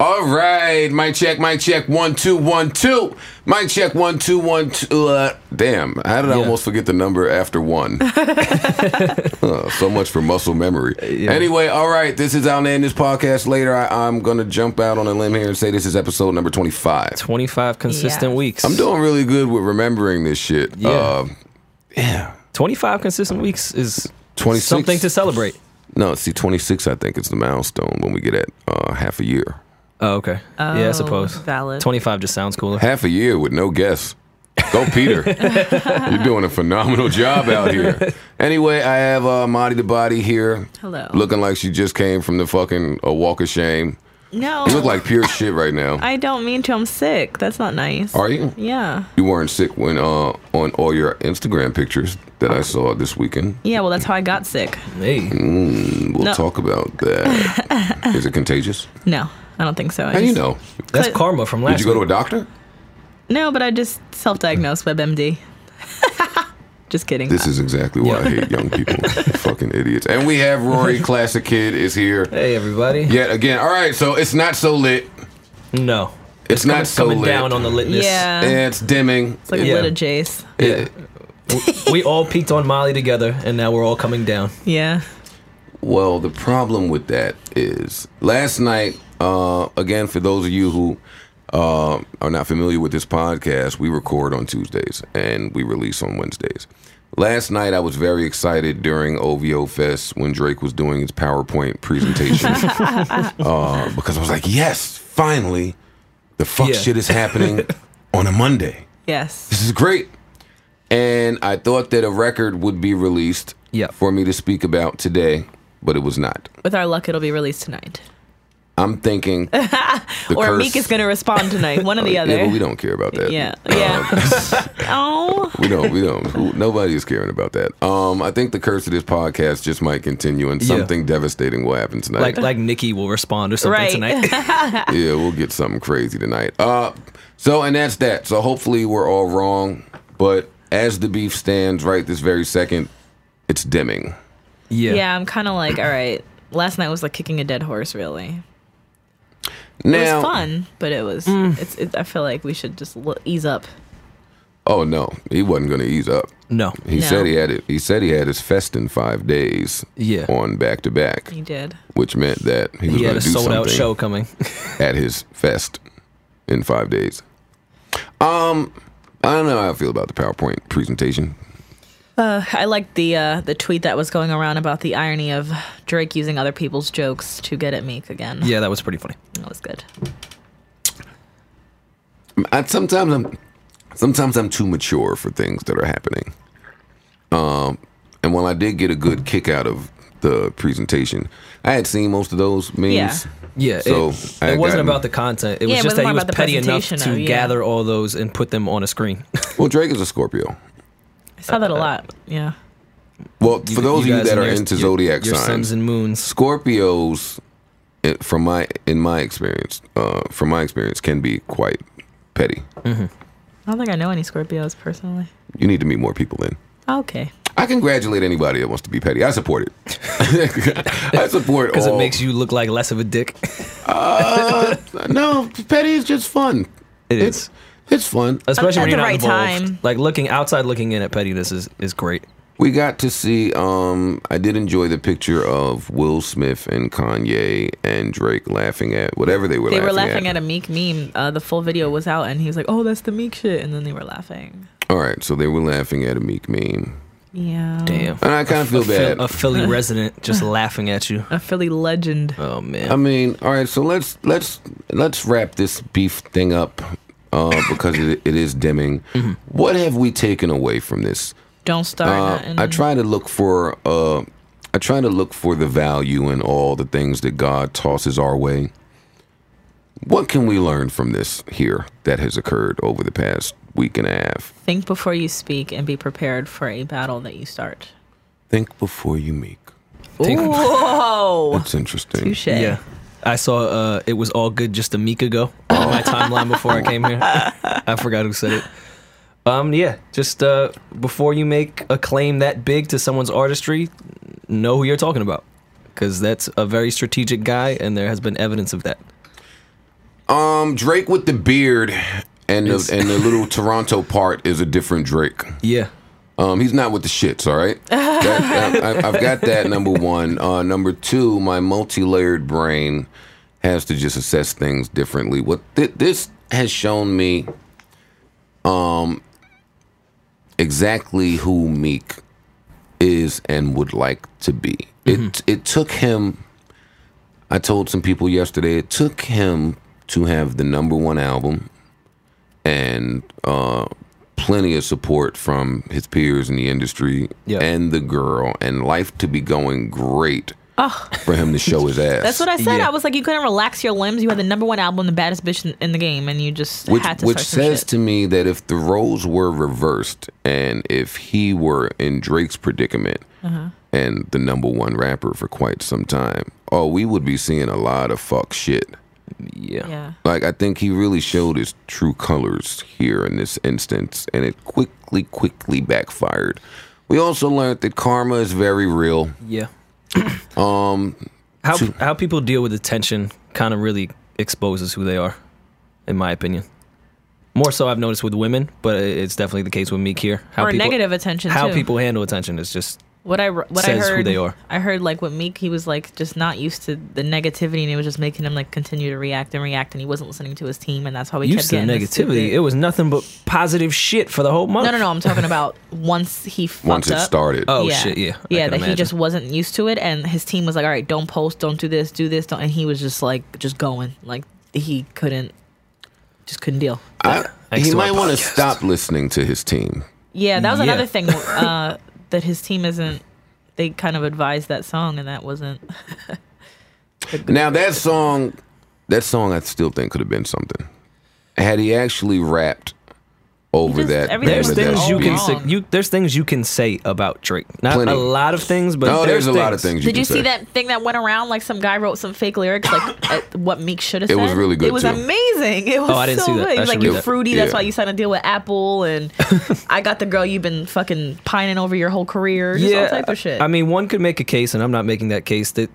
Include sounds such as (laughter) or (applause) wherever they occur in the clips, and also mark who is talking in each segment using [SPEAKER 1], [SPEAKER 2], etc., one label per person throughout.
[SPEAKER 1] All right, mic check, mic check, one two one two, mic check, one two one two. Uh, damn, how did I almost forget the number after one? Uh, so much for muscle memory. Anyway, all right, this is our name. This podcast later. I, I'm gonna jump out on a limb here and say this is episode number twenty five.
[SPEAKER 2] 25 consistent
[SPEAKER 3] Yes.
[SPEAKER 2] weeks.
[SPEAKER 3] I'm
[SPEAKER 1] I'm doing really good with remembering this shit.
[SPEAKER 2] Yeah.
[SPEAKER 1] Uh, yeah.
[SPEAKER 2] 25 consistent weeks is
[SPEAKER 1] 26.
[SPEAKER 2] something to celebrate.
[SPEAKER 1] No, see, 26, I think, is the milestone when we get at uh, half a year.
[SPEAKER 2] Oh, okay. yeah, I
[SPEAKER 3] Oh,
[SPEAKER 2] suppose.
[SPEAKER 3] valid.
[SPEAKER 2] 25 just sounds cooler.
[SPEAKER 1] Half a year with no guess. Go,
[SPEAKER 3] (laughs)
[SPEAKER 1] Peter. You're doing a phenomenal job out here. Anyway, I have uh, Madi the Body here.
[SPEAKER 3] Hello.
[SPEAKER 1] Looking like she just came from the fucking a walk of shame.
[SPEAKER 3] No.
[SPEAKER 1] You look like pure shit right now.
[SPEAKER 3] I don't mean to. I'm sick. That's not nice.
[SPEAKER 1] Are you?
[SPEAKER 3] Yeah.
[SPEAKER 1] You weren't sick when uh, on all your Instagram pictures that I saw this weekend.
[SPEAKER 3] Yeah, well, that's how I got sick.
[SPEAKER 2] Hey.
[SPEAKER 1] We'll
[SPEAKER 3] No.
[SPEAKER 1] talk about
[SPEAKER 3] (laughs)
[SPEAKER 1] that. is it contagious?
[SPEAKER 3] No, I don't think so. I
[SPEAKER 1] How do you
[SPEAKER 3] just-
[SPEAKER 1] know?
[SPEAKER 2] That's
[SPEAKER 3] But-
[SPEAKER 2] karma from last
[SPEAKER 1] Did you go to a
[SPEAKER 2] week.
[SPEAKER 1] doctor?
[SPEAKER 3] No, but I just self diagnosed WebMD. (laughs) just kidding.
[SPEAKER 1] This is exactly why I hate young people.
[SPEAKER 3] (laughs)
[SPEAKER 1] Fucking idiots. And we have Rory, classic kid, is here
[SPEAKER 2] Hey, everybody.
[SPEAKER 1] yet again. All right, so it's not so lit.
[SPEAKER 2] No.
[SPEAKER 1] It's,
[SPEAKER 2] coming-
[SPEAKER 1] not so
[SPEAKER 2] coming
[SPEAKER 1] lit.
[SPEAKER 2] down on the litness.
[SPEAKER 3] yeah.
[SPEAKER 1] it's dimming.
[SPEAKER 3] it's like
[SPEAKER 2] Yeah.
[SPEAKER 3] lit Jace.
[SPEAKER 1] It-
[SPEAKER 2] We all peaked on Molly together, and now we're all coming down.
[SPEAKER 3] Yeah.
[SPEAKER 1] Well, the problem with that is last night, uh, again, for those of you who uh, are not familiar with this podcast, we record on Tuesdays and we release on Wednesdays. Last night, I was very excited during OVO Fest when Drake was doing his PowerPoint presentation uh, because I was like, yes, finally, the fuck
[SPEAKER 2] Yeah.
[SPEAKER 1] shit is happening on a Monday.
[SPEAKER 3] Yes.
[SPEAKER 1] This is great. And I thought that a record would be released
[SPEAKER 2] Yeah.
[SPEAKER 1] for me to speak about today, but it was not.
[SPEAKER 3] With our luck, it'll be released tonight.
[SPEAKER 1] I'm
[SPEAKER 3] (laughs)
[SPEAKER 1] thinking the
[SPEAKER 3] or
[SPEAKER 1] curse.
[SPEAKER 3] Meek is going to respond
[SPEAKER 1] (laughs)
[SPEAKER 3] tonight. One or the
[SPEAKER 1] Yeah,
[SPEAKER 3] other.
[SPEAKER 1] but we don't Um, care about that. (laughs)
[SPEAKER 3] Yeah. Yeah. (laughs) oh.
[SPEAKER 1] We don't. We
[SPEAKER 3] (laughs)
[SPEAKER 1] don't. Who- Nobody is caring about that. Um, I think the curse of this podcast just might continue, and
[SPEAKER 2] Yeah.
[SPEAKER 1] something devastating will happen tonight.
[SPEAKER 2] Like like Nikki will respond or something
[SPEAKER 3] Right. (laughs)
[SPEAKER 2] tonight.
[SPEAKER 1] yeah, we'll get something crazy tonight. Uh, so and that's that. So hopefully we're all wrong, but as the beef stands right this very second, it's dimming.
[SPEAKER 2] yeah.
[SPEAKER 3] Yeah, I'm kind of like, all right. Last night was like kicking a dead horse, really. It
[SPEAKER 1] Now, Mm.
[SPEAKER 3] was fun, but it was. It's. It, I feel like we should just l- ease up.
[SPEAKER 1] oh no, he wasn't going to ease up.
[SPEAKER 2] No.
[SPEAKER 1] He
[SPEAKER 3] No.
[SPEAKER 1] said he had it. He said he had his fest in five days.
[SPEAKER 2] Yeah.
[SPEAKER 1] on back to back,
[SPEAKER 3] He did.
[SPEAKER 1] which meant that he was
[SPEAKER 2] He
[SPEAKER 1] going
[SPEAKER 2] had
[SPEAKER 1] to do
[SPEAKER 2] a sold out
[SPEAKER 1] something
[SPEAKER 2] show coming. (laughs)
[SPEAKER 1] at his fest in five days. Um, I don't know how I feel about the PowerPoint presentation.
[SPEAKER 3] Uh, I liked the uh, the tweet that was going around about the irony of Drake using other people's jokes to get at Meek again.
[SPEAKER 2] yeah, that was pretty funny.
[SPEAKER 3] That was good.
[SPEAKER 1] I, sometimes I'm, sometimes I'm too mature for things that are happening. Um, and while I did get a good kick out of the presentation, I had seen most of those memes.
[SPEAKER 3] Yeah.
[SPEAKER 2] Yeah,
[SPEAKER 1] So,
[SPEAKER 2] it,
[SPEAKER 1] I
[SPEAKER 2] it
[SPEAKER 1] had
[SPEAKER 2] wasn't
[SPEAKER 1] gotten-
[SPEAKER 2] about the content. It was
[SPEAKER 3] Yeah, it
[SPEAKER 2] just
[SPEAKER 3] wasn't
[SPEAKER 2] that he was
[SPEAKER 3] about the
[SPEAKER 2] petty enough
[SPEAKER 3] presentation,
[SPEAKER 2] to
[SPEAKER 3] though, yeah.
[SPEAKER 2] gather all those and put them on a screen. (laughs)
[SPEAKER 1] Well, Drake is a Scorpio.
[SPEAKER 3] I saw that a lot. Yeah.
[SPEAKER 1] Well, for those of you
[SPEAKER 2] guys
[SPEAKER 1] that
[SPEAKER 2] and
[SPEAKER 1] are
[SPEAKER 2] your-
[SPEAKER 1] into
[SPEAKER 2] your-
[SPEAKER 1] zodiac
[SPEAKER 2] your
[SPEAKER 1] signs,
[SPEAKER 2] suns and moons.
[SPEAKER 1] Scorpios, eh, from my in my experience, uh, from my experience, can be quite petty.
[SPEAKER 3] I don't think I know any Scorpios personally. Ah,
[SPEAKER 1] You need to meet more people. Then
[SPEAKER 3] Okay.
[SPEAKER 1] I congratulate anybody that wants to be petty. I support it. (laughs) I support
[SPEAKER 2] Because
[SPEAKER 1] all.
[SPEAKER 2] it makes you look like less of a dick. (laughs)
[SPEAKER 1] Uh, no, petty is just fun.
[SPEAKER 2] It
[SPEAKER 1] it's,
[SPEAKER 2] is.
[SPEAKER 1] It's fun.
[SPEAKER 2] Especially
[SPEAKER 3] At
[SPEAKER 2] when you're not
[SPEAKER 3] the right
[SPEAKER 2] involved.
[SPEAKER 3] time.
[SPEAKER 2] Like looking outside, looking in at pettiness is, is great.
[SPEAKER 1] We got to see. Um, I did enjoy the picture of Will Smith and Kanye and Drake laughing at whatever they were.
[SPEAKER 3] They
[SPEAKER 1] laughing
[SPEAKER 3] were laughing at a Meek meme. Uh, the full video was out, and he was like, "Oh, that's the Meek shit," and then they were laughing.
[SPEAKER 1] All right, so they were laughing at a Meek meme,
[SPEAKER 3] Yeah.
[SPEAKER 2] Damn.
[SPEAKER 1] and I kind of feel
[SPEAKER 2] Phil-
[SPEAKER 1] bad.
[SPEAKER 2] a
[SPEAKER 3] (laughs)
[SPEAKER 2] Philly resident just laughing at you.
[SPEAKER 3] A Philly legend.
[SPEAKER 2] Oh man.
[SPEAKER 1] I mean, all right. So let's let's let's wrap this beef thing up uh, because it, it is dimming. What have we taken away from this?
[SPEAKER 3] Don't
[SPEAKER 1] Uh,
[SPEAKER 3] start. nothing.
[SPEAKER 1] I try to look for uh, I try to look for the value in all the things that God tosses our way. What can we learn from this here that has occurred over the past week and a half?
[SPEAKER 3] Think before you speak and be prepared for a battle that you start.
[SPEAKER 1] Think before you meek.
[SPEAKER 2] Think-
[SPEAKER 3] Whoa.
[SPEAKER 1] That's interesting.
[SPEAKER 3] Touche.
[SPEAKER 2] yeah. I saw uh, it was all good just a week ago on my timeline before I came here. I forgot who said it. Um, yeah, just uh, before you make a claim that big to someone's artistry, know who you're talking about, because that's a very strategic guy, and there has been evidence of that.
[SPEAKER 1] Um, Drake with the beard and the, and the little Toronto part is a different Drake.
[SPEAKER 2] Yeah.
[SPEAKER 1] Um, he's not with the shits, all right? That- I, have got that, number one. Uh, number two, my multi layered brain has to just assess things differently. What th- this has shown me um, exactly who Meek is and would like to be. It,
[SPEAKER 3] Mm-hmm.
[SPEAKER 1] it took him, I told some people yesterday, it took him to have the number one album and uh, plenty of support from his peers in the industry
[SPEAKER 2] Yeah.
[SPEAKER 1] and the girl, and life to be going great for him to show
[SPEAKER 3] (laughs)
[SPEAKER 1] his ass.
[SPEAKER 3] That's what I said.
[SPEAKER 2] Yeah.
[SPEAKER 3] I was like, you couldn't relax your limbs. You had the number one album, the baddest bitch in, in the game, and you just
[SPEAKER 1] which
[SPEAKER 3] had to
[SPEAKER 1] which
[SPEAKER 3] start some
[SPEAKER 1] says
[SPEAKER 3] shit.
[SPEAKER 1] to me that if the roles were reversed and if he were in Drake's predicament
[SPEAKER 3] Uh-huh.
[SPEAKER 1] and the number one rapper for quite some time, oh, we would be seeing a lot of fuck shit.
[SPEAKER 2] Yeah.
[SPEAKER 3] yeah.
[SPEAKER 1] Like I think he really showed his true colors here in this instance, and it quickly, quickly backfired. We also learned that karma is very real.
[SPEAKER 2] Yeah. um, how how people deal with attention kind of really exposes who they are, in my opinion. More so, I've noticed with women, but it- it's definitely the case with Meek here. How
[SPEAKER 3] Or negative attention,
[SPEAKER 2] How
[SPEAKER 3] too.
[SPEAKER 2] people handle attention is just
[SPEAKER 3] What I what I
[SPEAKER 2] Says who
[SPEAKER 3] heard
[SPEAKER 2] they are.
[SPEAKER 3] I heard like with Meek, he was like just not used to the negativity, and it was just making him like continue to react and react, and he wasn't listening to his team, and that's how he
[SPEAKER 2] used
[SPEAKER 3] kept
[SPEAKER 2] to the
[SPEAKER 3] getting
[SPEAKER 2] negativity.
[SPEAKER 3] this stupid-
[SPEAKER 2] It was nothing but positive shit for the whole month.
[SPEAKER 3] No, no, no. I'm talking about once he fucked
[SPEAKER 1] Once it
[SPEAKER 3] up.
[SPEAKER 1] started,
[SPEAKER 2] Oh, shit, yeah. I
[SPEAKER 3] yeah.
[SPEAKER 2] can
[SPEAKER 3] That he
[SPEAKER 2] imagine.
[SPEAKER 3] just wasn't used to it, and his team was like, "All right, don't post, don't do this, do this," don't, and he was just like, just going, like he couldn't, just couldn't deal.
[SPEAKER 1] I,
[SPEAKER 2] Thanks
[SPEAKER 1] he
[SPEAKER 2] to my
[SPEAKER 1] might want to
[SPEAKER 2] podcast.
[SPEAKER 1] stop listening to his team.
[SPEAKER 3] Yeah, that was
[SPEAKER 2] Yeah.
[SPEAKER 3] another thing uh, (laughs) that his team isn't. They kind of advised that song, and that wasn't.
[SPEAKER 1] Now that song, that song, I still think could have been something. Had he actually rapped over
[SPEAKER 3] just-
[SPEAKER 1] that,
[SPEAKER 3] everything
[SPEAKER 2] There's
[SPEAKER 3] was
[SPEAKER 1] that
[SPEAKER 2] things
[SPEAKER 3] all
[SPEAKER 2] you can
[SPEAKER 1] beat.
[SPEAKER 2] say,
[SPEAKER 3] wrong.
[SPEAKER 2] you there's things you can say about Drake. Not
[SPEAKER 1] Plenty.
[SPEAKER 2] a lot of things, but
[SPEAKER 1] No, Oh, there's, a lot of things. You
[SPEAKER 3] Did
[SPEAKER 1] can
[SPEAKER 3] you see
[SPEAKER 1] say.
[SPEAKER 3] that thing that went around? Like some guy wrote some fake lyrics,
[SPEAKER 2] (gasps)
[SPEAKER 3] like at what Meek should have
[SPEAKER 1] It
[SPEAKER 3] said.
[SPEAKER 1] was really good,
[SPEAKER 3] It was
[SPEAKER 1] too.
[SPEAKER 3] amazing. It was
[SPEAKER 2] Oh, I didn't
[SPEAKER 3] so
[SPEAKER 2] see that.
[SPEAKER 3] good.
[SPEAKER 2] I
[SPEAKER 3] It
[SPEAKER 2] should
[SPEAKER 3] was like
[SPEAKER 2] read
[SPEAKER 3] you're
[SPEAKER 2] that.
[SPEAKER 3] fruity. That's
[SPEAKER 1] Yeah.
[SPEAKER 3] why you signed a deal with
[SPEAKER 2] (laughs)
[SPEAKER 3] Apple, and I got the girl you've been fucking pining over your whole career. Just all type of shit.
[SPEAKER 2] I mean, one could make a case, and I'm not making that case, that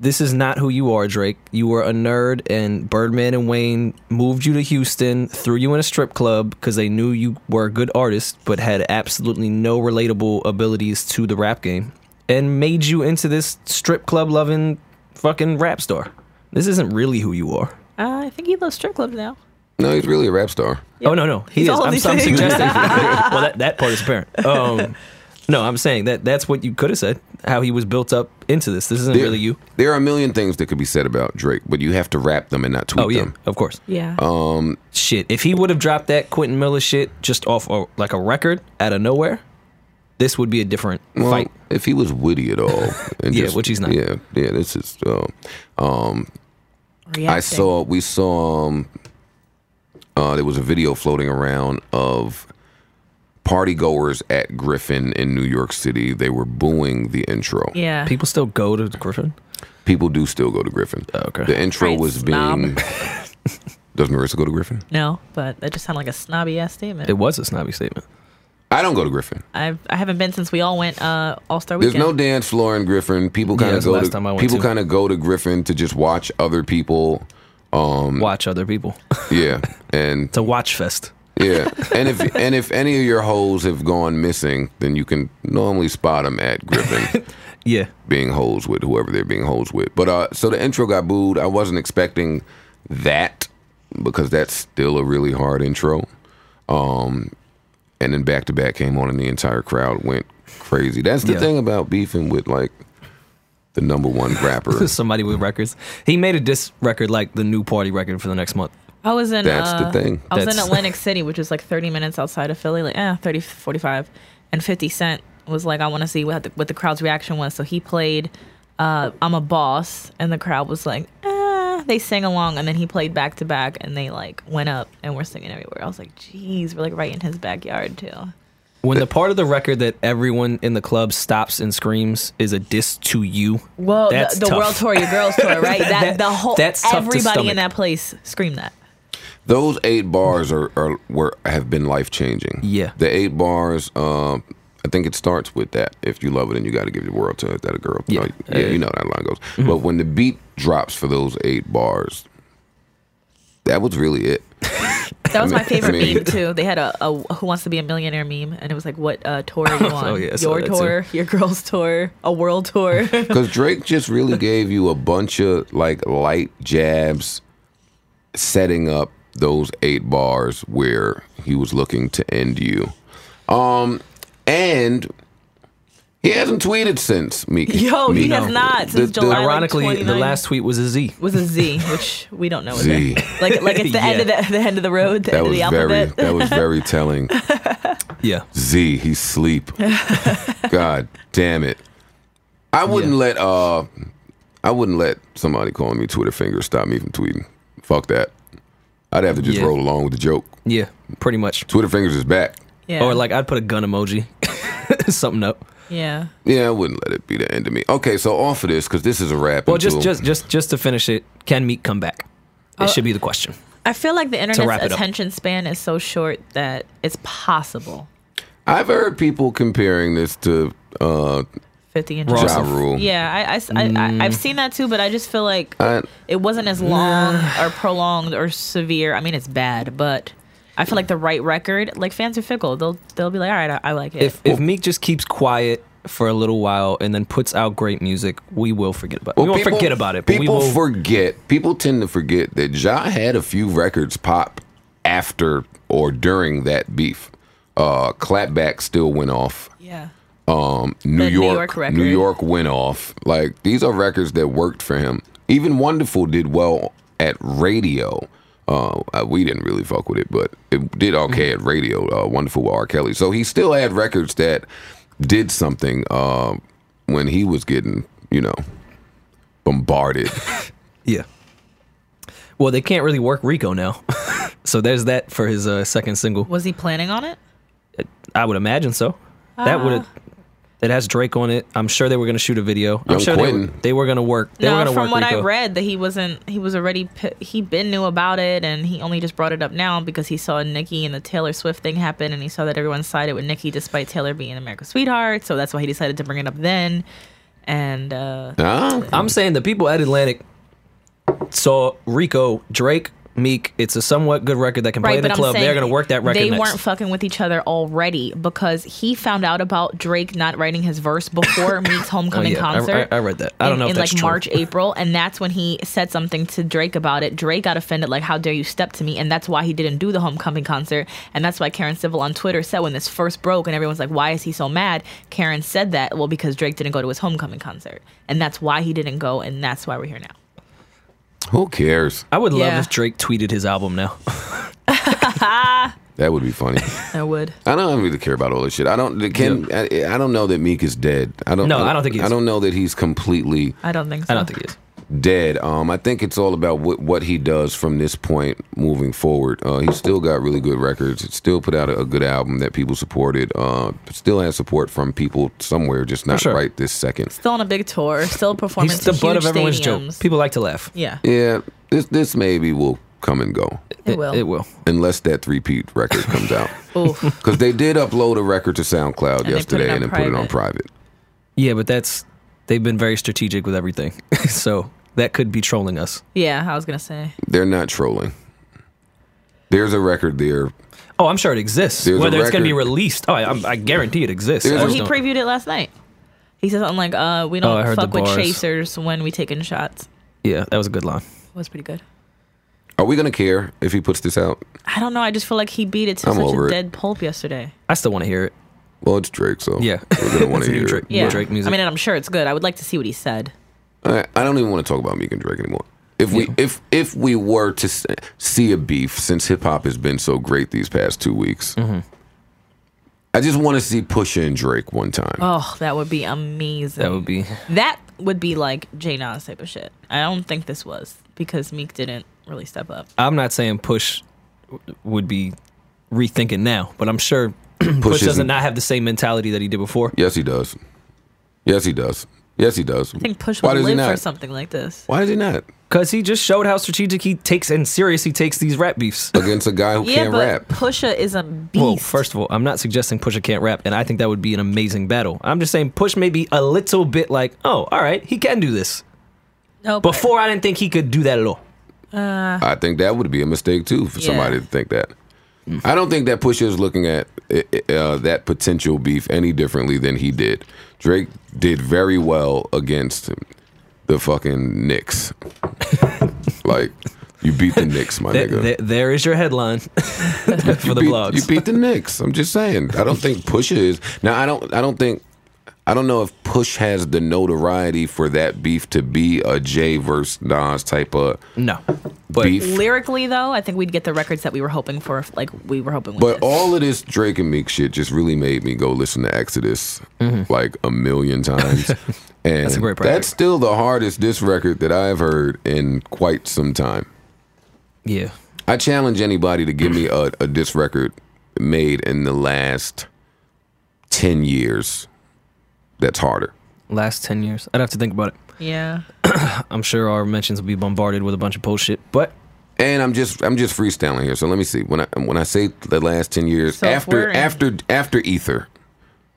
[SPEAKER 2] this is not who you are, Drake. You were a nerd, and Birdman and Wayne moved you to Houston, threw you in a strip club because they knew you were a good artist, but had absolutely no relatable abilities to the rap game, and made you into this strip club loving fucking rap star. This isn't really who you are.
[SPEAKER 3] uh, I think he loves strip clubs now.
[SPEAKER 1] No, he's really a rap star.
[SPEAKER 2] Oh no, no, he
[SPEAKER 3] He's
[SPEAKER 2] is.
[SPEAKER 3] all
[SPEAKER 2] I'm,
[SPEAKER 3] these
[SPEAKER 2] I'm
[SPEAKER 3] things. (laughs)
[SPEAKER 2] suggesting. well, that, that part is apparent. Um, no, I'm saying that that's what you could have said. How he was built up into this. This isn't
[SPEAKER 1] There,
[SPEAKER 2] really you.
[SPEAKER 1] There are a million things that could be said about Drake, but you have to rap them and not tweet
[SPEAKER 2] Oh yeah,
[SPEAKER 1] them.
[SPEAKER 2] of course.
[SPEAKER 3] Yeah.
[SPEAKER 1] Oh,
[SPEAKER 2] Shit, if he would have dropped that Quentin Miller shit just off a, like a record out of nowhere, this would be a different
[SPEAKER 1] Well,
[SPEAKER 2] fight.
[SPEAKER 1] if he was witty at all, and
[SPEAKER 2] (laughs) Yeah,
[SPEAKER 1] just-
[SPEAKER 2] which he's not.
[SPEAKER 1] Yeah, yeah. This is. Uh, um, I
[SPEAKER 3] Reacting.
[SPEAKER 1] saw we saw um, uh, there was a video floating around of party goers at Griffin in New York City. They were booing the intro.
[SPEAKER 3] Yeah.
[SPEAKER 2] People still go to Griffin.
[SPEAKER 1] People do still go to Griffin.
[SPEAKER 2] Oh, okay.
[SPEAKER 1] The intro
[SPEAKER 3] Right,
[SPEAKER 1] was
[SPEAKER 3] snob. (laughs)
[SPEAKER 1] being. Does Marissa go to Griffin?
[SPEAKER 3] No, but that just sounded like a snobby ass statement.
[SPEAKER 2] It was a snobby statement.
[SPEAKER 1] I don't go to Griffin.
[SPEAKER 3] I've I haven't been since we all went uh, All Star
[SPEAKER 1] There's
[SPEAKER 3] Weekend.
[SPEAKER 1] no dance floor in Griffin. People
[SPEAKER 2] Yeah,
[SPEAKER 1] kind of
[SPEAKER 2] that's the
[SPEAKER 1] go
[SPEAKER 2] last time I
[SPEAKER 1] to
[SPEAKER 2] went
[SPEAKER 1] people
[SPEAKER 2] too.
[SPEAKER 1] kind of go to Griffin to just watch other people.
[SPEAKER 2] Watch other people.
[SPEAKER 1] Yeah, and
[SPEAKER 2] it's a watch fest.
[SPEAKER 1] Yeah, and if and if any of your hoes have gone missing, then you can normally spot them at
[SPEAKER 3] (laughs)
[SPEAKER 1] Griffin
[SPEAKER 2] Yeah. (laughs)
[SPEAKER 1] being hoes with whoever they're being hoes with. But uh, so the intro got booed. I wasn't expecting that because that's still a really hard intro. Um, and then back to back came on, and the entire crowd went crazy. That's the
[SPEAKER 2] Yeah.
[SPEAKER 1] thing about beefing with like the number one
[SPEAKER 2] (laughs)
[SPEAKER 1] rapper.
[SPEAKER 2] Somebody with records. He made a diss record like the new party record for the next month.
[SPEAKER 3] I was in.
[SPEAKER 1] That's (laughs) the
[SPEAKER 3] uh,
[SPEAKER 1] thing.
[SPEAKER 3] I was in
[SPEAKER 2] That's-
[SPEAKER 3] Atlantic City, which is like 30 minutes outside of Philly, like eh, 30, 45. And 50 Cent was like, I want to see what the, what the crowd's reaction was. So he played uh, I'm a Boss, and the crowd was like, eh. They sang along, and then he played back to back, and they like went up and were singing everywhere. I was like, jeez, we're like right in his backyard, too.
[SPEAKER 2] When the part of the record that everyone in the club stops and screams is a diss to you.
[SPEAKER 3] Well,
[SPEAKER 2] that's
[SPEAKER 3] the, the
[SPEAKER 2] tough.
[SPEAKER 3] World Tour, your girls
[SPEAKER 2] (laughs)
[SPEAKER 3] tour, right? That,
[SPEAKER 2] That-
[SPEAKER 3] the whole
[SPEAKER 2] that's tough to
[SPEAKER 3] everybody
[SPEAKER 2] stomach.
[SPEAKER 3] in that place screamed that.
[SPEAKER 1] Those eight bars are, are were have been life changing.
[SPEAKER 2] Yeah.
[SPEAKER 1] the eight bars. Uh, I think it starts with that. If you love it, then you got to give the world to it. That a girl.
[SPEAKER 2] Yeah. Mm-hmm.
[SPEAKER 1] No, yeah, you know how that line goes. But when the beat drops for those eight bars, that was really it.
[SPEAKER 3] That was
[SPEAKER 1] I mean-
[SPEAKER 3] my favorite
[SPEAKER 1] I mean- (laughs)
[SPEAKER 3] meme too. They had a, a Who Wants to Be a Millionaire meme, and it was like, "What uh,
[SPEAKER 1] (laughs)
[SPEAKER 3] tour are you
[SPEAKER 1] Oh,
[SPEAKER 3] on?
[SPEAKER 2] yeah, I saw
[SPEAKER 3] your
[SPEAKER 2] that, too.
[SPEAKER 3] tour, your girls' tour, a
[SPEAKER 1] (laughs)
[SPEAKER 3] world tour."
[SPEAKER 1] Because Drake just really gave you a bunch of like light jabs, setting up those eight bars where he was looking to end you. Um, and he hasn't tweeted since Meek.
[SPEAKER 3] Yo, he
[SPEAKER 1] Meek.
[SPEAKER 3] has not
[SPEAKER 1] The-
[SPEAKER 3] since
[SPEAKER 1] the-
[SPEAKER 3] July. like,
[SPEAKER 2] Ironically, the
[SPEAKER 3] 29.
[SPEAKER 2] last tweet was a Z.
[SPEAKER 3] was a Z, which we don't know. Is
[SPEAKER 1] Z.
[SPEAKER 3] it. Like like it's the end of the, the end of the road, the
[SPEAKER 1] That
[SPEAKER 3] end of
[SPEAKER 1] was
[SPEAKER 3] the
[SPEAKER 1] very.
[SPEAKER 3] alphabet.
[SPEAKER 1] That was very telling.
[SPEAKER 2] Yeah.
[SPEAKER 1] Z, he's
[SPEAKER 2] (laughs)
[SPEAKER 1] sleep. God damn it. I wouldn't
[SPEAKER 2] Yeah.
[SPEAKER 1] let uh I wouldn't let somebody calling me Twitter finger stop me from tweeting. Fuck that. I'd have to just
[SPEAKER 2] Yeah.
[SPEAKER 1] roll along with the joke.
[SPEAKER 2] Yeah. Pretty much.
[SPEAKER 1] Twitter fingers is back.
[SPEAKER 3] (laughs) yeah.
[SPEAKER 2] Or like I'd put a gun emoji, (laughs) something up.
[SPEAKER 3] yeah.
[SPEAKER 1] Yeah, I wouldn't let it be the end of me. Okay, so off of this because this is a wrap.
[SPEAKER 2] Well,
[SPEAKER 1] and
[SPEAKER 2] just
[SPEAKER 1] two-
[SPEAKER 2] just just just to finish it, can Meek come back?
[SPEAKER 3] Uh,
[SPEAKER 2] It should be the question.
[SPEAKER 3] I feel like the
[SPEAKER 2] wrap it
[SPEAKER 3] internet's
[SPEAKER 2] up.
[SPEAKER 3] attention span is so short that it's possible.
[SPEAKER 1] I've heard people comparing this to uh
[SPEAKER 3] Fifty and
[SPEAKER 2] Raw
[SPEAKER 1] Ja
[SPEAKER 2] Awesome.
[SPEAKER 1] Rule.
[SPEAKER 3] Yeah, I- I,
[SPEAKER 2] Mm.
[SPEAKER 3] have seen that too, but I just feel like
[SPEAKER 1] I-
[SPEAKER 3] it wasn't as long or prolonged or severe. I mean, it's bad, but I feel like the right record, like fans are fickle. They'll they'll be like, all right, I, I like it.
[SPEAKER 2] If if Meek just keeps quiet for a little while and then puts out great music, we will forget about it. we
[SPEAKER 1] Well,
[SPEAKER 2] won't
[SPEAKER 1] people-
[SPEAKER 2] forget about it, but we
[SPEAKER 1] People
[SPEAKER 2] will.
[SPEAKER 1] forget. People tend to forget that Ja had a few records pop after or during that beef. Uh, Clapback still went off.
[SPEAKER 3] yeah,
[SPEAKER 1] Um, New
[SPEAKER 3] The New
[SPEAKER 1] York,
[SPEAKER 3] York record.
[SPEAKER 1] New York went off. Like these are records that worked for him. Even Wonderful did well at radio. Uh, uh, we didn't really fuck with it, but it did okay at radio. Uh, Wonderful with R. Kelly. So he still had records that did something uh, when he was getting, you know, bombarded. (laughs)
[SPEAKER 2] yeah. Well, they can't really work Rico now, (laughs) so there's that for his uh, second single.
[SPEAKER 3] was he planning on it?
[SPEAKER 2] I would imagine so. that
[SPEAKER 3] Ah.
[SPEAKER 2] would have. That has Drake on it. I'm sure they were going to shoot a video. I'm
[SPEAKER 1] Young
[SPEAKER 2] sure they were,
[SPEAKER 1] Quentin.
[SPEAKER 2] they were going to work. They were
[SPEAKER 3] no,
[SPEAKER 2] going to
[SPEAKER 3] from
[SPEAKER 2] work
[SPEAKER 3] what
[SPEAKER 2] Rico.
[SPEAKER 3] I read, that he wasn't. He was already. pi- He been knew about it, and he only just brought it up now because he saw Nicki and the Taylor Swift thing happen, and he saw that everyone sided with Nicki despite Taylor being America's sweetheart. So that's why he decided to bring it up then. And uh,
[SPEAKER 1] Ah,
[SPEAKER 2] I'm saying the people at Atlantic saw Rico, Drake, Meek. It's a somewhat good record that can play in the
[SPEAKER 3] but I'm
[SPEAKER 2] club. They're
[SPEAKER 3] saying
[SPEAKER 2] going to work that record
[SPEAKER 3] They
[SPEAKER 2] next.
[SPEAKER 3] weren't fucking with each other already because he found out about Drake not writing his
[SPEAKER 2] (laughs)
[SPEAKER 3] verse before Meek's
[SPEAKER 2] Oh,
[SPEAKER 3] homecoming
[SPEAKER 2] yeah, I-
[SPEAKER 3] concert.
[SPEAKER 2] I, I read that. I don't
[SPEAKER 3] in,
[SPEAKER 2] know if
[SPEAKER 3] in
[SPEAKER 2] that's
[SPEAKER 3] like
[SPEAKER 2] true. (laughs)
[SPEAKER 3] March, April, and that's when he said something to Drake about it. Drake got offended, like, "How dare you step to me?" And that's why he didn't do the homecoming concert. And that's why Karen Civil on Twitter said when this first broke, and everyone's like, "Why is he so mad?" Karen said that well because Drake didn't go to his homecoming concert, and that's why he didn't go, and that's why we're here now.
[SPEAKER 1] who cares?
[SPEAKER 2] I would love
[SPEAKER 3] Yeah.
[SPEAKER 2] if Drake tweeted his album now. (laughs)
[SPEAKER 1] That would be funny.
[SPEAKER 3] I would.
[SPEAKER 1] I don't really care about all this shit. I don't. Can I, I don't know that Meek is dead. I don't.
[SPEAKER 2] No, I don't think he is.
[SPEAKER 1] I don't know that he's completely
[SPEAKER 3] I don't think so.
[SPEAKER 2] I don't think he is.
[SPEAKER 1] dead. Um, I think it's all about what what he does from this point moving forward. Uh, he's still got really good records. It still put out a, a good album that people supported. Uh, still has support from people somewhere, just not
[SPEAKER 2] sure.
[SPEAKER 1] right this second.
[SPEAKER 3] Still on a big tour, still performing.
[SPEAKER 2] He's the
[SPEAKER 3] to
[SPEAKER 2] butt
[SPEAKER 3] huge
[SPEAKER 2] of everyone's
[SPEAKER 3] stadiums.
[SPEAKER 2] joke. People like to laugh.
[SPEAKER 3] Yeah,
[SPEAKER 1] Yeah, this this maybe will come and go
[SPEAKER 3] it, will.
[SPEAKER 2] It will.
[SPEAKER 1] unless that three peat record comes out.
[SPEAKER 3] Oof.
[SPEAKER 1] Because they did upload a record to SoundCloud
[SPEAKER 3] they put it
[SPEAKER 1] yesterday
[SPEAKER 3] on
[SPEAKER 1] and then put it on private.
[SPEAKER 2] Yeah, but that's they've been very strategic with everything. (laughs) so that could be trolling us.
[SPEAKER 3] Yeah, I was gonna say.
[SPEAKER 2] (laughs)
[SPEAKER 1] They're not trolling. There's a record there.
[SPEAKER 2] Oh, I'm sure it exists.
[SPEAKER 1] There's a
[SPEAKER 2] Whether it's going to be
[SPEAKER 1] record-
[SPEAKER 2] released, oh, I, I'm- I guarantee it exists.
[SPEAKER 1] There's
[SPEAKER 2] I
[SPEAKER 1] a-
[SPEAKER 3] Well,
[SPEAKER 2] just
[SPEAKER 3] he
[SPEAKER 2] don't-
[SPEAKER 3] previewed it last night. He says something like, uh, "We
[SPEAKER 2] Oh, I
[SPEAKER 3] don't
[SPEAKER 2] heard the
[SPEAKER 3] fuck with
[SPEAKER 2] bars.
[SPEAKER 3] chasers when we taking shots."
[SPEAKER 2] yeah, that was a good line.
[SPEAKER 3] It was pretty good.
[SPEAKER 1] Are we gonna care if he puts this out?
[SPEAKER 3] I don't know. I just feel like he beat it to
[SPEAKER 1] I'm
[SPEAKER 3] such
[SPEAKER 1] over
[SPEAKER 3] a
[SPEAKER 1] it.
[SPEAKER 3] dead pulp yesterday.
[SPEAKER 2] I still want to hear it.
[SPEAKER 1] Well, it's Drake, so
[SPEAKER 2] Yeah, (laughs)
[SPEAKER 1] we're gonna want
[SPEAKER 2] It's
[SPEAKER 1] to
[SPEAKER 2] a new
[SPEAKER 1] hear
[SPEAKER 2] Drake-
[SPEAKER 1] Drake.
[SPEAKER 2] new
[SPEAKER 3] Yeah,
[SPEAKER 2] Drake music.
[SPEAKER 3] I mean, and I'm sure it's good. I would like to see what he said.
[SPEAKER 1] I, I don't even want to talk about Meek and Drake anymore. If we if if we were to s- see a beef, since hip hop has been so great these past two weeks,
[SPEAKER 3] Mm-hmm.
[SPEAKER 1] I just want to see Pusha and Drake one time.
[SPEAKER 3] Oh, that would be amazing.
[SPEAKER 2] that would be
[SPEAKER 3] That would be like Jay Nas type of shit. I don't think this was because Meek didn't really step up.
[SPEAKER 2] I'm not saying push w- would be rethinking now, but I'm sure (clears throat) push, doesn't
[SPEAKER 1] isn't-
[SPEAKER 2] not have the same mentality that he did before.
[SPEAKER 1] Yes, he does. Yes, he does. Yes, he does.
[SPEAKER 3] I think Push
[SPEAKER 1] Why
[SPEAKER 3] would
[SPEAKER 1] does he
[SPEAKER 3] live for
[SPEAKER 1] not?
[SPEAKER 3] something like this.
[SPEAKER 1] Why does he not
[SPEAKER 2] Because he just showed how strategic he takes and serious he takes these rap
[SPEAKER 1] (clears throat)
[SPEAKER 2] beefs.
[SPEAKER 1] against a guy who
[SPEAKER 3] Yeah,
[SPEAKER 1] can't
[SPEAKER 3] but
[SPEAKER 1] rap?
[SPEAKER 3] Pusha is a beast.
[SPEAKER 2] Well, first of all, I'm not suggesting Pusha can't rap, and I think that would be an amazing battle. I'm just saying Push may be a little bit like, oh, all right, he can do this.
[SPEAKER 3] no, but-
[SPEAKER 2] Before I didn't think he could do that at all.
[SPEAKER 1] I think that would be a mistake too for
[SPEAKER 3] Yeah.
[SPEAKER 1] somebody to think that. I don't think that Pusha is looking at uh, uh, that potential beef any differently than he did. Drake did very well against the fucking Knicks. (laughs) like you beat the Knicks, my
[SPEAKER 2] Th-
[SPEAKER 1] nigga.
[SPEAKER 2] th- there is your headline (laughs) for
[SPEAKER 1] you
[SPEAKER 2] the
[SPEAKER 1] beat,
[SPEAKER 2] blogs.
[SPEAKER 1] You beat the Knicks. I'm just saying. I don't think Pusha is now. I don't. I don't think. I don't know if Push has the notoriety for that beef to be a Jay versus Nas type of
[SPEAKER 2] no, but
[SPEAKER 1] beef.
[SPEAKER 3] Lyrically, though, I think we'd get the records that we were hoping for. If, like we were hoping. We
[SPEAKER 1] But
[SPEAKER 3] did.
[SPEAKER 1] all of this Drake and Meek shit just really made me go listen to Exodus like a million
[SPEAKER 2] (laughs)
[SPEAKER 1] times. And that's,
[SPEAKER 2] Mm-hmm. a great project.
[SPEAKER 1] still the hardest diss record that I've heard in quite some time.
[SPEAKER 2] yeah,
[SPEAKER 1] I challenge anybody to give me a, a diss record made in the last 10 years that's harder.
[SPEAKER 2] last ten years. I'd have to think about it.
[SPEAKER 3] yeah,
[SPEAKER 2] I'm sure our mentions will be bombarded with a bunch of bullshit. But
[SPEAKER 1] And I'm just I'm just freestyling here. So let me see. When I when I say the last 10 years
[SPEAKER 3] So if we're
[SPEAKER 1] after
[SPEAKER 3] in-
[SPEAKER 1] after after Ether.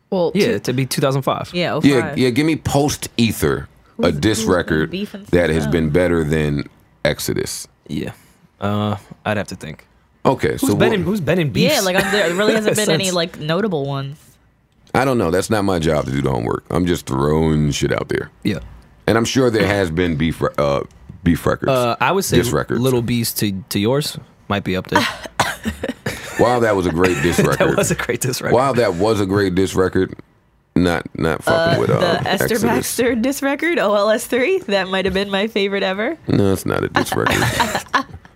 [SPEAKER 3] well,
[SPEAKER 2] yeah,
[SPEAKER 3] two-
[SPEAKER 2] to be 2005.
[SPEAKER 3] yeah, oh
[SPEAKER 1] Yeah,
[SPEAKER 3] five.
[SPEAKER 1] yeah. Give me post Ether a
[SPEAKER 3] Who's-
[SPEAKER 1] diss
[SPEAKER 3] who's been
[SPEAKER 1] record
[SPEAKER 3] beefing since
[SPEAKER 1] that has
[SPEAKER 3] then?
[SPEAKER 1] been better than Exodus.
[SPEAKER 2] yeah. Uh, I'd have to think.
[SPEAKER 1] Okay,
[SPEAKER 2] Who's
[SPEAKER 1] so
[SPEAKER 2] been
[SPEAKER 1] what-
[SPEAKER 2] in, who's been in beefs?
[SPEAKER 3] Yeah, like I'm, there really hasn't been any
[SPEAKER 2] Since-
[SPEAKER 3] like notable ones.
[SPEAKER 1] I don't know. That's not my job to do the homework. I'm just throwing shit out there,
[SPEAKER 2] (laughs) yeah.
[SPEAKER 1] and I'm sure there has been beef re- uh, beef records.
[SPEAKER 2] Uh, I would say
[SPEAKER 1] diss records.
[SPEAKER 2] Little B's to to yours might be up there.
[SPEAKER 1] wow, that was a great diss record.
[SPEAKER 2] (laughs) that was a great diss record.
[SPEAKER 1] wow, that was a great diss record. Not not fucking with uh,
[SPEAKER 3] the Esther
[SPEAKER 1] Exodus.
[SPEAKER 3] Baxter disc record, OLS three. That might have been my favorite ever.
[SPEAKER 1] No, it's not a diss
[SPEAKER 3] (laughs)
[SPEAKER 1] record.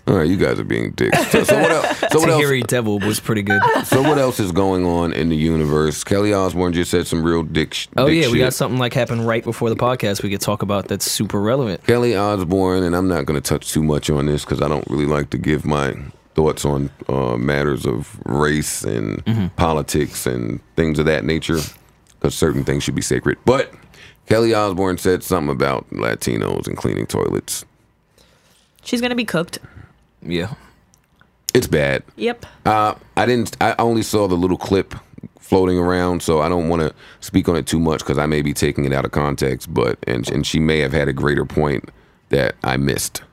[SPEAKER 1] All right, you guys are being dicks. So, so what else? So what else?
[SPEAKER 2] Tahiri Devil was pretty (laughs) good.
[SPEAKER 1] So what else is going on in the universe? Kelly Osbourne just said some real dick. sh-
[SPEAKER 2] Oh
[SPEAKER 1] dick
[SPEAKER 2] yeah,
[SPEAKER 1] shit.
[SPEAKER 2] we got something like happened right before the podcast. We could talk about that's super relevant.
[SPEAKER 1] Kelly Osbourne, and I'm not going to touch too much on this because I don't really like to give my thoughts on uh, matters of race and politics and things of that nature because certain things should be sacred. But Kelly Osbourne said something about Latinos and cleaning toilets.
[SPEAKER 3] She's gonna be cooked.
[SPEAKER 2] Yeah,
[SPEAKER 1] It's bad.
[SPEAKER 3] Yep.
[SPEAKER 1] Uh, I didn't. I only saw the little clip floating around, so I don't want to speak on it too much because I may be taking it out of context. But and and she may have had a greater point that I missed.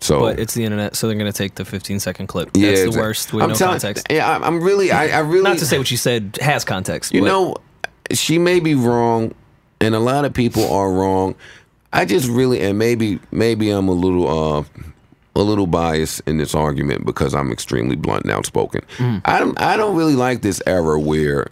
[SPEAKER 1] So
[SPEAKER 2] but it's the internet, so they're gonna take the 15 second clip. That's the
[SPEAKER 1] Oh. exact-
[SPEAKER 2] worst with no
[SPEAKER 1] telling-
[SPEAKER 2] context.
[SPEAKER 1] Yeah, I'm- I'm really, I, I really,
[SPEAKER 2] Not to say what you said has context.
[SPEAKER 1] you
[SPEAKER 2] but
[SPEAKER 1] know, she may be wrong, and a lot of people are wrong. I just really, and maybe, maybe I'm a little, uh, a little biased in this argument because I'm extremely blunt and outspoken.
[SPEAKER 2] Mm.
[SPEAKER 1] I don't, I don't really like this era where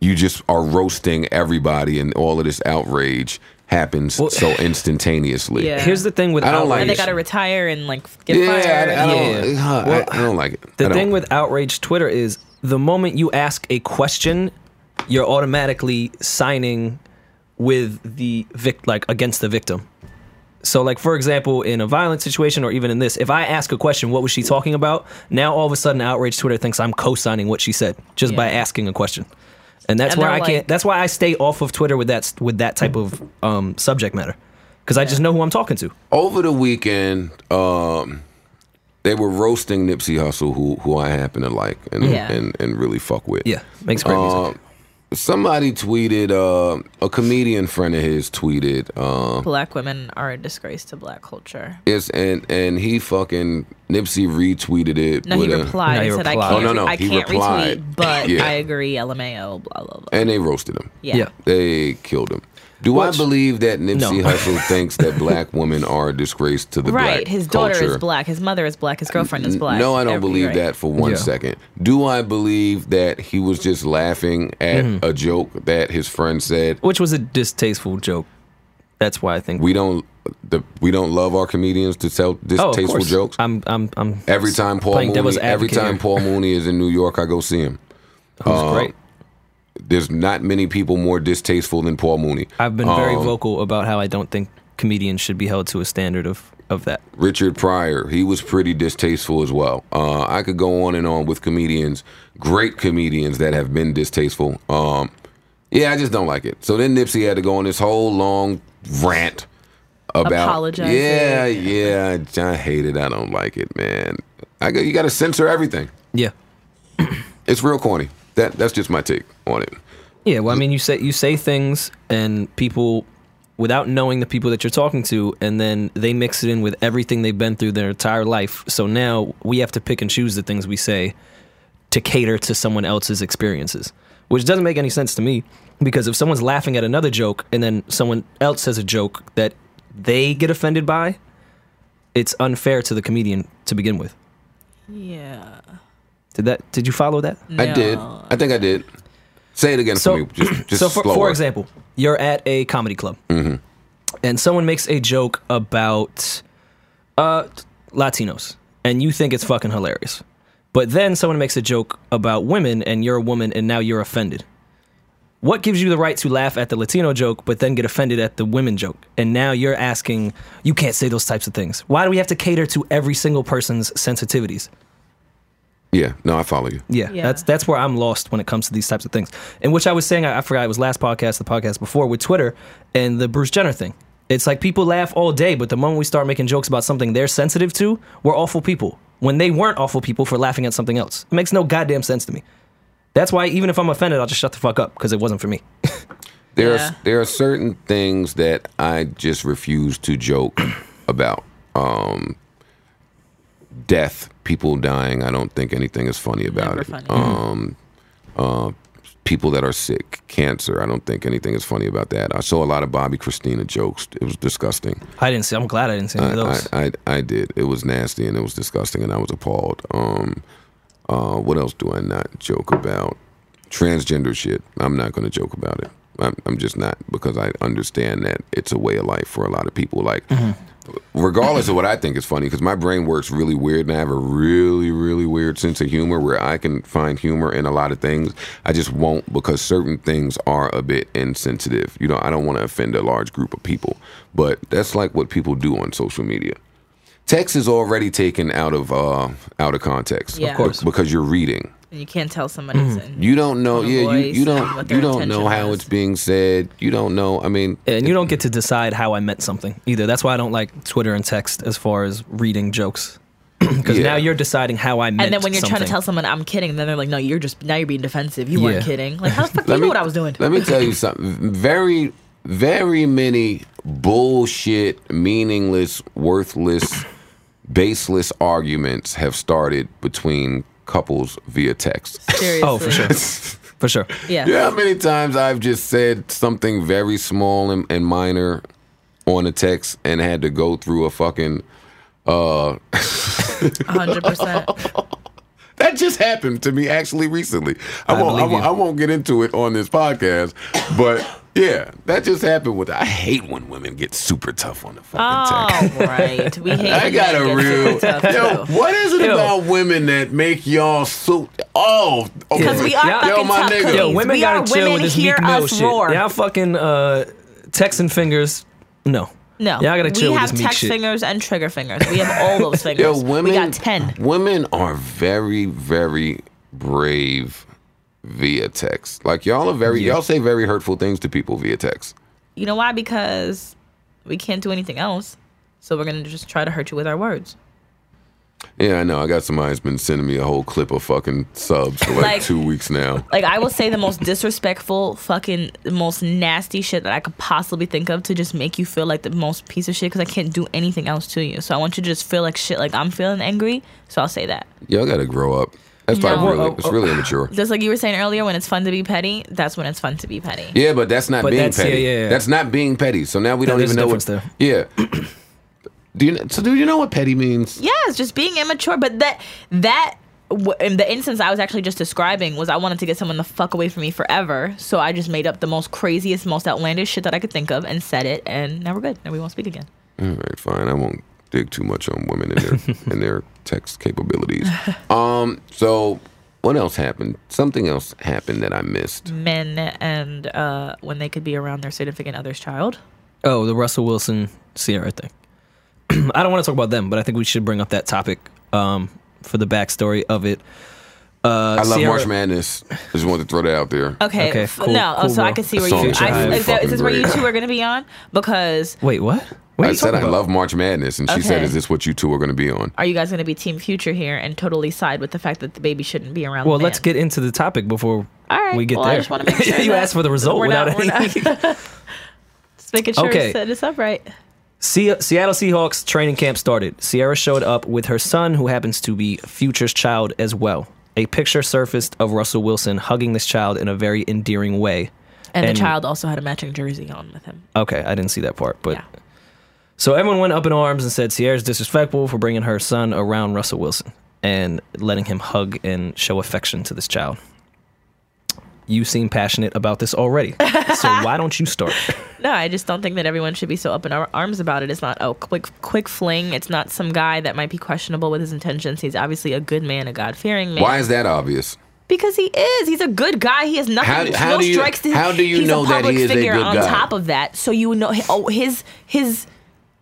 [SPEAKER 1] you just are roasting everybody, and all of this outrage happens
[SPEAKER 2] Well-
[SPEAKER 1] so instantaneously.
[SPEAKER 3] Yeah.
[SPEAKER 2] here's the thing with
[SPEAKER 1] I don't like
[SPEAKER 3] And
[SPEAKER 1] it.
[SPEAKER 3] they gotta retire and like get
[SPEAKER 1] Yeah,
[SPEAKER 3] fired.
[SPEAKER 1] I, I don't,
[SPEAKER 2] Yeah.
[SPEAKER 1] huh, I-
[SPEAKER 2] Well,
[SPEAKER 1] I, don't like it. I
[SPEAKER 2] The
[SPEAKER 1] don't.
[SPEAKER 2] thing with outrage Twitter is the moment you ask a question, you're automatically signing with the vic like against the victim. So like for example, in a violent situation or even in this, if I ask a question, what was she talking about? Now all of a sudden outrage Twitter thinks I'm co-signing what she said just by
[SPEAKER 3] Yeah.
[SPEAKER 2] asking a question. And that's
[SPEAKER 3] And
[SPEAKER 2] why
[SPEAKER 3] they're
[SPEAKER 2] I
[SPEAKER 3] like-
[SPEAKER 2] can't that's why I stay off of Twitter with that with that type of um, subject matter. Cuz I just know who I'm talking to.
[SPEAKER 1] over the weekend, um, they were roasting Nipsey Hussle, who who I happen to like and
[SPEAKER 3] Yeah.
[SPEAKER 1] and, and really fuck with.
[SPEAKER 2] Yeah, makes great music.
[SPEAKER 1] Um, somebody tweeted uh, a comedian friend of his tweeted um,
[SPEAKER 3] Black women are a disgrace to black culture.
[SPEAKER 1] it's and and he fucking Nipsey retweeted it.
[SPEAKER 3] No,
[SPEAKER 1] with
[SPEAKER 3] he
[SPEAKER 1] a-
[SPEAKER 3] replied
[SPEAKER 2] No, he
[SPEAKER 3] and said,
[SPEAKER 2] replied.
[SPEAKER 3] "I can't,
[SPEAKER 1] Oh, no, no,
[SPEAKER 3] I
[SPEAKER 1] he
[SPEAKER 3] can't
[SPEAKER 1] replied.
[SPEAKER 3] retweet, but
[SPEAKER 1] Yeah.
[SPEAKER 3] I agree." LMAO, blah blah blah.
[SPEAKER 1] and they roasted him.
[SPEAKER 3] Yeah.
[SPEAKER 2] yeah.
[SPEAKER 1] They killed him. Do
[SPEAKER 2] Which-
[SPEAKER 1] I believe that Nipsey
[SPEAKER 2] No.
[SPEAKER 1] Hussle thinks that black women are a disgrace to the
[SPEAKER 3] Right.
[SPEAKER 1] black
[SPEAKER 3] His daughter
[SPEAKER 1] culture?
[SPEAKER 3] is black. His mother is black. His girlfriend is black.
[SPEAKER 1] No, I don't
[SPEAKER 3] Every-
[SPEAKER 1] believe
[SPEAKER 3] right.
[SPEAKER 1] that for one
[SPEAKER 2] Yeah.
[SPEAKER 1] second. Do I believe that he was just laughing at
[SPEAKER 2] Mm-hmm.
[SPEAKER 1] a joke that his friend said?
[SPEAKER 2] Which was a distasteful joke. That's why I think
[SPEAKER 1] We don't the we don't love our comedians to tell
[SPEAKER 2] Oh, of
[SPEAKER 1] distasteful
[SPEAKER 2] course.
[SPEAKER 1] jokes.
[SPEAKER 2] I'm, I'm, I'm
[SPEAKER 1] every time Paul
[SPEAKER 2] playing devil's
[SPEAKER 1] Mooney, every
[SPEAKER 2] advocate
[SPEAKER 1] time
[SPEAKER 2] here.
[SPEAKER 1] Paul Mooney is in New York, I go see him.
[SPEAKER 2] Who's
[SPEAKER 1] Uh,
[SPEAKER 2] great.
[SPEAKER 1] There's not many people more distasteful than Paul Mooney.
[SPEAKER 2] I've been very
[SPEAKER 1] um,
[SPEAKER 2] vocal about how I don't think comedians should be held to a standard of of that.
[SPEAKER 1] Richard Pryor, he was pretty distasteful as well. Uh, I could go on and on with comedians, great comedians that have been distasteful. Um, yeah, I just don't like it. So then Nipsey had to go on this whole long rant about
[SPEAKER 3] Apologizing.
[SPEAKER 1] Yeah, yeah, I hate it. I don't like it, man. I got, you got to censor everything.
[SPEAKER 2] Yeah,
[SPEAKER 1] It's real corny. That that's just my take on it.
[SPEAKER 2] yeah. Well, I mean, you say you say things, and people without knowing the people that you're talking to, and then they mix it in with everything they've been through their entire life. So now we have to pick and choose the things we say to cater to someone else's experiences, which doesn't make any sense to me because if someone's laughing at another joke and then someone else says a joke that they get offended by, it's unfair to the comedian to begin with.
[SPEAKER 3] Yeah.
[SPEAKER 2] Did that? Did you follow that?
[SPEAKER 1] I did. I think I did. Say it again
[SPEAKER 2] So,
[SPEAKER 1] for me.
[SPEAKER 2] (clears throat)
[SPEAKER 1] Just, just
[SPEAKER 2] so for,
[SPEAKER 1] slower. Mm-hmm.
[SPEAKER 2] for example, you're at a comedy club, and someone makes a joke about uh, Latinos, and you think it's fucking hilarious. But then someone makes a joke about women, and you're a woman, and now you're offended. What gives you the right to laugh at the Latino joke, but then get offended at the women joke? And now you're asking, you can't say those types of things. Why do we have to cater to every single person's sensitivities?
[SPEAKER 1] Yeah. No, I follow you.
[SPEAKER 2] Yeah,
[SPEAKER 3] Yeah.
[SPEAKER 2] that's that's where I'm lost when it comes to these types of things. And which I was saying, I, I forgot it was last podcast, the podcast before with Twitter and the Bruce Jenner thing. It's like people laugh all day, but the moment we start making jokes about something they're sensitive to, we're awful people. When they weren't awful people for laughing at something else, it makes no goddamn sense to me. That's why even if I'm offended, I'll just shut the fuck up because it wasn't for me. (laughs)
[SPEAKER 1] There
[SPEAKER 3] Yeah.
[SPEAKER 1] are there are certain things that I just refuse to joke (clears throat) about. Um, death, people dying. I don't think anything is funny about
[SPEAKER 3] Never
[SPEAKER 1] it.
[SPEAKER 3] funny.
[SPEAKER 1] Um, uh, people that are sick, cancer. I don't think anything is funny about that. I saw a lot of Bobby Christina jokes. It was disgusting.
[SPEAKER 2] I didn't see. I'm glad I didn't see any of
[SPEAKER 1] I-
[SPEAKER 2] those.
[SPEAKER 1] I, I, I did. It was nasty and it was disgusting and I was appalled. Um, uh, what else do I not joke about? Transgender shit. I'm not going to joke about it. I'm, I'm just not because I understand that it's a way of life for a lot of people. Like, regardless of what I think is funny, because my brain works really weird and I have a really, really weird sense of humor where I can find humor in a lot of things. I just won't because certain things are a bit insensitive. You know, I don't want to offend a large group of people, but that's like what people do on social media. Text is already taken out of uh, out of context,
[SPEAKER 3] Of Yeah. course.
[SPEAKER 1] be- because you're reading.
[SPEAKER 3] And you can't tell somebody's in.
[SPEAKER 1] Mm-hmm. You don't know,
[SPEAKER 3] Tone of
[SPEAKER 1] yeah. You,
[SPEAKER 3] voice
[SPEAKER 1] you
[SPEAKER 3] and what
[SPEAKER 1] don't
[SPEAKER 3] their
[SPEAKER 1] you don't know
[SPEAKER 3] intention
[SPEAKER 1] how
[SPEAKER 3] was.
[SPEAKER 1] it's being said. You don't know. I mean,
[SPEAKER 2] and you don't get to decide how I meant something either. That's why I don't like Twitter and text as far as reading jokes (clears throat) because
[SPEAKER 1] Yeah.
[SPEAKER 2] now you're deciding how I meant.
[SPEAKER 3] and then when you're trying
[SPEAKER 2] something.
[SPEAKER 3] to tell someone I'm kidding, then they're like, "No, you're just now you're being defensive. You
[SPEAKER 2] Yeah.
[SPEAKER 3] weren't kidding. Like,
[SPEAKER 1] (laughs)
[SPEAKER 3] how the fuck do you
[SPEAKER 1] Let
[SPEAKER 3] know
[SPEAKER 1] me-
[SPEAKER 3] what I was doing?"
[SPEAKER 1] Let me tell you something. Very, very many bullshit, meaningless, worthless, baseless arguments have started between couples via text.
[SPEAKER 3] Seriously.
[SPEAKER 2] Oh,
[SPEAKER 1] (laughs)
[SPEAKER 2] for sure. for sure.
[SPEAKER 3] Yeah.
[SPEAKER 1] Yeah, how many times I've just said something very small and, and minor on a text and had to go through a fucking. Uh, (laughs)
[SPEAKER 3] hundred percent.
[SPEAKER 1] that just happened to me actually recently. I,
[SPEAKER 2] I
[SPEAKER 1] won't, I,
[SPEAKER 2] believe
[SPEAKER 1] won't,
[SPEAKER 2] you.
[SPEAKER 1] I won't get into it on this podcast, but yeah, that just happened with. I hate when women get super tough on the fucking text.
[SPEAKER 3] (laughs) All
[SPEAKER 1] (laughs)
[SPEAKER 3] right, we hate.
[SPEAKER 1] I got
[SPEAKER 3] men
[SPEAKER 1] a
[SPEAKER 3] Oh. get
[SPEAKER 1] real.
[SPEAKER 3] super tough,
[SPEAKER 1] Yo,
[SPEAKER 3] too.
[SPEAKER 1] what is it
[SPEAKER 2] Ew.
[SPEAKER 1] about women that make y'all so? Oh, okay.
[SPEAKER 3] 'Cause we are
[SPEAKER 2] Yo,
[SPEAKER 3] fucking
[SPEAKER 1] my
[SPEAKER 3] tough
[SPEAKER 1] nigga.
[SPEAKER 3] cookies.
[SPEAKER 1] Yo,
[SPEAKER 2] Yo, women
[SPEAKER 3] we
[SPEAKER 2] gotta
[SPEAKER 3] are
[SPEAKER 2] chill
[SPEAKER 3] women.
[SPEAKER 2] with this
[SPEAKER 3] hear
[SPEAKER 2] Meek Mill
[SPEAKER 3] us
[SPEAKER 2] shit.
[SPEAKER 3] roar.
[SPEAKER 2] Y'all fucking uh, texting fingers. No.
[SPEAKER 3] No,
[SPEAKER 2] Y'all gotta chill
[SPEAKER 3] we
[SPEAKER 2] with
[SPEAKER 3] have
[SPEAKER 2] this Meek
[SPEAKER 3] text
[SPEAKER 2] shit.
[SPEAKER 3] fingers and trigger fingers. We have all those fingers.
[SPEAKER 1] (laughs) Yo, women.
[SPEAKER 3] We got ten.
[SPEAKER 1] Women are very, very brave via text. Like y'all are very. Y'all say very hurtful things to people via text.
[SPEAKER 3] You know why? Because we can't do anything else, so we're gonna just try to hurt you with our words.
[SPEAKER 1] Yeah, I know. I got somebody who's been sending me a whole clip of fucking subs for like,
[SPEAKER 3] Like-
[SPEAKER 1] two weeks now.
[SPEAKER 3] Like I will say the most disrespectful, fucking, the most nasty shit that I could possibly think of to just make you feel like the most piece of shit because I can't do anything else to you. So I want you to just feel like shit. Like I'm feeling angry, so I'll say that.
[SPEAKER 1] Y'all gotta grow up. That's like
[SPEAKER 3] No.
[SPEAKER 1] really. It's really immature.
[SPEAKER 3] Just like you were saying earlier, when it's fun to be petty, that's when it's fun to be petty.
[SPEAKER 1] Yeah, but that's not
[SPEAKER 2] But
[SPEAKER 1] being
[SPEAKER 2] that's- yeah,
[SPEAKER 1] petty.
[SPEAKER 2] yeah, yeah.
[SPEAKER 1] That's not being petty. So now we don't
[SPEAKER 2] there's
[SPEAKER 1] even
[SPEAKER 2] a
[SPEAKER 1] know what.
[SPEAKER 2] difference
[SPEAKER 1] Yeah. (clears throat) do you? So do you know what petty means?
[SPEAKER 3] Yeah, it's just being immature. But that that w- in the instance I was actually just describing was I wanted to get someone the fuck away from me forever, so I just made up the most craziest, most outlandish shit that I could think of and said it, and now we're good, and we won't speak again.
[SPEAKER 1] All right, fine. I won't dig too much on women and
[SPEAKER 2] (laughs)
[SPEAKER 1] their and their text capabilities. Um, so what else happened? Something else happened that I missed.
[SPEAKER 3] Men and uh, when they could be around their significant other's child.
[SPEAKER 2] Oh, the Russell Wilson Sierra thing. (clears throat) I don't want to talk about them, but I think we should bring up that topic um, for the backstory of it. Uh,
[SPEAKER 1] I love
[SPEAKER 2] Sierra-
[SPEAKER 1] March Madness. I just wanted to throw that out there.
[SPEAKER 3] Okay,
[SPEAKER 2] Okay,
[SPEAKER 3] f-
[SPEAKER 2] cool,
[SPEAKER 3] no, oh,
[SPEAKER 2] cool,
[SPEAKER 3] so I
[SPEAKER 2] bro.
[SPEAKER 3] can see
[SPEAKER 1] That
[SPEAKER 3] where
[SPEAKER 1] song
[SPEAKER 3] you.
[SPEAKER 1] is
[SPEAKER 3] I, is that,
[SPEAKER 1] fucking
[SPEAKER 3] is this where you
[SPEAKER 1] great.
[SPEAKER 3] two are gonna be on? Because
[SPEAKER 2] Wait, what? What are
[SPEAKER 1] I
[SPEAKER 2] you
[SPEAKER 1] said
[SPEAKER 2] talking
[SPEAKER 1] I
[SPEAKER 2] about?
[SPEAKER 1] love March Madness, and she said,
[SPEAKER 3] Okay.
[SPEAKER 1] "Is this what you two are going to be on?"
[SPEAKER 3] are you guys gonna be Team Future here and totally side with the fact that the baby shouldn't be around?
[SPEAKER 2] Well,
[SPEAKER 3] the
[SPEAKER 2] let's
[SPEAKER 3] man?
[SPEAKER 2] get into the topic before
[SPEAKER 3] All right,
[SPEAKER 2] we get
[SPEAKER 3] well, I
[SPEAKER 2] there. (laughs)
[SPEAKER 3] just wanna make sure
[SPEAKER 2] you
[SPEAKER 3] that
[SPEAKER 2] asked for the result (laughs)
[SPEAKER 3] we're
[SPEAKER 2] without
[SPEAKER 3] not- we're
[SPEAKER 2] anything.
[SPEAKER 3] Just making sure
[SPEAKER 2] Okay.
[SPEAKER 3] it's set it's up right.
[SPEAKER 2] Se- Seattle Seahawks training camp started. Sierra showed up with her son, who happens to be Future's child as well. A picture surfaced of Russell Wilson hugging this child in a very endearing way.
[SPEAKER 3] And,
[SPEAKER 2] And-
[SPEAKER 3] the child also had a matching jersey on with him.
[SPEAKER 2] Okay, I didn't see that part, but
[SPEAKER 3] Yeah.
[SPEAKER 2] so everyone went up in arms and said Sierra's disrespectful for bringing her son around Russell Wilson and letting him hug and show affection to this child. You seem passionate about this already, so why don't you start?
[SPEAKER 3] No, I just don't think that everyone should be so up in ar- arms about it. It's not oh quick quick fling. It's not some guy that might be questionable with his intentions. He's obviously a good man, a God fearing man.
[SPEAKER 1] Why is that obvious?
[SPEAKER 3] Because he is. He's a good guy. He has nothing.
[SPEAKER 1] How- how
[SPEAKER 3] no
[SPEAKER 1] do you-
[SPEAKER 3] strikes to him.
[SPEAKER 1] how do you
[SPEAKER 3] He's
[SPEAKER 1] know
[SPEAKER 3] a
[SPEAKER 1] that he
[SPEAKER 3] public
[SPEAKER 1] is a
[SPEAKER 3] figure
[SPEAKER 1] good
[SPEAKER 3] on
[SPEAKER 1] guy?
[SPEAKER 3] top of that, so you know oh, his his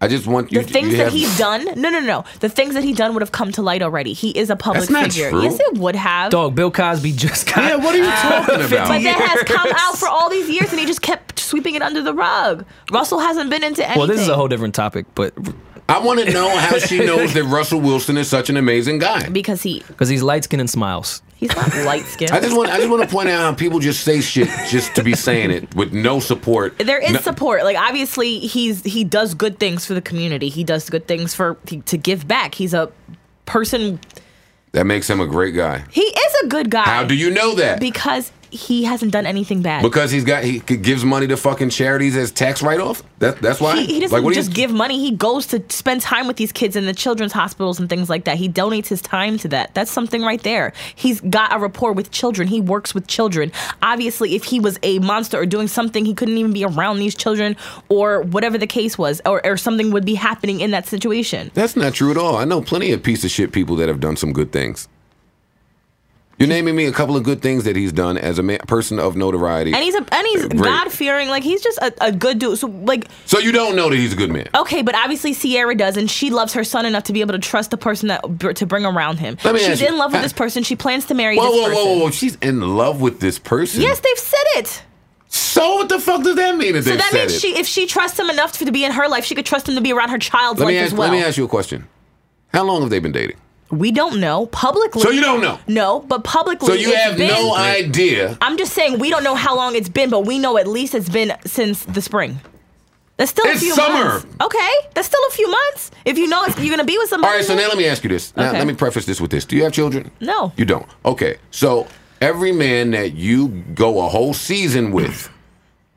[SPEAKER 1] I just want you.
[SPEAKER 3] the things
[SPEAKER 1] you
[SPEAKER 3] that
[SPEAKER 1] have-
[SPEAKER 3] he done. No, no, no. The things that he done would have come to light already. He is a public
[SPEAKER 1] That's not
[SPEAKER 3] figure.
[SPEAKER 1] true.
[SPEAKER 3] Yes, it would have.
[SPEAKER 2] Dog, Bill Cosby just got
[SPEAKER 1] Yeah, what are you talking about?
[SPEAKER 3] But that has come
[SPEAKER 2] years.
[SPEAKER 1] (laughs)
[SPEAKER 3] out for all these years, and he just kept sweeping it under the rug. Russell hasn't been into anything.
[SPEAKER 2] Well, this is a whole different topic, but
[SPEAKER 1] I want to know how
[SPEAKER 3] (laughs)
[SPEAKER 1] she knows that Russell Wilson is such an amazing guy.
[SPEAKER 3] because he
[SPEAKER 2] because he's light skinned and smiles.
[SPEAKER 3] he's
[SPEAKER 1] (laughs)
[SPEAKER 3] not light skinned.
[SPEAKER 1] I just want I just want to point out how people just say shit just to be saying it with no support.
[SPEAKER 3] there is
[SPEAKER 1] No-
[SPEAKER 3] support. Like obviously, he's he does good things for the community. He does good things for to give back. He's a person.
[SPEAKER 1] that makes him a great guy.
[SPEAKER 3] He is a good guy.
[SPEAKER 1] How do you know that?
[SPEAKER 3] Because he hasn't done anything bad.
[SPEAKER 1] Because he's got he gives money to fucking charities as tax write off. That that's why.
[SPEAKER 3] He, he doesn't
[SPEAKER 1] Like, what do you-
[SPEAKER 3] just give money. He goes to spend time with these kids in the children's hospitals and things like that. He donates his time to that. That's something right there. He's got a rapport with children. He works with children. Obviously, if he was a monster or doing something, he couldn't even be around these children or whatever the case was, or, or something would be happening in that situation.
[SPEAKER 1] That's not true at all. I know plenty of piece of shit people that have done some good things. You're naming me a couple of good things that he's done as a ma- person of notoriety.
[SPEAKER 3] And he's a and he's
[SPEAKER 1] Great.
[SPEAKER 3] God fearing. Like he's just a, a good dude. So like
[SPEAKER 1] so you don't know that he's a good man.
[SPEAKER 3] Okay, but obviously Sierra does, and she loves her son enough to be able to trust the person that br- to bring around him.
[SPEAKER 1] Let me
[SPEAKER 3] She's
[SPEAKER 1] ask you,
[SPEAKER 3] in love with
[SPEAKER 1] ha-
[SPEAKER 3] this person. She plans to marry
[SPEAKER 1] Whoa,
[SPEAKER 3] this
[SPEAKER 1] whoa,
[SPEAKER 3] person.
[SPEAKER 1] whoa, whoa, whoa! She's in love with this person.
[SPEAKER 3] Yes, they've said it.
[SPEAKER 1] So what the fuck does that mean? That
[SPEAKER 3] So
[SPEAKER 1] they've
[SPEAKER 3] that
[SPEAKER 1] said
[SPEAKER 3] means
[SPEAKER 1] it?
[SPEAKER 3] she, if she trusts him enough for, to be in her life, she could trust him to be around her child's
[SPEAKER 1] Let
[SPEAKER 3] life
[SPEAKER 1] me ask.
[SPEAKER 3] as well.
[SPEAKER 1] Let me ask you a question. How long have they been dating?
[SPEAKER 3] we don't know publicly.
[SPEAKER 1] So you don't know.
[SPEAKER 3] No, but publicly.
[SPEAKER 1] So you
[SPEAKER 3] it's
[SPEAKER 1] have
[SPEAKER 3] been-
[SPEAKER 1] no idea.
[SPEAKER 3] I'm just saying we don't know how long it's been, but we know at least it's been since the spring. That's still
[SPEAKER 1] It's
[SPEAKER 3] a few
[SPEAKER 1] summer.
[SPEAKER 3] months. Okay, that's still a few months. If you know it's, you're gonna be with
[SPEAKER 1] All
[SPEAKER 3] somebody.
[SPEAKER 1] right. So now let me ask you this. Now
[SPEAKER 3] Okay.
[SPEAKER 1] let me preface this with this. Do you have children?
[SPEAKER 3] No.
[SPEAKER 1] You don't. Okay. So every man that you go a whole season with,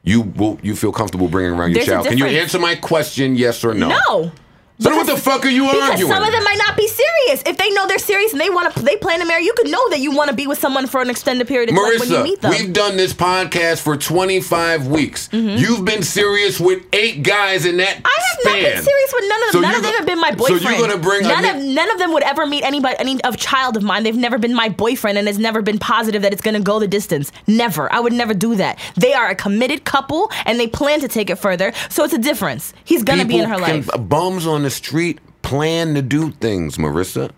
[SPEAKER 1] you will you feel comfortable bringing around your
[SPEAKER 3] There's a
[SPEAKER 1] child. Can you
[SPEAKER 3] difference.
[SPEAKER 1] answer my question? Yes or no?
[SPEAKER 3] no.
[SPEAKER 1] So then what the fuck are you
[SPEAKER 3] Because
[SPEAKER 1] arguing?
[SPEAKER 3] some of them might not be serious. If they know they're serious and they want to, they plan to marry. You could know that you want to be with someone for an extended period of time when you meet
[SPEAKER 1] Marissa,
[SPEAKER 3] them.
[SPEAKER 1] we've done this podcast for 25 weeks. You've been serious with eight guys in that
[SPEAKER 3] Mm-hmm. I have
[SPEAKER 1] span.
[SPEAKER 3] not been serious with none of them.
[SPEAKER 1] So
[SPEAKER 3] none
[SPEAKER 1] you
[SPEAKER 3] of them
[SPEAKER 1] go-
[SPEAKER 3] have been my
[SPEAKER 1] so you're
[SPEAKER 3] boyfriend.
[SPEAKER 1] gonna bring a
[SPEAKER 3] none
[SPEAKER 1] new-
[SPEAKER 3] of none of them would ever meet anybody, any of child of mine. They've never been my boyfriend, and it's never been positive that it's going to go the distance. Never. I would never do that. They are a committed couple, and they plan to take it further. So it's a difference. He's going to be in her
[SPEAKER 1] People can-
[SPEAKER 3] life.
[SPEAKER 1] Bums on the street plan to do things, Marissa.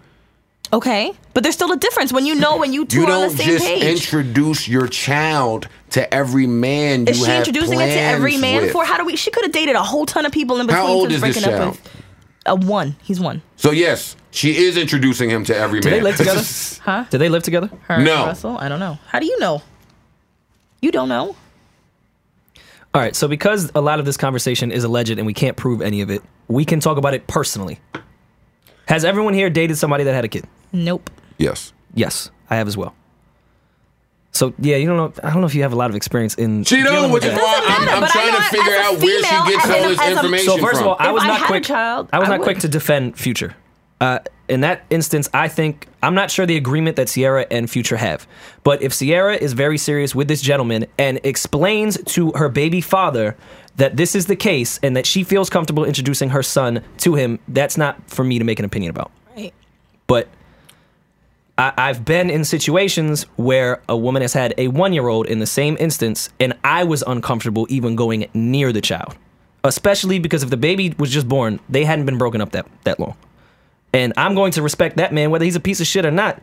[SPEAKER 3] Okay, but there's still a difference when you know when you two
[SPEAKER 1] You
[SPEAKER 3] are on the
[SPEAKER 1] don't
[SPEAKER 3] same
[SPEAKER 1] just
[SPEAKER 3] page.
[SPEAKER 1] introduce your child to every man you
[SPEAKER 3] Is she
[SPEAKER 1] have
[SPEAKER 3] introducing it to
[SPEAKER 1] plans
[SPEAKER 3] every man
[SPEAKER 1] with.
[SPEAKER 3] for? How do we? She could have dated a whole ton of people in between.
[SPEAKER 1] How old
[SPEAKER 3] since
[SPEAKER 1] is this
[SPEAKER 3] breaking up
[SPEAKER 1] child?
[SPEAKER 3] with a one. He's one.
[SPEAKER 1] So yes, she is introducing him to every
[SPEAKER 2] Do
[SPEAKER 1] man.
[SPEAKER 2] they
[SPEAKER 1] (laughs)
[SPEAKER 2] live together?
[SPEAKER 3] Huh?
[SPEAKER 2] Do they live together?
[SPEAKER 3] Her
[SPEAKER 1] No.
[SPEAKER 3] Russell. I don't know. How do you know? You don't know.
[SPEAKER 2] All right, so because a lot of this conversation is alleged and we can't prove any of it, we can talk about it personally. Has everyone here dated somebody that had a kid?
[SPEAKER 3] Nope.
[SPEAKER 1] yes.
[SPEAKER 2] Yes, I have as well. So yeah, you don't know. I don't know if you have a lot of experience in.
[SPEAKER 1] She
[SPEAKER 2] dealing
[SPEAKER 1] don't,
[SPEAKER 2] with
[SPEAKER 1] which is
[SPEAKER 2] that.
[SPEAKER 1] why I'm,
[SPEAKER 3] matter,
[SPEAKER 1] I'm
[SPEAKER 3] but I
[SPEAKER 1] trying
[SPEAKER 3] know
[SPEAKER 1] to
[SPEAKER 3] as
[SPEAKER 1] figure
[SPEAKER 3] a
[SPEAKER 1] out where
[SPEAKER 3] female,
[SPEAKER 1] she gets
[SPEAKER 3] as
[SPEAKER 1] all
[SPEAKER 3] a-
[SPEAKER 1] this
[SPEAKER 3] as a-
[SPEAKER 1] information
[SPEAKER 2] So first
[SPEAKER 1] from.
[SPEAKER 2] of all, I
[SPEAKER 3] If
[SPEAKER 2] was
[SPEAKER 3] I
[SPEAKER 2] not
[SPEAKER 3] had a
[SPEAKER 2] quick.
[SPEAKER 3] child,
[SPEAKER 2] I was
[SPEAKER 3] I
[SPEAKER 2] not quick
[SPEAKER 3] would.
[SPEAKER 2] to defend Future. Uh, in that instance, I think I'm not sure the agreement that Sierra and Future have. But if Sierra is very serious with this gentleman and explains to her baby father that this is the case and that she feels comfortable introducing her son to him, that's not for me to make an opinion about.
[SPEAKER 3] Right.
[SPEAKER 2] But I, I've been in situations where a woman has had a one year old in the same instance, and I was uncomfortable even going near the child, especially because if the baby was just born, they hadn't been broken up that, that long. And I'm going to respect that man, whether he's a piece of shit or not,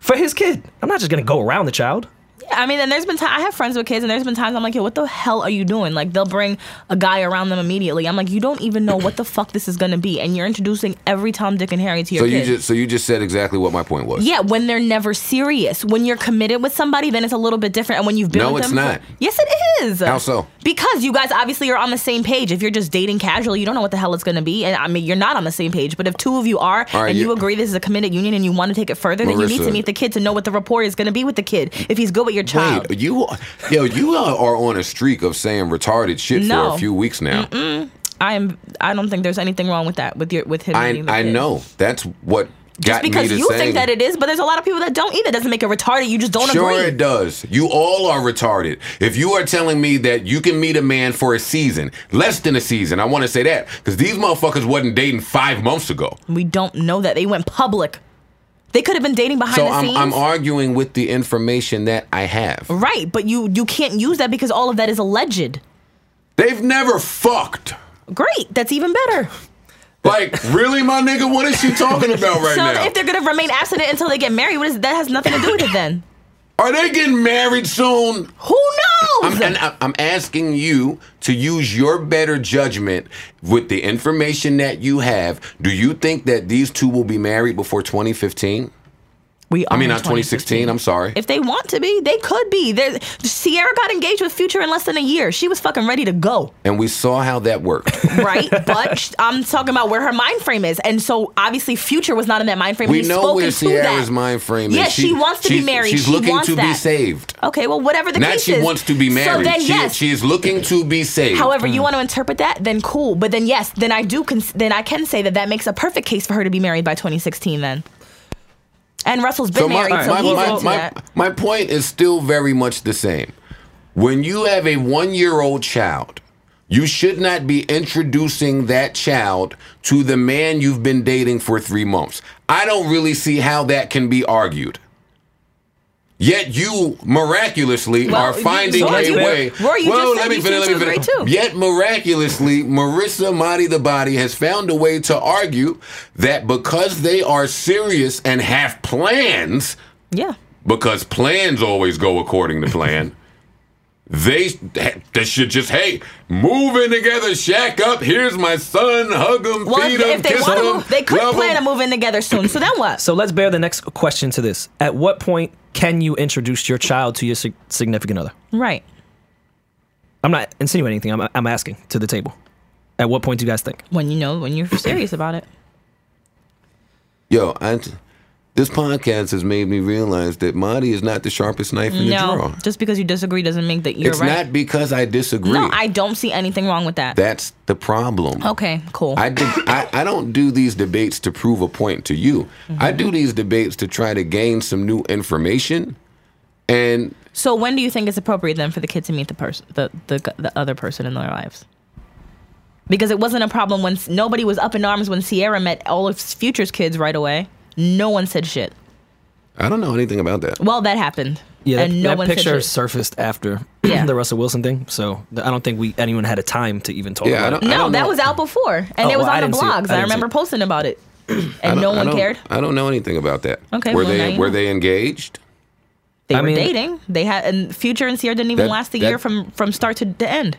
[SPEAKER 2] for his kid. I'm not just going to go around the child.
[SPEAKER 3] I mean, and there's been times I have friends with kids, and there's been times I'm like, yo, what the hell are you doing? Like, they'll bring a guy around them immediately. I'm like, you don't even know what the fuck this is gonna be, and you're introducing every Tom, Dick, and Harry to your
[SPEAKER 1] So
[SPEAKER 3] kid.
[SPEAKER 1] you just so you just said exactly what my point was.
[SPEAKER 3] yeah, when they're never serious. When you're committed with somebody, then it's a little bit different. And when you've been
[SPEAKER 1] No,
[SPEAKER 3] with
[SPEAKER 1] it's
[SPEAKER 3] them, for-
[SPEAKER 1] not.
[SPEAKER 3] yes, it is.
[SPEAKER 1] How so?
[SPEAKER 3] Because you guys obviously are on the same page. If you're just dating casually, you don't know what the hell it's going to be. And I mean, you're not on the same page. But if two of you are
[SPEAKER 1] All right,
[SPEAKER 3] and you
[SPEAKER 1] yeah.
[SPEAKER 3] agree this is a committed union and you want to take it further, then you need
[SPEAKER 1] Marissa.
[SPEAKER 3] to meet the kid to know what the rapport is going to be with the kid. If he's good with your child.
[SPEAKER 1] Wait, uh, you yo, you are on a streak of saying retarded shit
[SPEAKER 3] No.
[SPEAKER 1] for a few weeks now.
[SPEAKER 3] I am. I don't think there's anything wrong with that. With your with him.
[SPEAKER 1] I
[SPEAKER 3] meeting the
[SPEAKER 1] I
[SPEAKER 3] kid.
[SPEAKER 1] know that's what got
[SPEAKER 3] Just because
[SPEAKER 1] me to
[SPEAKER 3] you
[SPEAKER 1] saying-
[SPEAKER 3] think that it is, but there's a lot of people that don't either. Doesn't make it retarded. You just don't
[SPEAKER 1] Sure,
[SPEAKER 3] agree.
[SPEAKER 1] it does. You all are retarded. If you are telling me that you can meet a man for a season, less than a season, I want to say that because these motherfuckers wasn't dating five months ago.
[SPEAKER 3] We don't know that they went public. They could have been dating behind
[SPEAKER 1] So
[SPEAKER 3] the
[SPEAKER 1] I'm
[SPEAKER 3] scenes.
[SPEAKER 1] I'm arguing with the information that I have.
[SPEAKER 3] right, but you you can't use that because all of that is alleged.
[SPEAKER 1] They've never fucked.
[SPEAKER 3] Great, that's even better. (laughs)
[SPEAKER 1] Like really, my nigga, what is she talking about right
[SPEAKER 3] so
[SPEAKER 1] now?
[SPEAKER 3] if they're gonna remain abstinent until they get married, what is that has nothing to do with it then? (laughs)
[SPEAKER 1] Are they getting married soon?
[SPEAKER 3] Who knows?
[SPEAKER 1] I'm, and I- I'm asking you to use your better judgment with the information that you have. Do you think that these two will be married before 2015?
[SPEAKER 3] we are
[SPEAKER 1] I mean,
[SPEAKER 3] in
[SPEAKER 1] not 2016. I'm sorry.
[SPEAKER 3] If they want to be, they could be. There's, Sierra got engaged with Future in less than a year. She was fucking ready to go.
[SPEAKER 1] and we saw how that
[SPEAKER 3] (laughs)
[SPEAKER 1] worked. (laughs)
[SPEAKER 3] right? But sh- I'm talking about where her mind frame is, and so obviously, future was not in that mind frame.
[SPEAKER 1] we
[SPEAKER 3] He's
[SPEAKER 1] know
[SPEAKER 3] spoken
[SPEAKER 1] where
[SPEAKER 3] to
[SPEAKER 1] Sierra's
[SPEAKER 3] that.
[SPEAKER 1] mind frame is.
[SPEAKER 3] Yeah, she wants to be
[SPEAKER 1] she's-
[SPEAKER 3] married.
[SPEAKER 1] She's
[SPEAKER 3] She
[SPEAKER 1] looking
[SPEAKER 3] wants
[SPEAKER 1] to be
[SPEAKER 3] that.
[SPEAKER 1] saved.
[SPEAKER 3] Okay, well, whatever the
[SPEAKER 1] Not
[SPEAKER 3] case
[SPEAKER 1] she
[SPEAKER 3] is.
[SPEAKER 1] wants to be married.
[SPEAKER 3] So then,
[SPEAKER 1] she,
[SPEAKER 3] yes.
[SPEAKER 1] she Mm. is looking to be saved.
[SPEAKER 3] However, you want to interpret that, then cool. But then, yes, then I do. Cons- then I can say that that makes a perfect case for her to be married by 2016. Then, and Russell's been married, so
[SPEAKER 1] my,
[SPEAKER 3] he's
[SPEAKER 1] my,
[SPEAKER 3] into
[SPEAKER 1] my,
[SPEAKER 3] that.
[SPEAKER 1] my point is still very much the same. When you have a one year old child, you should not be introducing that child to the man you've been dating for three months. I don't really see how that can be argued. Yet you miraculously
[SPEAKER 3] Well,
[SPEAKER 1] are
[SPEAKER 3] you-
[SPEAKER 1] finding
[SPEAKER 2] Roy,
[SPEAKER 1] a
[SPEAKER 2] you-
[SPEAKER 1] way.
[SPEAKER 3] Roy, you
[SPEAKER 1] well,
[SPEAKER 3] just
[SPEAKER 1] let
[SPEAKER 3] said
[SPEAKER 1] me
[SPEAKER 3] you
[SPEAKER 1] finish. Let me
[SPEAKER 3] seem to
[SPEAKER 1] finish.
[SPEAKER 3] agree too.
[SPEAKER 1] Yet miraculously, Marissa Madi the Body has found a way to argue that because they are serious and have plans,
[SPEAKER 3] yeah.
[SPEAKER 1] because plans always go according to (laughs) plan. They, they should just hey move in together, shack up. Here's my son, hug him,
[SPEAKER 3] Well,
[SPEAKER 1] feed
[SPEAKER 3] if,
[SPEAKER 1] him,
[SPEAKER 3] if they
[SPEAKER 1] kiss
[SPEAKER 3] want to
[SPEAKER 1] him,
[SPEAKER 3] move, they could
[SPEAKER 1] love
[SPEAKER 3] plan
[SPEAKER 1] him.
[SPEAKER 3] to move in together soon. So then what?
[SPEAKER 2] So let's bear the next question to this. At what point can you introduce your child to your sig- significant other?
[SPEAKER 3] right.
[SPEAKER 2] I'm not insinuating anything. I'm, I'm asking to the table. At what point do you guys think?
[SPEAKER 3] When you know, when you're serious about it.
[SPEAKER 1] Yo, I, this podcast has made me realize that Marty is not the sharpest knife in the
[SPEAKER 3] no,
[SPEAKER 1] drawer.
[SPEAKER 3] just because you disagree doesn't make that you're
[SPEAKER 1] It's
[SPEAKER 3] right.
[SPEAKER 1] not because I disagree.
[SPEAKER 3] No, I don't see anything wrong with that.
[SPEAKER 1] That's the problem.
[SPEAKER 3] okay, cool.
[SPEAKER 1] I, did, I I don't do these debates to prove a point to you. I
[SPEAKER 3] Mm-hmm.
[SPEAKER 1] do these debates to try to gain some new information, and
[SPEAKER 3] so when do you think it's appropriate then for the kid to meet the person, the, the the other person in their lives? Because it wasn't a problem when s- nobody was up in arms when Sierra met all of Future's kids right away. No one said shit.
[SPEAKER 1] I don't know anything about that.
[SPEAKER 3] Well, that happened.
[SPEAKER 2] Yeah, that,
[SPEAKER 3] and no
[SPEAKER 2] that
[SPEAKER 3] one
[SPEAKER 2] picture
[SPEAKER 3] said shit.
[SPEAKER 2] surfaced after (clears throat)
[SPEAKER 3] Yeah.
[SPEAKER 2] the Russell Wilson thing, so th- I don't think we anyone had a time to even talk
[SPEAKER 1] Yeah, I
[SPEAKER 2] about
[SPEAKER 1] don't-
[SPEAKER 2] it.
[SPEAKER 1] I
[SPEAKER 3] No, that
[SPEAKER 1] know.
[SPEAKER 3] was out before, and it
[SPEAKER 2] Oh,
[SPEAKER 3] was
[SPEAKER 2] well, I
[SPEAKER 3] on
[SPEAKER 2] didn't
[SPEAKER 3] the
[SPEAKER 2] see it. I
[SPEAKER 3] blogs.
[SPEAKER 2] didn't see
[SPEAKER 3] I, remember
[SPEAKER 2] it.
[SPEAKER 3] posting about it, and
[SPEAKER 1] (clears throat) I
[SPEAKER 3] no
[SPEAKER 1] don't- I
[SPEAKER 3] one
[SPEAKER 1] don't-
[SPEAKER 3] cared.
[SPEAKER 1] I don't know anything about that.
[SPEAKER 3] Okay,
[SPEAKER 1] were
[SPEAKER 3] well, now
[SPEAKER 1] they
[SPEAKER 3] you
[SPEAKER 1] were
[SPEAKER 3] know.
[SPEAKER 1] they engaged?
[SPEAKER 3] They
[SPEAKER 2] I
[SPEAKER 3] were
[SPEAKER 2] mean-
[SPEAKER 3] dating. They had, and Future and Sierra didn't even
[SPEAKER 1] That-
[SPEAKER 3] last a
[SPEAKER 1] that-
[SPEAKER 3] year from from start to the end.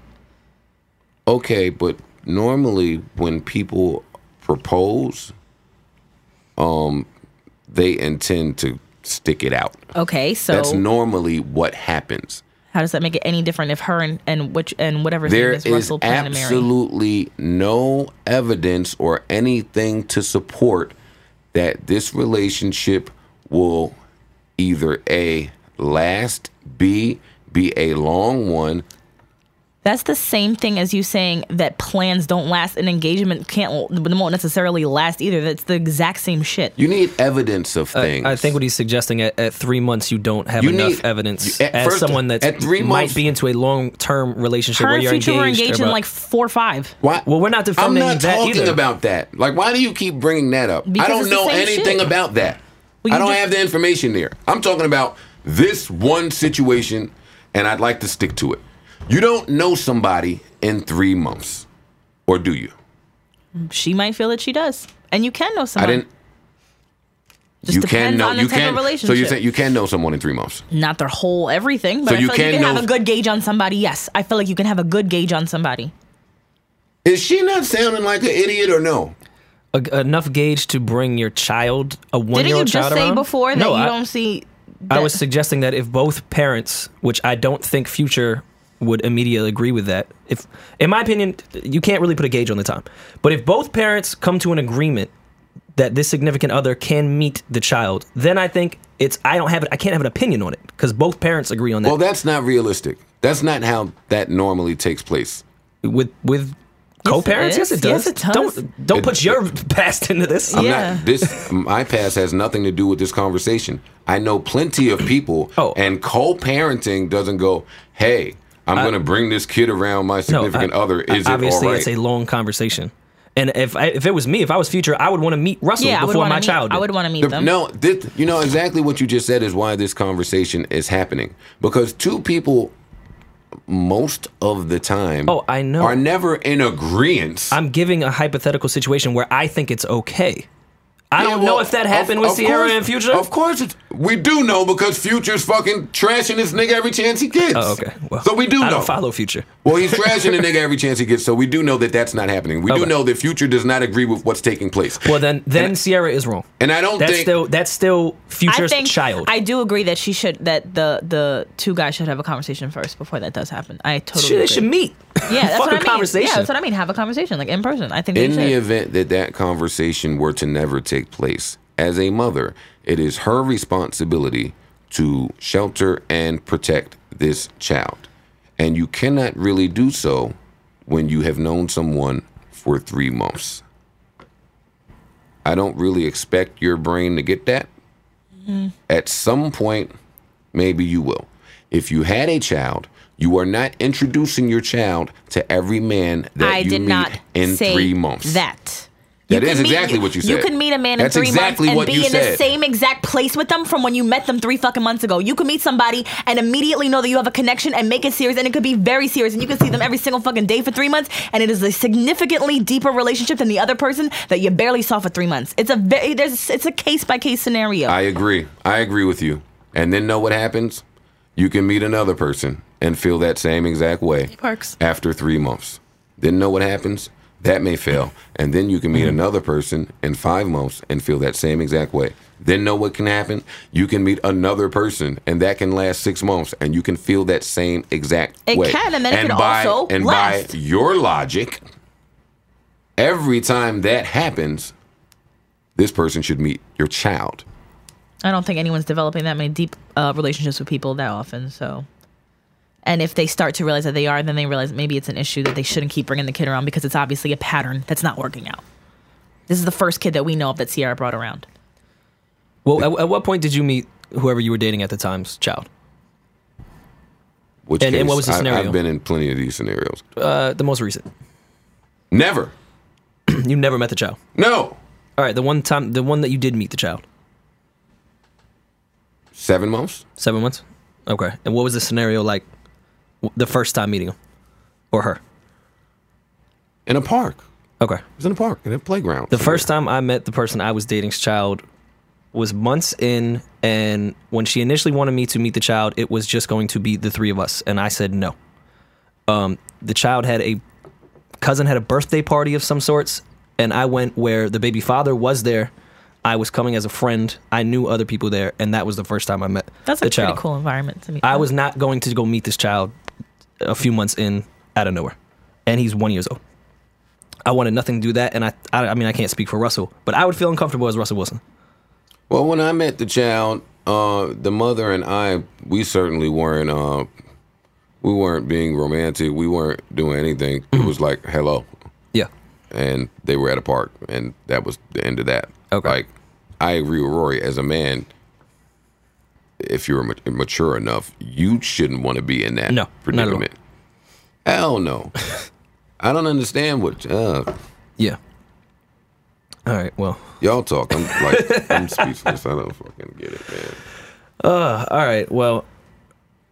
[SPEAKER 1] Okay, but normally when people propose, um, they intend to stick it out.
[SPEAKER 3] Okay, so
[SPEAKER 1] That's normally what happens.
[SPEAKER 3] How does that make it any different if her and, and which and whatever
[SPEAKER 1] There
[SPEAKER 3] name is
[SPEAKER 1] is
[SPEAKER 3] Russell plan to marry?
[SPEAKER 1] absolutely no evidence or anything to support that this relationship will either a last, b be a long one.
[SPEAKER 3] That's the same thing as you saying that plans don't last and engagement can't won't necessarily last either. That's the exact same shit.
[SPEAKER 1] You need evidence of things.
[SPEAKER 2] Uh, I think what he's suggesting at, at three months, you don't have
[SPEAKER 1] You
[SPEAKER 2] enough
[SPEAKER 1] need-
[SPEAKER 2] evidence
[SPEAKER 1] you- at
[SPEAKER 2] as
[SPEAKER 1] first-
[SPEAKER 2] someone that
[SPEAKER 1] at three
[SPEAKER 2] might
[SPEAKER 1] months-
[SPEAKER 2] be into a long term relationship
[SPEAKER 3] her
[SPEAKER 2] where
[SPEAKER 3] and
[SPEAKER 2] you're
[SPEAKER 3] Future
[SPEAKER 2] engaged.
[SPEAKER 3] were engaged
[SPEAKER 2] or
[SPEAKER 3] in
[SPEAKER 2] about-
[SPEAKER 3] like four or five.
[SPEAKER 1] Why?
[SPEAKER 2] Well, we're not defending
[SPEAKER 1] I'm not
[SPEAKER 2] that
[SPEAKER 1] talking
[SPEAKER 2] either.
[SPEAKER 1] about that. Like, why do you keep bringing that up? I
[SPEAKER 3] Because
[SPEAKER 1] don't
[SPEAKER 3] it's the
[SPEAKER 1] know
[SPEAKER 3] same
[SPEAKER 1] anything
[SPEAKER 3] shit.
[SPEAKER 1] about that.
[SPEAKER 3] Well,
[SPEAKER 1] I
[SPEAKER 3] you
[SPEAKER 1] don't
[SPEAKER 3] just-
[SPEAKER 1] have the information there. I'm talking about this one situation, and I'd like to stick to it. You don't know somebody in three months, or do you?
[SPEAKER 3] She might feel that she does, and you can know
[SPEAKER 1] I
[SPEAKER 3] someone.
[SPEAKER 1] didn't.
[SPEAKER 3] Just depends on the type of relationship.
[SPEAKER 1] So you think you can know someone in three months?
[SPEAKER 3] Not their whole everything, but
[SPEAKER 1] So
[SPEAKER 3] I
[SPEAKER 1] you
[SPEAKER 3] feel like you
[SPEAKER 1] can
[SPEAKER 3] can have
[SPEAKER 1] know-
[SPEAKER 3] a good gauge on somebody. Yes, I feel like you can have a good gauge on somebody.
[SPEAKER 1] Is she not sounding like an idiot or no?
[SPEAKER 2] A- enough gauge to bring your child, a
[SPEAKER 3] Didn't you
[SPEAKER 2] one-year-old
[SPEAKER 3] just
[SPEAKER 2] child
[SPEAKER 3] say
[SPEAKER 2] around?
[SPEAKER 3] before that
[SPEAKER 2] no,
[SPEAKER 3] you
[SPEAKER 2] I,
[SPEAKER 3] don't see?
[SPEAKER 2] I
[SPEAKER 3] that-
[SPEAKER 2] was suggesting that if both parents, which I don't think future would immediately agree with that, if in my opinion, you can't really put a gauge on the time. But if both parents come to an agreement that this significant other can meet the child, then I think it's I don't have it I can't have an opinion on it because both parents agree on that.
[SPEAKER 1] Well, that's not realistic. That's not how that normally takes place.
[SPEAKER 2] with with co-parents, yes,
[SPEAKER 3] is.
[SPEAKER 2] it does.
[SPEAKER 3] Yes, it does.
[SPEAKER 2] Don't don't
[SPEAKER 1] It-
[SPEAKER 2] put your (laughs) past into this.
[SPEAKER 1] I'm
[SPEAKER 3] Yeah.
[SPEAKER 1] not this my past has nothing to do with this conversation. I know plenty of people
[SPEAKER 2] Oh.
[SPEAKER 1] and co-parenting doesn't go, "Hey, I'm going to bring this kid around my significant
[SPEAKER 2] I-
[SPEAKER 1] other. Is it all
[SPEAKER 2] Uh, obviously
[SPEAKER 1] right?"
[SPEAKER 2] it's a long conversation. And if I, if it was me, if I was future, I would want to meet Russell
[SPEAKER 3] yeah, I would
[SPEAKER 2] before
[SPEAKER 3] want
[SPEAKER 2] my
[SPEAKER 3] to meet.
[SPEAKER 2] child.
[SPEAKER 3] I
[SPEAKER 2] did.
[SPEAKER 3] would want to meet
[SPEAKER 1] The-
[SPEAKER 3] them.
[SPEAKER 1] No, this, you know exactly what you just said is why this conversation is happening because two people most of the time
[SPEAKER 2] Oh, I know.
[SPEAKER 1] are never in agreement.
[SPEAKER 2] I'm giving a hypothetical situation where I think it's okay. I don't know if that happened with Sierra
[SPEAKER 1] course,
[SPEAKER 2] and Future.
[SPEAKER 1] Of course, it's, we do know because Future's fucking trashing this nigga every chance he gets.
[SPEAKER 2] Oh, okay. Well,
[SPEAKER 1] so we do
[SPEAKER 2] I
[SPEAKER 1] know.
[SPEAKER 2] don't follow Future.
[SPEAKER 1] Well,
[SPEAKER 2] (laughs)
[SPEAKER 1] he's trashing the nigga every chance he gets, so we do know that that's not happening. We do
[SPEAKER 2] Okay.
[SPEAKER 1] know that Future does not agree with what's taking place.
[SPEAKER 2] Well, then then Sierra is wrong.
[SPEAKER 1] and I don't
[SPEAKER 2] that's
[SPEAKER 1] think
[SPEAKER 2] still that's still
[SPEAKER 3] I
[SPEAKER 2] Future's
[SPEAKER 3] think
[SPEAKER 2] child.
[SPEAKER 3] I do agree that she should that the the two guys should have a conversation first before that does happen. I totally
[SPEAKER 2] should,
[SPEAKER 3] agree.
[SPEAKER 2] they should (laughs) meet.
[SPEAKER 3] Yeah, that's
[SPEAKER 2] Fuck
[SPEAKER 3] what
[SPEAKER 2] a
[SPEAKER 3] I mean.
[SPEAKER 2] conversation.
[SPEAKER 3] Yeah, that's what I mean. Have a conversation like in person. I think they
[SPEAKER 1] in the
[SPEAKER 3] should.
[SPEAKER 1] event that that conversation were to never take place, as a mother, it is her responsibility to shelter and protect this child. And you cannot really do so when you have known someone for three months. I don't really expect your brain to get that. At some point, maybe you will. If you had a child, you are not introducing your child to every man that
[SPEAKER 3] I
[SPEAKER 1] you
[SPEAKER 3] did
[SPEAKER 1] meet
[SPEAKER 3] not
[SPEAKER 1] in
[SPEAKER 3] say
[SPEAKER 1] three months.
[SPEAKER 3] That.
[SPEAKER 1] That
[SPEAKER 3] You
[SPEAKER 1] is
[SPEAKER 3] can meet-
[SPEAKER 1] exactly what you said.
[SPEAKER 3] You can meet a man
[SPEAKER 1] That's
[SPEAKER 3] in three
[SPEAKER 1] exactly
[SPEAKER 3] months
[SPEAKER 1] what
[SPEAKER 3] and be
[SPEAKER 1] you
[SPEAKER 3] in
[SPEAKER 1] said.
[SPEAKER 3] the same exact place with them from when you met them three fucking months ago. You can meet somebody and immediately know that you have a connection and make it serious, and it could be very serious, and you can see them every single fucking day for three months, and it is a significantly deeper relationship than the other person that you barely saw for three months. It's a very there's it's a case by case scenario.
[SPEAKER 1] I agree. I agree with you. And then know what happens? You can meet another person and feel that same exact way
[SPEAKER 3] Parks.
[SPEAKER 1] after three months. Then know what happens? That may fail. And then you can meet another person in five months and feel that same exact way. Then know what can happen? You can meet another person and that can last six months and you can feel that same exact
[SPEAKER 3] It
[SPEAKER 1] way.
[SPEAKER 3] can, and then it can
[SPEAKER 1] by,
[SPEAKER 3] also
[SPEAKER 1] And
[SPEAKER 3] last.
[SPEAKER 1] by your logic, every time that happens, this person should meet your child.
[SPEAKER 3] I don't think anyone's developing that many deep uh, relationships with people that often. So, and if they start to realize that they are, then they realize maybe it's an issue that they shouldn't keep bringing the kid around because it's obviously a pattern that's not working out. This is the first kid that we know of that Sierra brought around.
[SPEAKER 2] Well, at, at what point did you meet whoever you were dating at the time's child?
[SPEAKER 1] Which
[SPEAKER 2] And-
[SPEAKER 1] case,
[SPEAKER 2] and what was the
[SPEAKER 1] I- I've
[SPEAKER 2] scenario?
[SPEAKER 1] been in plenty of these scenarios.
[SPEAKER 2] Uh, the most recent. (clears throat)
[SPEAKER 1] Never.
[SPEAKER 2] You never met the child.
[SPEAKER 1] No.
[SPEAKER 2] All right, the one time, the one that you did meet the child,
[SPEAKER 1] Seven months.
[SPEAKER 2] seven months. Okay, and what was the scenario like? w- The first time meeting him or her.
[SPEAKER 1] In a park. It
[SPEAKER 2] Okay.
[SPEAKER 1] was in a park, in a playground.
[SPEAKER 2] The first time I met the person I was dating's child was months in, and when she initially wanted me to meet the child, it was just going to be the three of us, and I said no. Um, the child had a cousin had a birthday party of some sorts, and I went where the baby father was there. I was coming as a friend. I knew other people there, and that was the first time I met
[SPEAKER 3] That's
[SPEAKER 2] the
[SPEAKER 3] a
[SPEAKER 2] child.
[SPEAKER 3] pretty cool environment to me.
[SPEAKER 2] I was not going to go meet this child a few months in out of nowhere, and he's one years old. I wanted nothing to do that, and I, I, I mean, I can't speak for Russell, but I would feel uncomfortable as Russell Wilson.
[SPEAKER 1] Well, when I met the child, uh, the mother and I, we certainly weren't. Uh, we weren't being romantic. We weren't doing anything.
[SPEAKER 2] Mm.
[SPEAKER 1] It was like hello,
[SPEAKER 2] Yeah,
[SPEAKER 1] and they were at a park, and that was the end of that.
[SPEAKER 2] Okay.
[SPEAKER 1] Like, I agree with Rory. As a man, if you're mat- mature enough, you shouldn't want to be in that
[SPEAKER 2] No, not at all.
[SPEAKER 1] predicament. Hell
[SPEAKER 2] (laughs)
[SPEAKER 1] no. I don't understand what uh,
[SPEAKER 2] yeah. All right, well,
[SPEAKER 1] y'all talk. I'm like, I'm speechless. I don't fucking get it, man.
[SPEAKER 2] all right, well,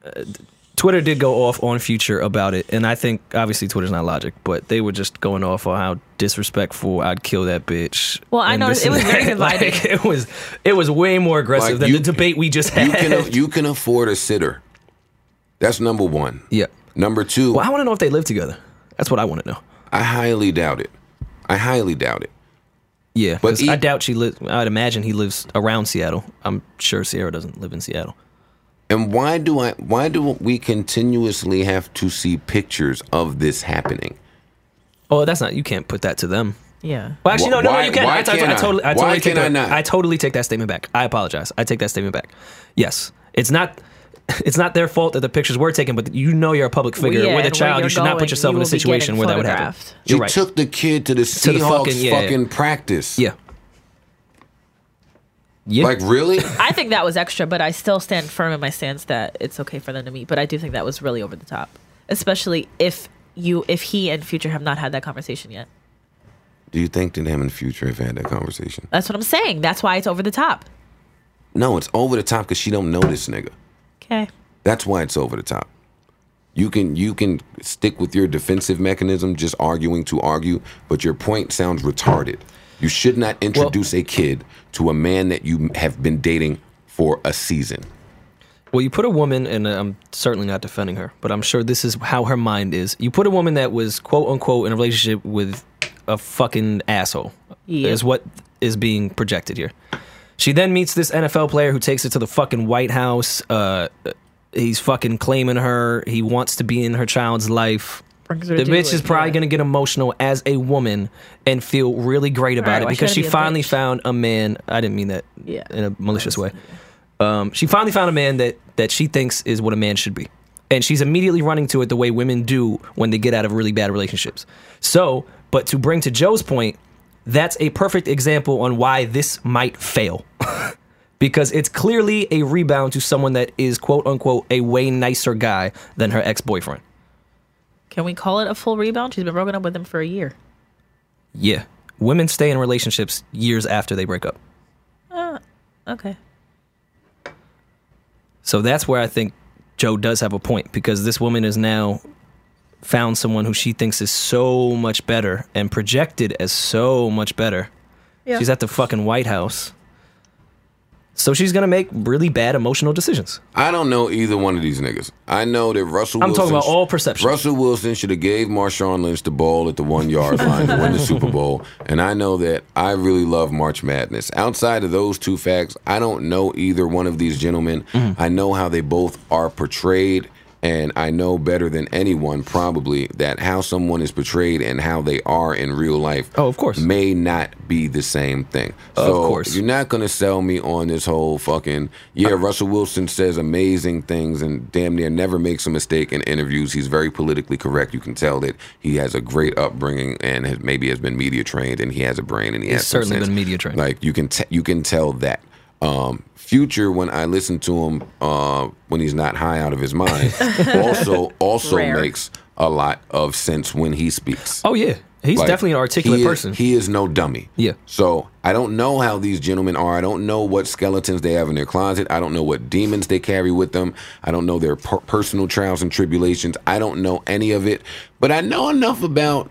[SPEAKER 2] uh, d- Twitter did go off on Future about it, and I think obviously Twitter's not logic, but they were just going off on how disrespectful I'd kill that bitch.
[SPEAKER 3] Well, I
[SPEAKER 2] and
[SPEAKER 3] noticed
[SPEAKER 2] this and
[SPEAKER 3] it was very
[SPEAKER 2] that. (laughs) like,
[SPEAKER 3] divided.
[SPEAKER 2] it was it was way more aggressive
[SPEAKER 1] Like,
[SPEAKER 2] than
[SPEAKER 1] you-
[SPEAKER 2] the debate we just had.
[SPEAKER 1] You can you can afford a sitter. That's number one.
[SPEAKER 2] (laughs) yeah.
[SPEAKER 1] Number two,
[SPEAKER 2] Well, I want to know if they live together. That's what I want to know.
[SPEAKER 1] I highly doubt it. I highly doubt it.
[SPEAKER 2] Yeah,
[SPEAKER 1] But
[SPEAKER 2] but
[SPEAKER 1] e-
[SPEAKER 2] I doubt she lives. I'd imagine he lives around Seattle. I'm sure Sierra doesn't live in Seattle.
[SPEAKER 1] And why do I why do we continuously have to see pictures of this happening?
[SPEAKER 2] Oh, that's not. You can't put that to them.
[SPEAKER 3] Yeah.
[SPEAKER 2] Well, actually, no, no, no,
[SPEAKER 1] Why-
[SPEAKER 2] you can.
[SPEAKER 1] why
[SPEAKER 2] I, I, I
[SPEAKER 1] can't I?
[SPEAKER 2] totally, I
[SPEAKER 1] Why
[SPEAKER 2] totally take
[SPEAKER 1] can I
[SPEAKER 2] that-
[SPEAKER 1] not?
[SPEAKER 2] I totally take that statement back. I apologize. I take that statement back. Yes, it's not. (laughs) It's not their fault that the pictures were taken, but you know you're a public figure
[SPEAKER 3] yeah,
[SPEAKER 2] with a
[SPEAKER 3] and where
[SPEAKER 2] child. You
[SPEAKER 3] you're
[SPEAKER 2] should not
[SPEAKER 3] going,
[SPEAKER 2] put yourself in
[SPEAKER 3] you
[SPEAKER 2] a
[SPEAKER 3] will be
[SPEAKER 2] situation
[SPEAKER 3] getting
[SPEAKER 2] where that would happen.
[SPEAKER 3] photographed.
[SPEAKER 1] She
[SPEAKER 2] You're right.
[SPEAKER 1] took the kid to the Seahawks fucking,
[SPEAKER 2] fucking- yeah, yeah.
[SPEAKER 1] practice.
[SPEAKER 2] yeah. Yeah.
[SPEAKER 1] Like really? (laughs)
[SPEAKER 3] I think that was extra, but I still stand firm in my stance that it's okay for them to meet. But I do think that was really over the top, especially if you, if he and Future have not had that conversation yet.
[SPEAKER 1] do you think that him and Future have had that conversation?
[SPEAKER 3] That's what I'm saying. That's why it's over the top.
[SPEAKER 1] No, it's over the top because she don't know this nigga.
[SPEAKER 3] Okay.
[SPEAKER 1] That's why it's over the top. You can you can stick with your defensive mechanism, just arguing to argue, but your point sounds retarded. You should not introduce a kid to a man that you have been dating for a season.
[SPEAKER 2] Well, you put a woman, and uh, I'm certainly not defending her, but I'm sure this is how her mind is. You put a woman that was quote unquote in a relationship with a fucking asshole,
[SPEAKER 3] Yeah.
[SPEAKER 2] is what is being projected here. She then meets this NFL player who takes her to the fucking White House. Uh, he's fucking claiming her. He wants to be in her child's life.
[SPEAKER 3] Brings her
[SPEAKER 2] The
[SPEAKER 3] to
[SPEAKER 2] bitch
[SPEAKER 3] it,
[SPEAKER 2] is probably
[SPEAKER 3] yeah.
[SPEAKER 2] gonna get emotional as a woman and feel really great about
[SPEAKER 3] Alright,
[SPEAKER 2] it
[SPEAKER 3] why she
[SPEAKER 2] because
[SPEAKER 3] gotta
[SPEAKER 2] she
[SPEAKER 3] be a
[SPEAKER 2] finally
[SPEAKER 3] bitch?
[SPEAKER 2] found a man. I didn't mean that
[SPEAKER 3] Yeah.
[SPEAKER 2] in a malicious way. Um, she finally found a man that that she thinks is what a man should be, and she's immediately running to it the way women do when they get out of really bad relationships. So, but to bring to Joe's point, that's a perfect example on why this might fail. (laughs) Because it's clearly a rebound to someone that is quote unquote a way nicer guy than her ex boyfriend.
[SPEAKER 3] Can we call it a full rebound? She's been broken up with him for a year.
[SPEAKER 2] Yeah. Women stay in relationships years after they break up.
[SPEAKER 3] Okay.
[SPEAKER 2] So that's where I think Joe does have a point because this woman is now found someone who she thinks is so much better and projected as so much better.
[SPEAKER 3] Yeah.
[SPEAKER 2] She's at the fucking White House. So she's going to make really bad emotional decisions.
[SPEAKER 1] I don't know either one of these niggas. I know that Russell.
[SPEAKER 2] I'm
[SPEAKER 1] Wilson
[SPEAKER 2] talking about all perception.
[SPEAKER 1] Russell Wilson should have gave Marshawn Lynch the ball at the one
[SPEAKER 2] (laughs)
[SPEAKER 1] yard line to win the Super Bowl, and I know that I really love March Madness. Outside of those two facts, I don't know either one of these gentlemen.
[SPEAKER 2] Mm-hmm.
[SPEAKER 1] I know how they both are portrayed, and I know better than anyone probably that how someone is portrayed and how they are in real life.
[SPEAKER 2] Oh, of course.
[SPEAKER 1] may not be the same thing.
[SPEAKER 2] Of
[SPEAKER 1] so
[SPEAKER 2] course. Uh,
[SPEAKER 1] you're not gonna sell me on this whole fucking yeah. Russell Wilson says amazing things and damn near never makes a mistake in interviews. He's very politically correct. You can tell that he has a great upbringing and has, maybe has been media trained and he has a brain and he has some
[SPEAKER 2] certainly
[SPEAKER 1] sense.
[SPEAKER 2] been media trained.
[SPEAKER 1] Like you can t- you can tell that. Um, Future, when I listen to him uh, when he's not high out of his
[SPEAKER 2] (laughs)
[SPEAKER 1] mind, also also
[SPEAKER 3] Rare.
[SPEAKER 1] makes a lot of sense when he speaks.
[SPEAKER 2] Oh, yeah. He's
[SPEAKER 1] Like,
[SPEAKER 2] definitely an articulate
[SPEAKER 1] he is-
[SPEAKER 2] person.
[SPEAKER 1] He is no dummy.
[SPEAKER 2] Yeah.
[SPEAKER 1] So I don't know how these gentlemen are. I don't know what skeletons they have in their closet. I don't know what demons they carry with them. I don't know their per- personal trials and tribulations. I don't know any of it. But I know enough about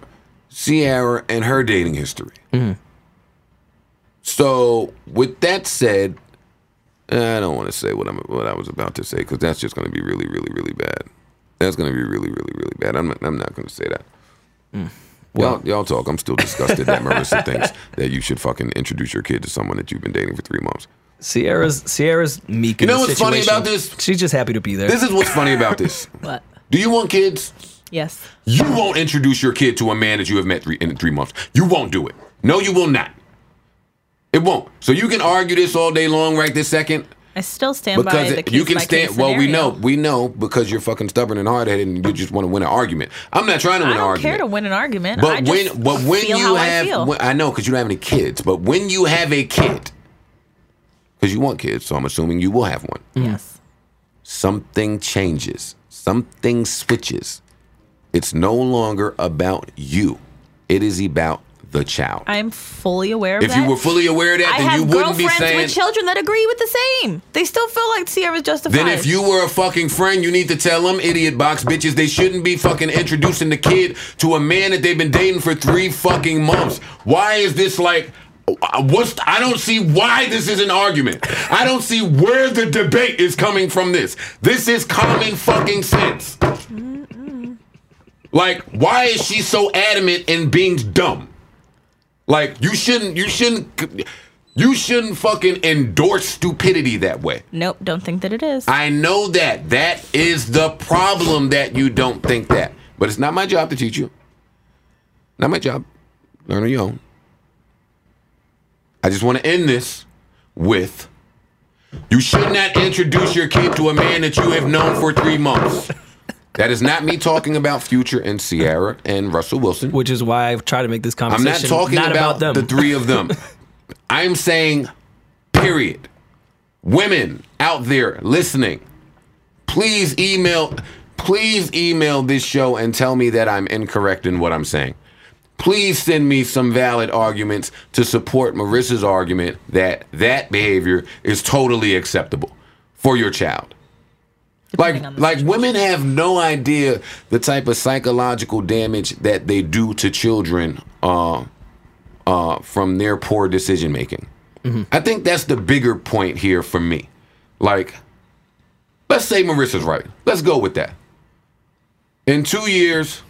[SPEAKER 1] Sierra and her dating history.
[SPEAKER 2] Mm-hmm.
[SPEAKER 1] So with that said, I don't want to say what I'm what I was about to say because that's just going to be really, really, really bad. That's going to be really, really, really bad. I'm not, I'm not going to say that. Well, y'all, y'all talk. I'm still disgusted that (laughs) Marissa thinks that you should fucking introduce your kid to someone that you've been dating for three months.
[SPEAKER 2] Sierra's Sierra's meek. in
[SPEAKER 1] You know
[SPEAKER 2] this
[SPEAKER 1] what's funny
[SPEAKER 2] situation.
[SPEAKER 1] about this?
[SPEAKER 2] She's just happy to be there.
[SPEAKER 1] This is what's funny about this.
[SPEAKER 3] What?
[SPEAKER 1] Do you want kids?
[SPEAKER 3] Yes.
[SPEAKER 1] You won't introduce your kid to a man that you have met three, in three months. You won't do it. No, you will not. It won't. So you can argue this all day long, right this second.
[SPEAKER 3] I still stand
[SPEAKER 1] because
[SPEAKER 3] by the
[SPEAKER 1] it-
[SPEAKER 3] case
[SPEAKER 1] you can
[SPEAKER 3] by case
[SPEAKER 1] stand. Well, we know,
[SPEAKER 3] scenario.
[SPEAKER 1] we know, because you're fucking stubborn and hard headed, and you just want to win an argument. I'm not trying to
[SPEAKER 3] I
[SPEAKER 1] win
[SPEAKER 3] don't
[SPEAKER 1] an argument.
[SPEAKER 3] care to win an argument. I
[SPEAKER 1] But
[SPEAKER 3] just
[SPEAKER 1] when, but when
[SPEAKER 3] feel
[SPEAKER 1] you
[SPEAKER 3] how
[SPEAKER 1] have,
[SPEAKER 3] I feel.
[SPEAKER 1] when- I know because you don't have any kids. But when you have a kid, because you want kids, so I'm assuming you will have one.
[SPEAKER 3] yes.
[SPEAKER 1] Something changes. Something switches. It's no longer about you. It is about the child.
[SPEAKER 3] I'm fully aware of
[SPEAKER 1] if
[SPEAKER 3] that.
[SPEAKER 1] you were fully aware of that,
[SPEAKER 3] I
[SPEAKER 1] then
[SPEAKER 3] have
[SPEAKER 1] you wouldn't
[SPEAKER 3] girlfriends
[SPEAKER 1] be saying.
[SPEAKER 3] with children that agree with the same. They still feel like Sierra's justified.
[SPEAKER 1] Then if you were a fucking friend, you need to tell them idiot box bitches they shouldn't be fucking introducing the kid to a man that they've been dating for three fucking months. Why is this like? uh, What's, I don't see why this is an argument. I don't see where the debate is coming from. This this is common fucking sense. Like, why is she so adamant in being dumb? Like, you shouldn't you shouldn't you shouldn't fucking endorse stupidity that way.
[SPEAKER 3] nope, don't think that it is.
[SPEAKER 1] I know that. That is the problem that you don't think that. But it's not my job to teach you. Not my job. Learn on your own. I just want to end this with you should not introduce your kid to a man that you have known for three months. That is not me talking about Future and Sierra and Russell Wilson.
[SPEAKER 2] which is why I've tried to make this
[SPEAKER 1] I'm
[SPEAKER 2] conversation
[SPEAKER 1] not talking
[SPEAKER 2] about,
[SPEAKER 1] about,
[SPEAKER 2] them.
[SPEAKER 1] the three of (laughs) them. I'm saying, period. Women out there listening, please email, please email this show and tell me that I'm incorrect in what I'm saying. Please send me some valid arguments to support Marissa's argument that that behavior is totally acceptable for your child. Like,
[SPEAKER 3] Depending on the
[SPEAKER 1] like women have no idea the type of psychological damage that they do to children uh, uh, from their poor decision making.
[SPEAKER 3] Mm-hmm.
[SPEAKER 1] I think that's the bigger point here for me. Like, let's say Marissa's right. Let's go with that. In two years,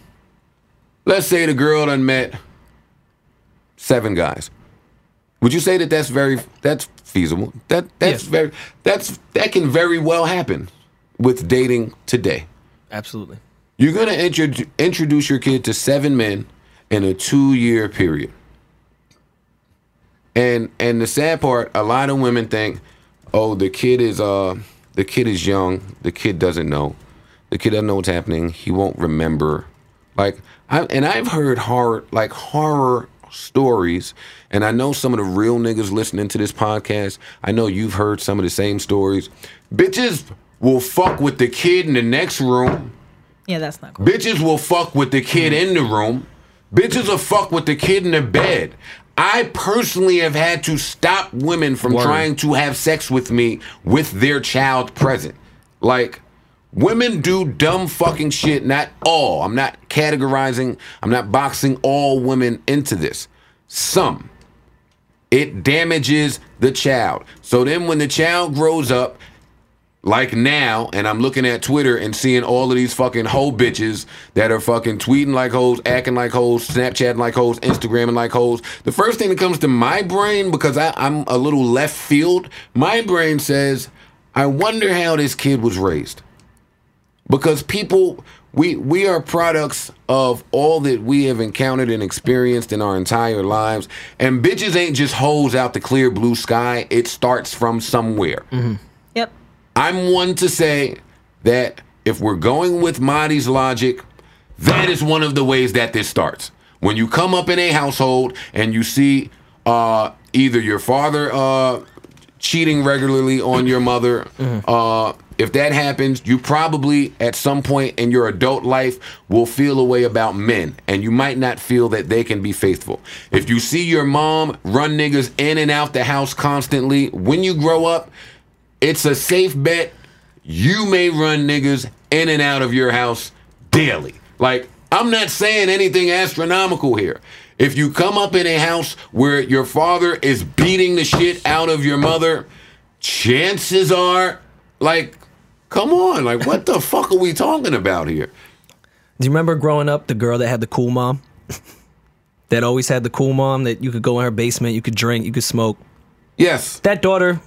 [SPEAKER 1] let's say the girl done met seven guys. Would you say that that's very that's feasible? That that's
[SPEAKER 2] Yes.
[SPEAKER 1] very that's that can very well happen with dating today.
[SPEAKER 2] (laughs) Absolutely.
[SPEAKER 1] You're going to introdu- introduce your kid to seven men in a two-year period. And and the sad part, a lot of women think, "Oh, the kid is uh the kid is young. The kid doesn't know. The kid doesn't know what's happening. He won't remember." Like I and I've heard horror like horror stories, and I know some of the real niggas listening to this podcast. I know you've heard some of the same stories. Bitches will fuck with the kid in the next room.
[SPEAKER 3] yeah, that's not cool.
[SPEAKER 1] Bitches will fuck with the kid in the room. Bitches will fuck with the kid in the bed. I personally have had to stop women from
[SPEAKER 2] Word.
[SPEAKER 1] trying to have sex with me with their child present. Like, women do dumb fucking shit. Not all. I'm not categorizing, I'm not boxing all women into this. Some it damages the child. So then when the child grows up, like now, and I'm looking at Twitter and seeing all of these fucking hoe bitches that are fucking tweeting like hoes, acting like hoes, Snapchatting like hoes, Instagramming like hoes. The first thing that comes to my brain, because I, I'm a little left field, my brain says, I wonder how this kid was raised because people we we are products of all that we have encountered and experienced in our entire lives and bitches ain't just holes out the clear blue sky it starts from somewhere
[SPEAKER 3] Yep.
[SPEAKER 1] i'm one to say that if we're going with Mahdi's logic that is one of the ways that this starts when you come up in a household and you see uh, either your father uh, cheating regularly on your mother. Uh, if that happens, you probably at some point in your adult life will feel a way about men, and you might not feel that they can be faithful. If you see your mom run niggas in and out the house constantly, when you grow up, it's a safe bet you may run niggas in and out of your house daily. Like, I'm not saying anything astronomical here. If you come up in a house where your father is beating the shit out of your mother, chances are, like, come on, like, what the fuck are we talking about here?
[SPEAKER 2] Do you remember growing up the girl that had the cool mom? (laughs) that always had the cool mom that you could go in her basement, you could drink, you could smoke.
[SPEAKER 1] Yes.
[SPEAKER 2] That daughter,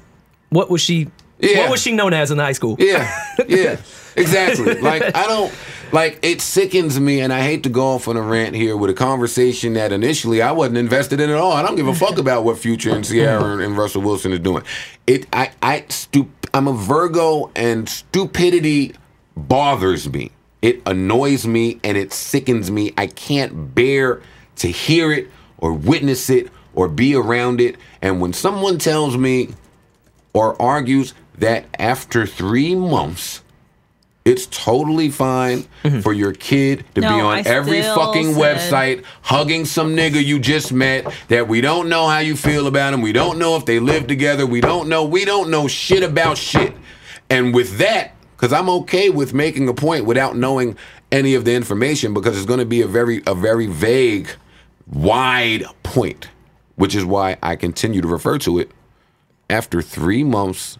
[SPEAKER 2] what was she?
[SPEAKER 1] Yeah.
[SPEAKER 2] What was she known as in high (laughs) school?
[SPEAKER 1] Yeah, yeah, exactly. Like I don't like it sickens me, and I hate to go off on a rant here with a conversation that initially I wasn't invested in at all. I don't give a fuck about what Future and Sierra and, and Russell Wilson are doing. It, I, I, stup- I'm a Virgo, and stupidity bothers me. It annoys me, and it sickens me. I can't bear to hear it or witness it or be around it. And when someone tells me or argues that after three months, It's totally fine for your kid to be
[SPEAKER 3] No,
[SPEAKER 1] on
[SPEAKER 3] I
[SPEAKER 1] every
[SPEAKER 3] still
[SPEAKER 1] fucking
[SPEAKER 3] said-
[SPEAKER 1] website hugging some nigga you just met that we don't know how you feel about him. We don't know if they live together. We don't know. We don't know shit about shit. And with that, because I'm okay with making a point without knowing any of the information because it's going to be a very a very vague, wide point, which is why I continue to refer to it after three months,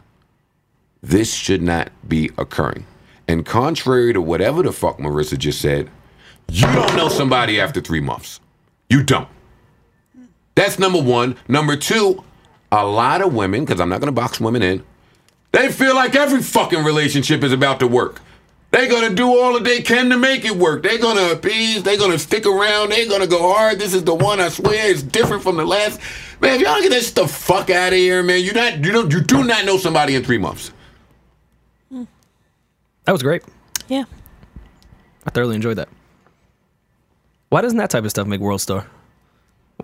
[SPEAKER 1] this should not be occurring. And contrary to whatever the fuck Marissa just said, you don't know somebody after three months. You don't. That's number one. Number two, a lot of women, because I'm not going to box women in, they feel like every fucking relationship is about to work. They're gonna do all that they can to make it work. They're gonna appease. They're gonna stick around. They're gonna go hard. This is the one I swear is different from the last. Man, if y'all don't get this the fuck out of here, man. You not you don't you do not know somebody in three months.
[SPEAKER 2] That was great.
[SPEAKER 3] Yeah.
[SPEAKER 2] I thoroughly enjoyed that. Why doesn't that type of stuff make World Star?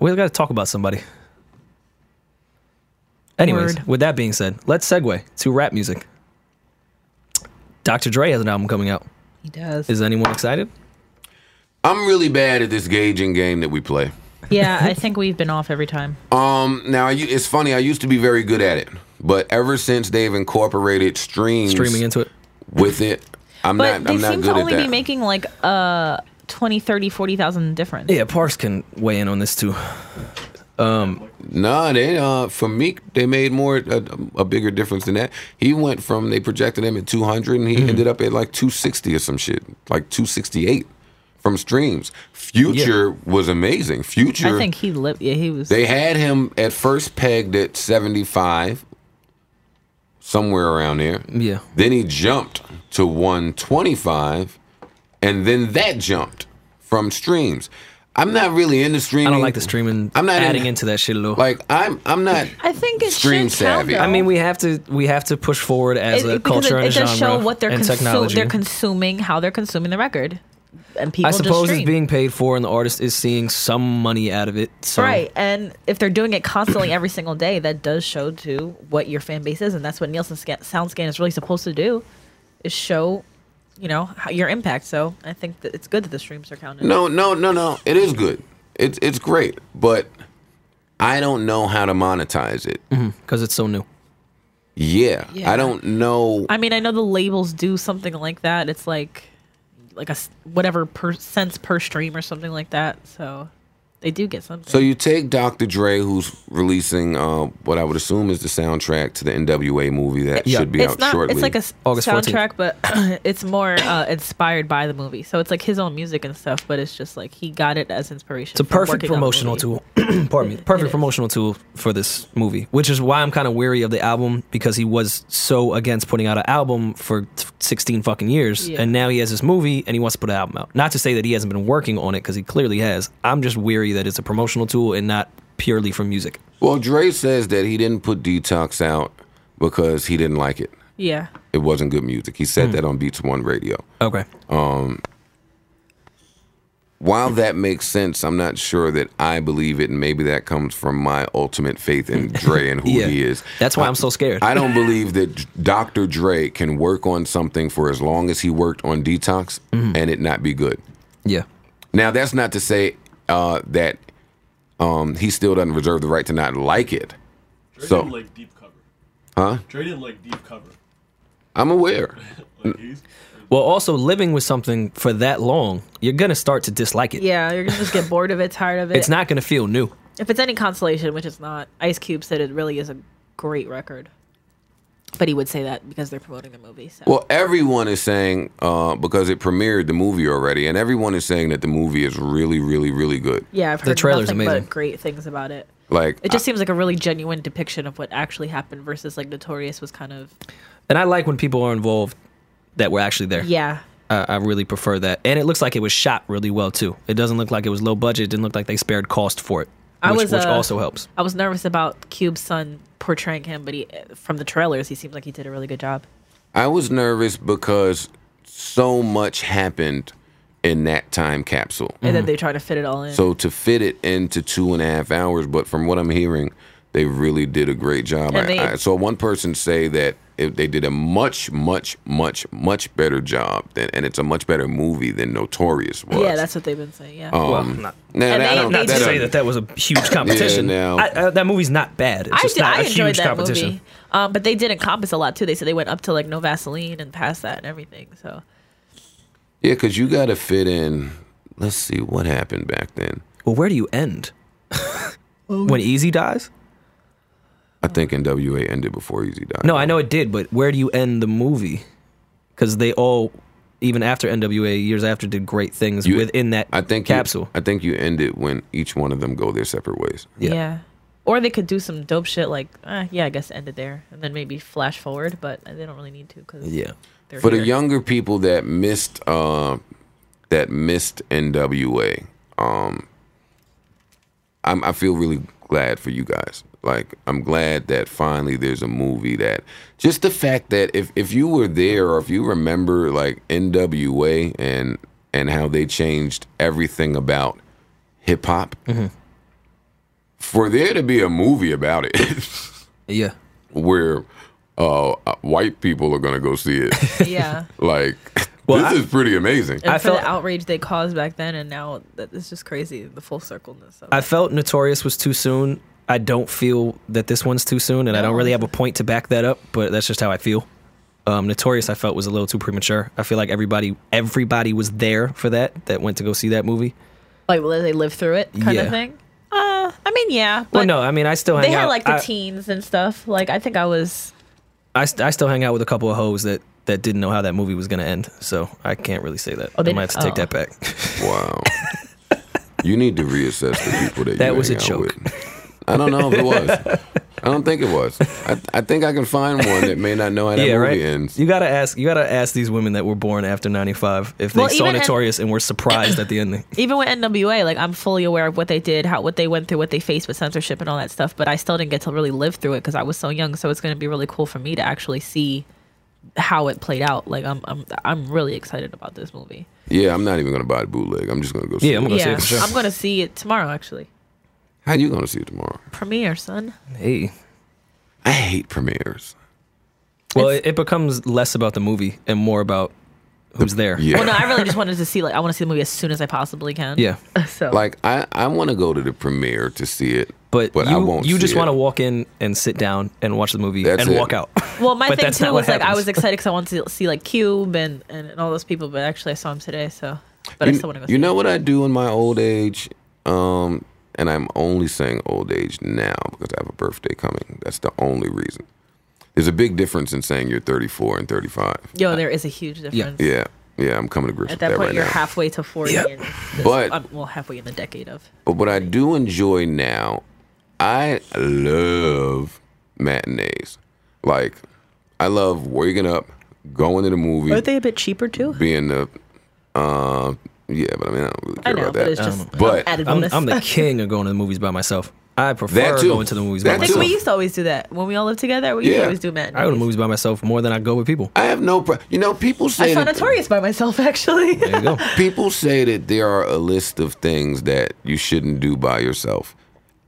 [SPEAKER 2] We got to talk about somebody. Anyways,
[SPEAKER 3] Word.
[SPEAKER 2] with that being said, let's segue to rap music. Dr. Dre has an album coming out.
[SPEAKER 3] He does.
[SPEAKER 2] Is anyone excited?
[SPEAKER 1] I'm really bad at this gauging game that we play.
[SPEAKER 3] yeah, I think we've been off every time.
[SPEAKER 1] Um, now I u- it's funny. I used to be very good at it, but ever since they've incorporated streams
[SPEAKER 2] Streaming into it.
[SPEAKER 1] with it, I'm
[SPEAKER 3] But
[SPEAKER 1] not. I'm
[SPEAKER 3] they
[SPEAKER 1] not
[SPEAKER 3] seem to
[SPEAKER 1] good at
[SPEAKER 3] only
[SPEAKER 1] that.
[SPEAKER 3] be making like uh 20, 30, 40,000 difference.
[SPEAKER 2] Yeah, Parks can weigh in on this too.
[SPEAKER 1] Nah, they uh for Meek they made more a, a bigger difference than that. He went from they projected him at 200 and he ended up at like 260 or some shit, like 268 from streams. Future was amazing. Future
[SPEAKER 3] I think he lived. Yeah, he was.
[SPEAKER 1] they had him at first pegged at 75 somewhere around there.
[SPEAKER 2] Yeah.
[SPEAKER 1] Then he jumped to 125 and then that jumped from streams. I'm not really into streaming.
[SPEAKER 2] I don't like the streaming
[SPEAKER 1] I'm not
[SPEAKER 2] adding
[SPEAKER 1] in-
[SPEAKER 2] into that shit at
[SPEAKER 1] (laughs)
[SPEAKER 2] all.
[SPEAKER 1] Like I'm I'm not
[SPEAKER 3] I think it's
[SPEAKER 1] Stream savvy.
[SPEAKER 2] I mean, we have to we have to push forward as a culture and
[SPEAKER 3] it,
[SPEAKER 2] a
[SPEAKER 3] it does
[SPEAKER 2] genre
[SPEAKER 3] show what they're,
[SPEAKER 2] and
[SPEAKER 3] consu-
[SPEAKER 2] technology.
[SPEAKER 3] they're consuming, how they're consuming the record, and people
[SPEAKER 2] I suppose
[SPEAKER 3] just
[SPEAKER 2] it's
[SPEAKER 3] stream.
[SPEAKER 2] being paid for, and the artist is seeing some money out of it. So
[SPEAKER 3] Right, and if they're doing it constantly every single day, that does show to what your fan base is, and that's what Nielsen sca- SoundScan is really supposed to do, is show, you know, how, your impact. So I think that it's good that the streams are counted.
[SPEAKER 1] No, no, no, no. It is good. It's it's great, but I don't know how to monetize it.
[SPEAKER 2] because it's so new.
[SPEAKER 1] Yeah,
[SPEAKER 3] Yeah.
[SPEAKER 1] I don't know.
[SPEAKER 3] I mean, I know the labels do something like that. It's like, like a s- whatever per, cents per stream or something like that. So they do get something.
[SPEAKER 1] so you take Dr. Dre, who's releasing uh, what I would assume is the soundtrack to the NWA movie that
[SPEAKER 2] Yeah.
[SPEAKER 1] should be
[SPEAKER 3] it's
[SPEAKER 1] out
[SPEAKER 3] not.
[SPEAKER 1] shortly.
[SPEAKER 3] It's like a s-
[SPEAKER 2] August 14th.
[SPEAKER 3] soundtrack, but (clears throat) it's more uh, inspired by the movie. So it's like his own music and stuff. But it's just like he got it as inspiration.
[SPEAKER 2] It's a perfect promotional tool. (clears throat) Pardon me. Perfect promotional tool for this movie, which is why I'm kind of weary of the album because he was so against putting out an album for 16 fucking years,
[SPEAKER 3] Yeah.
[SPEAKER 2] and now he has this movie and he wants to put an album out. Not to say that he hasn't been working on it because he clearly has. I'm just weary that it's a promotional tool and not purely for music.
[SPEAKER 1] well, Dre says that he didn't put Detox out because he didn't like it.
[SPEAKER 3] Yeah,
[SPEAKER 1] It wasn't good music. He said that on Beats One Radio.
[SPEAKER 2] Okay.
[SPEAKER 1] Oh, while that makes sense, I'm not sure that I believe it, and maybe that comes from my ultimate faith in Dre and who
[SPEAKER 2] Yeah.
[SPEAKER 1] he is.
[SPEAKER 2] That's why I'm so scared.
[SPEAKER 1] I don't believe that Dr. Dre can work on something for as long as he worked on Detox and it not be good.
[SPEAKER 2] yeah.
[SPEAKER 1] Now, that's not to say uh, that um, he still doesn't reserve the right to not like it.
[SPEAKER 4] Dre
[SPEAKER 1] So-
[SPEAKER 4] didn't like deep cover. Huh? Dre didn't like deep cover.
[SPEAKER 1] I'm aware.
[SPEAKER 4] Like he's
[SPEAKER 2] Well, also living with something for that long, you're gonna start to dislike it.
[SPEAKER 3] yeah. You're gonna just get bored of it, tired of it.
[SPEAKER 2] It's not gonna feel new.
[SPEAKER 3] If it's any consolation, which it's not, Ice Cube said it really is a great record. But he would say that because they're promoting the movie. So.
[SPEAKER 1] Well, everyone is saying uh, because it premiered the movie already, and everyone is saying that the movie is really, really, really good.
[SPEAKER 3] yeah, I've heard
[SPEAKER 2] trailer's
[SPEAKER 3] nothing
[SPEAKER 2] amazing.
[SPEAKER 3] but great things about it.
[SPEAKER 1] Like,
[SPEAKER 3] It just seems like a really genuine depiction of what actually happened versus like Notorious was kind of
[SPEAKER 2] And I like when people are involved that were actually there.
[SPEAKER 3] yeah.
[SPEAKER 2] I, I really prefer that. And it looks like it was shot really well too. It doesn't look like it was low budget. It didn't look like they spared cost for it,
[SPEAKER 3] I
[SPEAKER 2] which,
[SPEAKER 3] was,
[SPEAKER 2] which
[SPEAKER 3] uh,
[SPEAKER 2] also helps.
[SPEAKER 3] I was nervous about Cube's son portraying him, but he from the trailers he seems like he did a really good job.
[SPEAKER 1] I was nervous because so much happened in that time capsule.
[SPEAKER 3] And
[SPEAKER 2] Mm-hmm.
[SPEAKER 3] then they try to fit it all in.
[SPEAKER 1] So to fit it into two and a half hours, but from what I'm hearing, they really did a great job.
[SPEAKER 3] And
[SPEAKER 1] I,
[SPEAKER 3] they-
[SPEAKER 1] I saw one person say that it, they did a much, much, much, much better job than, and it's a much better movie than Notorious was.
[SPEAKER 3] Yeah, that's what they've been saying. Yeah.
[SPEAKER 2] Well,
[SPEAKER 1] Um,
[SPEAKER 2] not-
[SPEAKER 1] nah,
[SPEAKER 3] And
[SPEAKER 1] nah, I
[SPEAKER 3] they-
[SPEAKER 1] don't-
[SPEAKER 3] they
[SPEAKER 2] Not to
[SPEAKER 3] did-
[SPEAKER 1] that-
[SPEAKER 2] say that that was a
[SPEAKER 1] (laughs)
[SPEAKER 2] huge competition.
[SPEAKER 1] now-
[SPEAKER 2] I, uh, that movie's not bad. It's
[SPEAKER 3] I,
[SPEAKER 2] just
[SPEAKER 3] did,
[SPEAKER 2] not
[SPEAKER 3] I
[SPEAKER 2] a huge
[SPEAKER 3] enjoyed that
[SPEAKER 2] competition.
[SPEAKER 3] movie, um, but they did encompass a lot too. They said they went up to like no Vaseline and past that and everything. So
[SPEAKER 1] Yeah, because you got to fit in. Let's see what happened back then.
[SPEAKER 2] Well, where do you end? when Easy dies?
[SPEAKER 1] I think NWA ended before Easy died.
[SPEAKER 2] No, I know it did, but where do you end the movie? Because they all, even after NWA, years after, did great things
[SPEAKER 1] You-
[SPEAKER 2] within that
[SPEAKER 1] I think you-
[SPEAKER 2] capsule.
[SPEAKER 1] I think you end it when each one of them go their separate ways.
[SPEAKER 2] Yeah.
[SPEAKER 3] yeah. Or they could do some dope shit like, uh, yeah, I guess end it there and then maybe flash forward, but they don't really need to because
[SPEAKER 2] yeah.
[SPEAKER 3] they're
[SPEAKER 1] For the
[SPEAKER 3] here.
[SPEAKER 1] younger people that missed uh, that missed NWA, um, I'm, I feel really glad for you guys. Like I'm glad that finally there's a movie that just the fact that if if you were there or if you remember like NWA and and how they changed everything about hip hop. For there to be a movie about it, (laughs)
[SPEAKER 2] Yeah.
[SPEAKER 1] where uh, white people are gonna go see it,
[SPEAKER 2] (laughs)
[SPEAKER 3] yeah.
[SPEAKER 1] Like, (laughs)
[SPEAKER 2] Well,
[SPEAKER 1] this
[SPEAKER 2] I-
[SPEAKER 1] is pretty
[SPEAKER 2] (laughs)
[SPEAKER 1] amazing.
[SPEAKER 3] And
[SPEAKER 2] I
[SPEAKER 3] for
[SPEAKER 2] felt-
[SPEAKER 3] the outrage they caused back then, and now that it's just crazy the full circleness of
[SPEAKER 2] I felt Notorious was too soon. I don't feel that this onene's too soon, and I don't really have a point to back that up, but that's just how I feel. Um, Notorious, I felt was a little too premature. I feel like everybody, everybody was there for that. That went to go see that movie.
[SPEAKER 3] like will they live through it kind
[SPEAKER 2] Yeah.
[SPEAKER 3] of thing. Uh, I mean, yeah, but
[SPEAKER 2] well, no, I mean, I still hang
[SPEAKER 3] they had
[SPEAKER 2] out.
[SPEAKER 3] like the
[SPEAKER 2] I-
[SPEAKER 3] teens and stuff. Like I think I was
[SPEAKER 2] I, st- I still hang out with a couple of hoes that that didn't know how that movie was going to end, so I can't really say that.
[SPEAKER 3] Oh, they
[SPEAKER 2] I might have to take
[SPEAKER 3] didn't-
[SPEAKER 2] that back. (laughs)
[SPEAKER 1] Wow. you need to reassess the people that,
[SPEAKER 2] That
[SPEAKER 1] you
[SPEAKER 2] was
[SPEAKER 1] hang
[SPEAKER 2] a
[SPEAKER 1] out
[SPEAKER 2] joke.
[SPEAKER 1] with. I don't know if it was.
[SPEAKER 2] (laughs)
[SPEAKER 1] I don't think it was. I, I think I can find one that may not know how that
[SPEAKER 2] yeah,
[SPEAKER 1] movie
[SPEAKER 2] right.
[SPEAKER 1] ends.
[SPEAKER 2] You gotta ask. You gotta ask these women that were born after '95 if they
[SPEAKER 3] Well,
[SPEAKER 2] saw
[SPEAKER 3] even in-
[SPEAKER 2] Notorious and were surprised at the ending.
[SPEAKER 3] even with NWA. Like I'm fully aware of what they did, how what they went through, what they faced with censorship and all that stuff. But I still didn't get to really live through it because I was so young. So it's going to be really cool for me to actually see how it played out. Like I'm I'm I'm really excited about this movie.
[SPEAKER 1] Yeah, I'm not even gonna buy the bootleg. I'm just gonna go see
[SPEAKER 2] Yeah,
[SPEAKER 1] it.
[SPEAKER 2] I'm gonna- go see it for sure.
[SPEAKER 3] I'm going to see it tomorrow actually.
[SPEAKER 1] How you gonna see it tomorrow?
[SPEAKER 3] Premiere, son.
[SPEAKER 2] Hey,
[SPEAKER 1] I hate premieres.
[SPEAKER 2] well, it, it becomes less about the movie and more about who's there.
[SPEAKER 1] Yeah.
[SPEAKER 3] Well, no, I really just wanted to see like I want to see the movie as soon as I possibly can.
[SPEAKER 2] Yeah.
[SPEAKER 3] (laughs) So
[SPEAKER 1] like I, I wanna go to the premiere to see it.
[SPEAKER 2] But,
[SPEAKER 1] but
[SPEAKER 2] you,
[SPEAKER 1] I won't
[SPEAKER 2] you
[SPEAKER 1] see
[SPEAKER 2] just
[SPEAKER 1] it.
[SPEAKER 2] want to walk in and sit down and watch the movie
[SPEAKER 1] That's
[SPEAKER 2] and
[SPEAKER 1] it.
[SPEAKER 2] walk out.
[SPEAKER 3] Well,
[SPEAKER 2] (laughs)
[SPEAKER 3] my
[SPEAKER 2] But
[SPEAKER 3] thing
[SPEAKER 2] that's not
[SPEAKER 3] too
[SPEAKER 2] what
[SPEAKER 3] was like I
[SPEAKER 2] happens.
[SPEAKER 3] was excited because I wanted to see like Cube and, and, and all those people, but actually I saw him today, so but I
[SPEAKER 1] you,
[SPEAKER 3] still want to go.
[SPEAKER 1] you
[SPEAKER 3] see
[SPEAKER 1] know what I do in my old age, um, and I'm only saying old age now because I have a birthday coming. That's the only reason. There's a big difference in saying you're 34 and 35.
[SPEAKER 3] it. Yo, there is a huge difference.
[SPEAKER 1] Yeah, yeah, I'm coming to grips
[SPEAKER 3] At
[SPEAKER 1] with
[SPEAKER 3] that
[SPEAKER 1] that
[SPEAKER 3] point,
[SPEAKER 1] right
[SPEAKER 3] you're
[SPEAKER 1] now.
[SPEAKER 3] halfway to forty,
[SPEAKER 2] Yeah.
[SPEAKER 3] and this,
[SPEAKER 1] But-
[SPEAKER 3] um, well, halfway in the decade of.
[SPEAKER 1] But what I do enjoy now, I love matinees. Like, I love waking up, going to the movie,
[SPEAKER 3] Aren't they a bit cheaper too?
[SPEAKER 1] being the, uh, yeah. But I mean, I don't really care
[SPEAKER 3] I know,
[SPEAKER 1] about
[SPEAKER 3] but
[SPEAKER 1] that.
[SPEAKER 3] it's just
[SPEAKER 1] But-
[SPEAKER 3] added
[SPEAKER 2] I'm,
[SPEAKER 3] bonus.
[SPEAKER 2] I'm
[SPEAKER 3] (laughs)
[SPEAKER 2] the king of going to the movies by myself. I prefer
[SPEAKER 1] That too.
[SPEAKER 2] going to the movies
[SPEAKER 1] That
[SPEAKER 2] by
[SPEAKER 3] I think
[SPEAKER 1] too.
[SPEAKER 2] myself.
[SPEAKER 3] we used to always do that when we all lived together. We used
[SPEAKER 1] Yeah.
[SPEAKER 3] to always do matinees.
[SPEAKER 2] I go to movies by myself more than I go with people.
[SPEAKER 1] I have no, pro- you know, people say
[SPEAKER 3] I saw
[SPEAKER 1] that-
[SPEAKER 3] Notorious by myself (laughs) actually.
[SPEAKER 2] There you go.
[SPEAKER 1] people say that there are a list of things that you shouldn't do by yourself.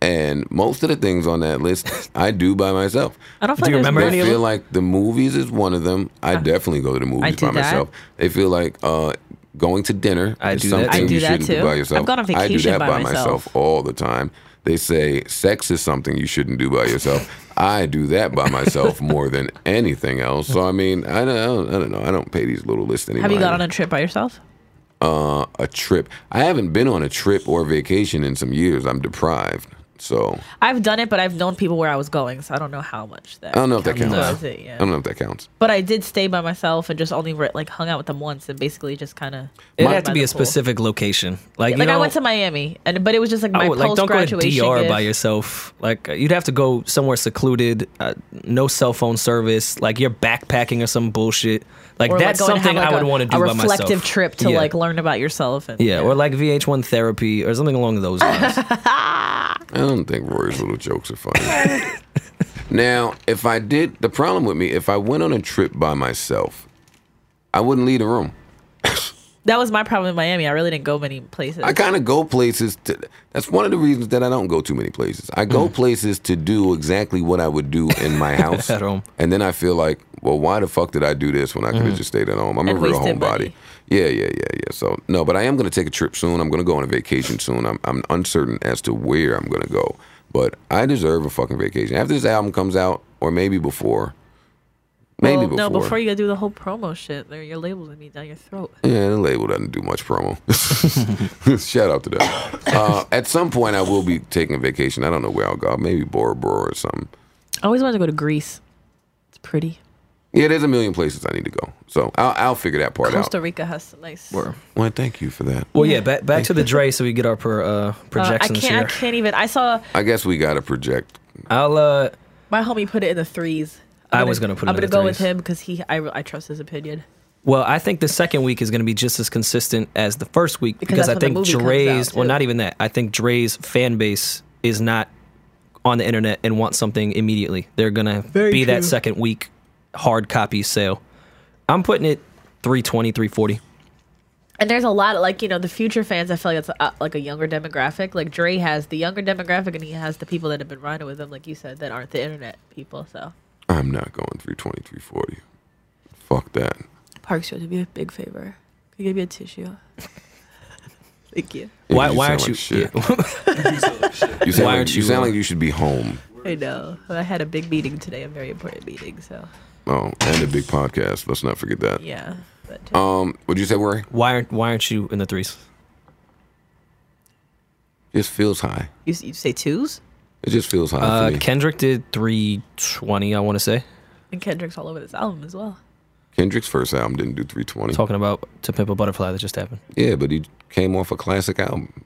[SPEAKER 1] And most of the things on that list I do by myself.
[SPEAKER 3] I don't
[SPEAKER 2] Do
[SPEAKER 3] feel
[SPEAKER 2] you
[SPEAKER 3] like there's
[SPEAKER 2] remember
[SPEAKER 3] much-
[SPEAKER 2] any
[SPEAKER 1] They
[SPEAKER 2] of
[SPEAKER 1] feel like the movies is one of them. I definitely go to the movies
[SPEAKER 3] Uh, do
[SPEAKER 1] by
[SPEAKER 3] that.
[SPEAKER 1] myself. They feel like uh, going to dinner
[SPEAKER 2] I
[SPEAKER 1] is
[SPEAKER 2] do
[SPEAKER 1] something
[SPEAKER 2] that too. I
[SPEAKER 1] you
[SPEAKER 3] do that
[SPEAKER 1] shouldn't do
[SPEAKER 3] too.
[SPEAKER 1] by yourself.
[SPEAKER 3] I've gone on
[SPEAKER 1] I do
[SPEAKER 3] vacation
[SPEAKER 1] that
[SPEAKER 3] by
[SPEAKER 1] by
[SPEAKER 3] myself.
[SPEAKER 1] myself all the time. They say sex is something you shouldn't do by
[SPEAKER 3] (laughs)
[SPEAKER 1] yourself. I do that by myself more than anything else. So I mean, I don't, I don't, I don't know. I don't pay these little lists anymore.
[SPEAKER 3] Have you gone on a trip by yourself?
[SPEAKER 1] uh, a trip. I haven't been on a trip or vacation in some years. I'm deprived. So
[SPEAKER 3] I've done it, but I've known people where I was going, so I don't know how much that.
[SPEAKER 1] I don't know if that counts.
[SPEAKER 3] towards it, yeah.
[SPEAKER 1] I don't know if that counts.
[SPEAKER 3] But I did stay by myself and just only re- like hung out with them once and basically just kind of.
[SPEAKER 2] It had to be a specific location. Like,
[SPEAKER 3] Like
[SPEAKER 2] you know,
[SPEAKER 3] I went to Miami, and but it was just like my
[SPEAKER 2] I would, like
[SPEAKER 3] post
[SPEAKER 2] don't go to
[SPEAKER 3] graduation.
[SPEAKER 2] DR by yourself. Like uh, you'd have to go somewhere secluded, uh, no cell phone service. Like you're backpacking or some bullshit. Like that's something I would want to do
[SPEAKER 3] A
[SPEAKER 2] by myself.
[SPEAKER 3] reflective trip to
[SPEAKER 2] Yeah.
[SPEAKER 3] like learn about yourself. And,
[SPEAKER 2] yeah, or like VH1 therapy or something along those
[SPEAKER 3] (laughs)
[SPEAKER 2] lines.
[SPEAKER 1] I don't think Roy's little jokes are funny. now, if I did, the problem with me, if I went on a trip by myself, I wouldn't leave the room.
[SPEAKER 3] That was my problem in Miami. I really didn't go many places.
[SPEAKER 1] I kind of go places. To, that's one of the reasons that I don't go too many places. I
[SPEAKER 3] Mm.
[SPEAKER 1] go places to do exactly what I would do in
[SPEAKER 3] (laughs)
[SPEAKER 1] my house
[SPEAKER 2] At home.
[SPEAKER 1] and then I feel like, well, why the fuck did I do this when I could
[SPEAKER 3] Mm.
[SPEAKER 1] have just stayed at home? I'm
[SPEAKER 3] And
[SPEAKER 1] a real
[SPEAKER 3] wasted
[SPEAKER 1] homebody.
[SPEAKER 3] money.
[SPEAKER 1] Yeah, yeah, yeah, yeah. So no, but I am going to take a trip soon. I'm going to go on a vacation soon. I'm, I'm uncertain as to where I'm going to go, but I deserve a fucking vacation after this album comes out, or maybe before. Maybe
[SPEAKER 3] well,
[SPEAKER 1] before.
[SPEAKER 3] No, before you go do the whole promo shit, there your label's gonna be down your throat.
[SPEAKER 1] Yeah, the label doesn't do much promo. (laughs) Shout out to them. Uh, at some point, I will be taking a vacation. I don't know where I'll go. Maybe Bora Bora or something.
[SPEAKER 3] I always wanted to go to Greece. It's pretty.
[SPEAKER 1] Yeah, there's a million places I need to go. So I'll, I'll figure that part
[SPEAKER 3] Costa
[SPEAKER 1] out.
[SPEAKER 3] Rica has some nice.
[SPEAKER 2] Word.
[SPEAKER 1] Well, thank you for that.
[SPEAKER 2] Well, yeah. Back back to the Dre, so we get our per, uh,
[SPEAKER 3] Uh, I
[SPEAKER 2] projections
[SPEAKER 3] can't. I
[SPEAKER 2] here.
[SPEAKER 3] can't even. I saw
[SPEAKER 1] I guess we got to project.
[SPEAKER 2] I'll uh,
[SPEAKER 3] my homie put it in the threes.
[SPEAKER 2] I was gonna put it
[SPEAKER 3] I'm
[SPEAKER 2] in
[SPEAKER 3] gonna
[SPEAKER 2] the
[SPEAKER 3] go with
[SPEAKER 2] threes.
[SPEAKER 3] him because he. I, I trust his opinion.
[SPEAKER 2] Well, I think the second week is going to be just as consistent as the first week
[SPEAKER 3] Because
[SPEAKER 2] because, I
[SPEAKER 3] that's when
[SPEAKER 2] think
[SPEAKER 3] the movie comes
[SPEAKER 2] Dre's,
[SPEAKER 3] out,
[SPEAKER 2] well,
[SPEAKER 3] too.
[SPEAKER 2] not even that. I think Dre's fan base is not on the internet and wants something immediately. They're going to be that second week hard copy sale. I'm putting it 320, 340.
[SPEAKER 3] And there's a lot of like you know the future fans. I feel like it's uh, like a younger demographic. Like Dre has the younger demographic, and he has the people that have been riding with him, like you said, that aren't the internet people. So
[SPEAKER 1] I'm not going 320, 340. Fuck that.
[SPEAKER 3] Parks, you have to be a big favor. Could you give me a (laughs) tissue? Thank you.
[SPEAKER 1] Yeah,
[SPEAKER 2] Why, why
[SPEAKER 1] sound
[SPEAKER 2] aren't
[SPEAKER 1] like
[SPEAKER 2] you?
[SPEAKER 1] Shit.
[SPEAKER 2] yeah. (laughs)
[SPEAKER 1] You sound,
[SPEAKER 2] Why
[SPEAKER 1] like,
[SPEAKER 2] aren't
[SPEAKER 1] you
[SPEAKER 2] you,
[SPEAKER 1] sound
[SPEAKER 2] uh,
[SPEAKER 1] like you should be home.
[SPEAKER 3] I know. I had a big meeting today, a very important meeting. So
[SPEAKER 1] Oh, and a big podcast. Let's not forget that.
[SPEAKER 3] yeah, but uh,
[SPEAKER 1] Um, would you say, Worry?
[SPEAKER 2] why, aren't, why aren't you in the threes?
[SPEAKER 1] It just feels high.
[SPEAKER 3] you, s- you say twos,
[SPEAKER 1] It just feels high
[SPEAKER 2] Uh,
[SPEAKER 1] to me.
[SPEAKER 2] Kendrick did 320, I want to say.
[SPEAKER 3] and Kendrick's all over this album as well.
[SPEAKER 1] Kendrick's first album didn't do 320.
[SPEAKER 2] Talking about To Pimp a Butterfly that just happened.
[SPEAKER 1] Yeah, but he came off a classic album.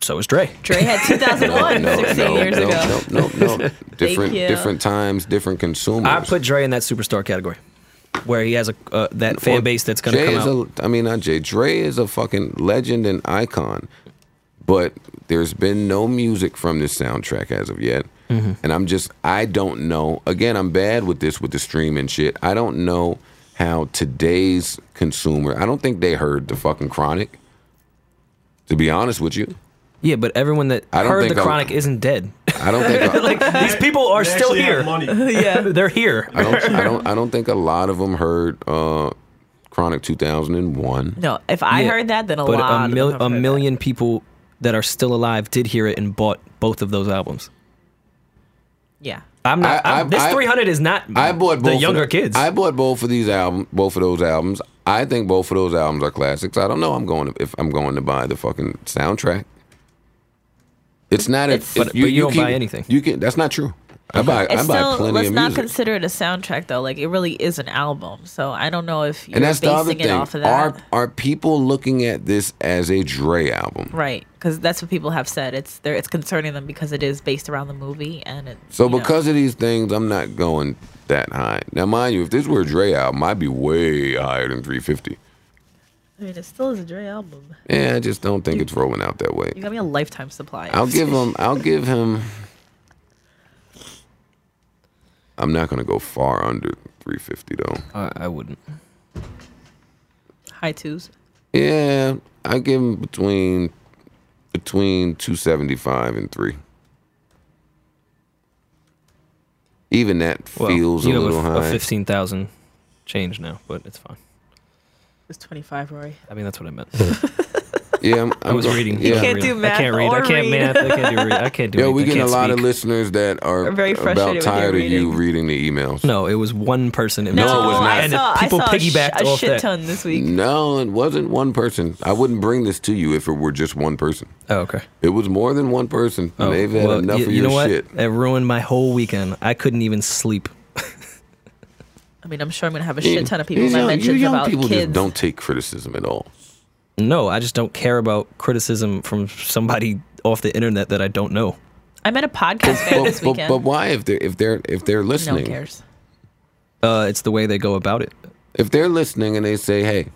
[SPEAKER 2] So is Dre.
[SPEAKER 3] Dre
[SPEAKER 2] (laughs)
[SPEAKER 3] had 2001, 16 years
[SPEAKER 1] no,
[SPEAKER 3] ago.
[SPEAKER 1] no, no,
[SPEAKER 3] (laughs)
[SPEAKER 1] no. Different,
[SPEAKER 3] you.
[SPEAKER 1] different times, different consumers.
[SPEAKER 2] I put Dre in that superstar category, where he has a uh, that fan base that's going to
[SPEAKER 1] Jay
[SPEAKER 2] come out.
[SPEAKER 1] is a- I mean, not Jay. Dre is a fucking legend and icon, but there's been no music from this soundtrack as of yet.
[SPEAKER 2] Mm-hmm.
[SPEAKER 1] And I'm just, I don't know. Again, I'm bad with this with the stream and shit. I don't know how today's consumer. I don't think they heard the fucking Chronic. To be honest with you,
[SPEAKER 2] yeah, but everyone that
[SPEAKER 1] I don't
[SPEAKER 2] heard
[SPEAKER 1] think
[SPEAKER 2] the
[SPEAKER 1] I'll-
[SPEAKER 2] chronic isn't
[SPEAKER 4] (laughs)
[SPEAKER 2] dead. (laughs)
[SPEAKER 1] I don't
[SPEAKER 3] (laughs)
[SPEAKER 1] think.
[SPEAKER 2] like these people are
[SPEAKER 4] They
[SPEAKER 2] still
[SPEAKER 4] actually have
[SPEAKER 2] here. (laughs)
[SPEAKER 4] Money.
[SPEAKER 3] yeah,
[SPEAKER 2] They're here.
[SPEAKER 1] I don't, I
[SPEAKER 3] (laughs)
[SPEAKER 1] don't. I don't think a lot of them heard uh, Chronic 2001.
[SPEAKER 3] no. If I
[SPEAKER 2] Yeah,
[SPEAKER 3] heard that, then a
[SPEAKER 2] but
[SPEAKER 3] lot.
[SPEAKER 2] a,
[SPEAKER 3] of
[SPEAKER 2] mil-
[SPEAKER 3] them
[SPEAKER 2] a
[SPEAKER 3] heard that.
[SPEAKER 2] million people that are still alive did hear it and bought both of those albums.
[SPEAKER 3] Yeah.
[SPEAKER 2] I'm not.
[SPEAKER 1] I-
[SPEAKER 2] I,
[SPEAKER 1] I-
[SPEAKER 2] am this
[SPEAKER 1] I-
[SPEAKER 2] 300 is not.
[SPEAKER 1] I bought both
[SPEAKER 2] the younger
[SPEAKER 1] of,
[SPEAKER 2] kids.
[SPEAKER 1] I bought both of these albums. Both of those albums. I think both of those albums are classics. I don't know. I'm going to, if I'm going to buy the fucking soundtrack. It's not.
[SPEAKER 3] It's-
[SPEAKER 1] a,
[SPEAKER 2] But- but you don't buy anything.
[SPEAKER 1] You can. That's not true. I buy.
[SPEAKER 3] It's
[SPEAKER 1] I buy
[SPEAKER 3] still,
[SPEAKER 1] plenty
[SPEAKER 3] let's
[SPEAKER 1] of music.
[SPEAKER 3] not consider it a soundtrack though. Like it really is an album. So I don't know if you're
[SPEAKER 1] and that's the other
[SPEAKER 3] basing it
[SPEAKER 1] thing.
[SPEAKER 3] off of that.
[SPEAKER 1] Are are people looking at this as a Dre album?
[SPEAKER 3] Right, because that's what people have said. It's there. It's concerning them because it is based around the movie, and it,
[SPEAKER 1] So
[SPEAKER 3] you know.
[SPEAKER 1] because of these things, I'm not going that high. Now, mind you, if this were a Dre album, I'd be way higher than 350.
[SPEAKER 3] I mean, it still is a Dre album.
[SPEAKER 1] Yeah, I just don't think it's rolling out that way.
[SPEAKER 3] You got me a lifetime supply.
[SPEAKER 1] I'll give him. I'll give him. I'm not gonna go far under 350 though.
[SPEAKER 2] I, I wouldn't.
[SPEAKER 3] high twos.
[SPEAKER 1] Yeah, I give him between between 275 and three. Even that
[SPEAKER 2] Well,
[SPEAKER 1] feels a
[SPEAKER 2] you have
[SPEAKER 1] little
[SPEAKER 2] a,
[SPEAKER 1] high.
[SPEAKER 2] 15,000 change now, but it's fine.
[SPEAKER 3] It's twenty five, Rory.
[SPEAKER 2] I mean, that's what
[SPEAKER 1] (laughs)
[SPEAKER 2] I meant.
[SPEAKER 1] yeah, I'm,
[SPEAKER 2] (laughs) I
[SPEAKER 1] I'm
[SPEAKER 2] was
[SPEAKER 1] go-
[SPEAKER 2] reading.
[SPEAKER 1] Yeah.
[SPEAKER 2] I
[SPEAKER 3] can't
[SPEAKER 2] can't
[SPEAKER 3] do
[SPEAKER 2] read. I
[SPEAKER 3] math
[SPEAKER 2] can't read.
[SPEAKER 3] or
[SPEAKER 2] I can't
[SPEAKER 3] read.
[SPEAKER 2] math.
[SPEAKER 1] (laughs)
[SPEAKER 2] I can't do read. I can't do.
[SPEAKER 1] Yo,
[SPEAKER 2] anything.
[SPEAKER 1] we
[SPEAKER 2] I
[SPEAKER 1] get a
[SPEAKER 2] can't
[SPEAKER 1] lot
[SPEAKER 2] speak.
[SPEAKER 1] of listeners that are
[SPEAKER 3] Are very
[SPEAKER 1] about
[SPEAKER 3] frustrated with your
[SPEAKER 1] tired of you reading
[SPEAKER 3] reading.
[SPEAKER 1] the emails.
[SPEAKER 2] No, it was one person. It
[SPEAKER 3] No,
[SPEAKER 2] was
[SPEAKER 1] it was not.
[SPEAKER 3] I
[SPEAKER 1] Mm.
[SPEAKER 3] saw.
[SPEAKER 2] And people
[SPEAKER 3] I saw a sh-
[SPEAKER 2] piggybacked
[SPEAKER 3] a,
[SPEAKER 2] off
[SPEAKER 3] shit
[SPEAKER 2] that.
[SPEAKER 3] ton this week.
[SPEAKER 1] No, it wasn't one person. I wouldn't bring this to you if it were just one person.
[SPEAKER 2] Oh, okay.
[SPEAKER 1] It was more than one person. and
[SPEAKER 2] Oh,
[SPEAKER 1] They've had
[SPEAKER 2] well,
[SPEAKER 1] enough
[SPEAKER 2] y-
[SPEAKER 1] of
[SPEAKER 2] you
[SPEAKER 1] your
[SPEAKER 2] know what?
[SPEAKER 1] shit.
[SPEAKER 2] It ruined my whole weekend. I couldn't even sleep.
[SPEAKER 3] I mean, I'm sure I'm gonna have a shit ton of people
[SPEAKER 1] These
[SPEAKER 3] that
[SPEAKER 1] young- you
[SPEAKER 3] mentions
[SPEAKER 1] young
[SPEAKER 3] about
[SPEAKER 1] people
[SPEAKER 3] kids.
[SPEAKER 1] just don't take criticism at all.
[SPEAKER 2] No, I just don't care about criticism from somebody off the internet that I don't know.
[SPEAKER 3] I met a podcast fan
[SPEAKER 1] But,
[SPEAKER 3] this
[SPEAKER 1] but,
[SPEAKER 3] weekend.
[SPEAKER 1] but why if they're if they're if they're
[SPEAKER 3] no one
[SPEAKER 1] listening
[SPEAKER 3] cares.
[SPEAKER 2] Uh, it's the way they go about it.
[SPEAKER 1] if they're listening and they say hey,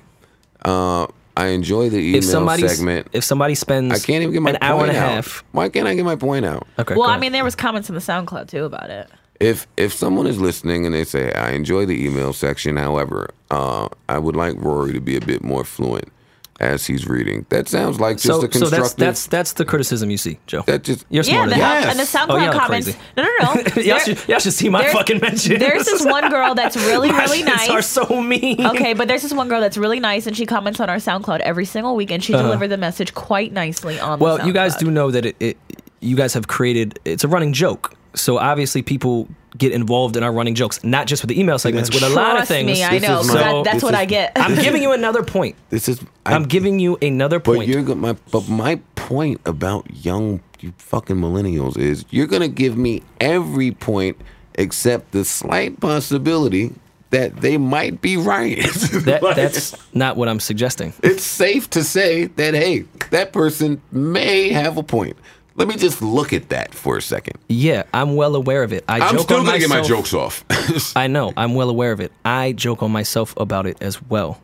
[SPEAKER 1] uh, I enjoy the email
[SPEAKER 2] If somebody
[SPEAKER 1] segment.
[SPEAKER 2] if somebody spends
[SPEAKER 1] I can't even get my
[SPEAKER 2] an
[SPEAKER 1] point
[SPEAKER 2] hour and a
[SPEAKER 1] out.
[SPEAKER 2] half.
[SPEAKER 1] Why can't I get my point out?
[SPEAKER 2] Okay. go
[SPEAKER 3] well, I
[SPEAKER 2] ahead.
[SPEAKER 3] mean, there was comments in the SoundCloud too about it.
[SPEAKER 1] If if someone is listening and they say I enjoy the email section, however, uh, I would like Rory to be a bit more fluent. as he's reading. That sounds like just
[SPEAKER 2] So,
[SPEAKER 1] a
[SPEAKER 2] so
[SPEAKER 1] constructive.
[SPEAKER 2] that's that's that's the criticism you see, Joe.
[SPEAKER 1] that just
[SPEAKER 2] You're
[SPEAKER 3] Yeah,
[SPEAKER 2] smarter.
[SPEAKER 3] the,
[SPEAKER 2] than
[SPEAKER 1] Yes.
[SPEAKER 3] and the
[SPEAKER 2] Oh,
[SPEAKER 3] SoundCloud
[SPEAKER 2] y'all
[SPEAKER 3] comments.
[SPEAKER 2] crazy.
[SPEAKER 3] No, no, no.
[SPEAKER 2] that. (laughs) y'all,
[SPEAKER 3] There-
[SPEAKER 2] should, y'all should see my
[SPEAKER 3] there-
[SPEAKER 2] fucking mention. (laughs)
[SPEAKER 3] There's this one girl that's really,
[SPEAKER 2] my
[SPEAKER 3] really
[SPEAKER 2] shits
[SPEAKER 3] nice.
[SPEAKER 2] are so mean.
[SPEAKER 3] Okay, but there's this one girl that's really nice, and she comments on our SoundCloud every single week, and she delivered the message quite nicely on. the
[SPEAKER 2] Uh-huh. Well, you guys
[SPEAKER 3] SoundCloud.
[SPEAKER 2] do know that it, it you guys have created it's a running joke. So obviously people get involved in our running jokes, not just with the email segments, with a
[SPEAKER 3] Trust
[SPEAKER 2] lot of things.
[SPEAKER 3] me, I
[SPEAKER 1] This
[SPEAKER 3] know.
[SPEAKER 1] is
[SPEAKER 3] 'cause
[SPEAKER 2] my-
[SPEAKER 3] that- (laughs) that's
[SPEAKER 1] this
[SPEAKER 3] what
[SPEAKER 1] is-
[SPEAKER 3] I get.
[SPEAKER 2] (laughs) I'm giving you another point.
[SPEAKER 1] this is. I,
[SPEAKER 2] I'm giving you another
[SPEAKER 1] But
[SPEAKER 2] point.
[SPEAKER 1] you're go- my. But my point about young you fucking millennials is you're gonna give me every point except the slight possibility that they might be right. (laughs)
[SPEAKER 2] That,
[SPEAKER 1] Like,
[SPEAKER 2] that's not what I'm suggesting.
[SPEAKER 1] it's safe to say that hey, that person may have a point. Let me just look at that for a second.
[SPEAKER 2] Yeah, I'm well aware of it. I
[SPEAKER 1] I'm
[SPEAKER 2] joke
[SPEAKER 1] still
[SPEAKER 2] on
[SPEAKER 1] gonna get my
[SPEAKER 2] myself.
[SPEAKER 1] jokes off. (laughs)
[SPEAKER 2] I know. I'm well aware of it. I joke on myself about it as well.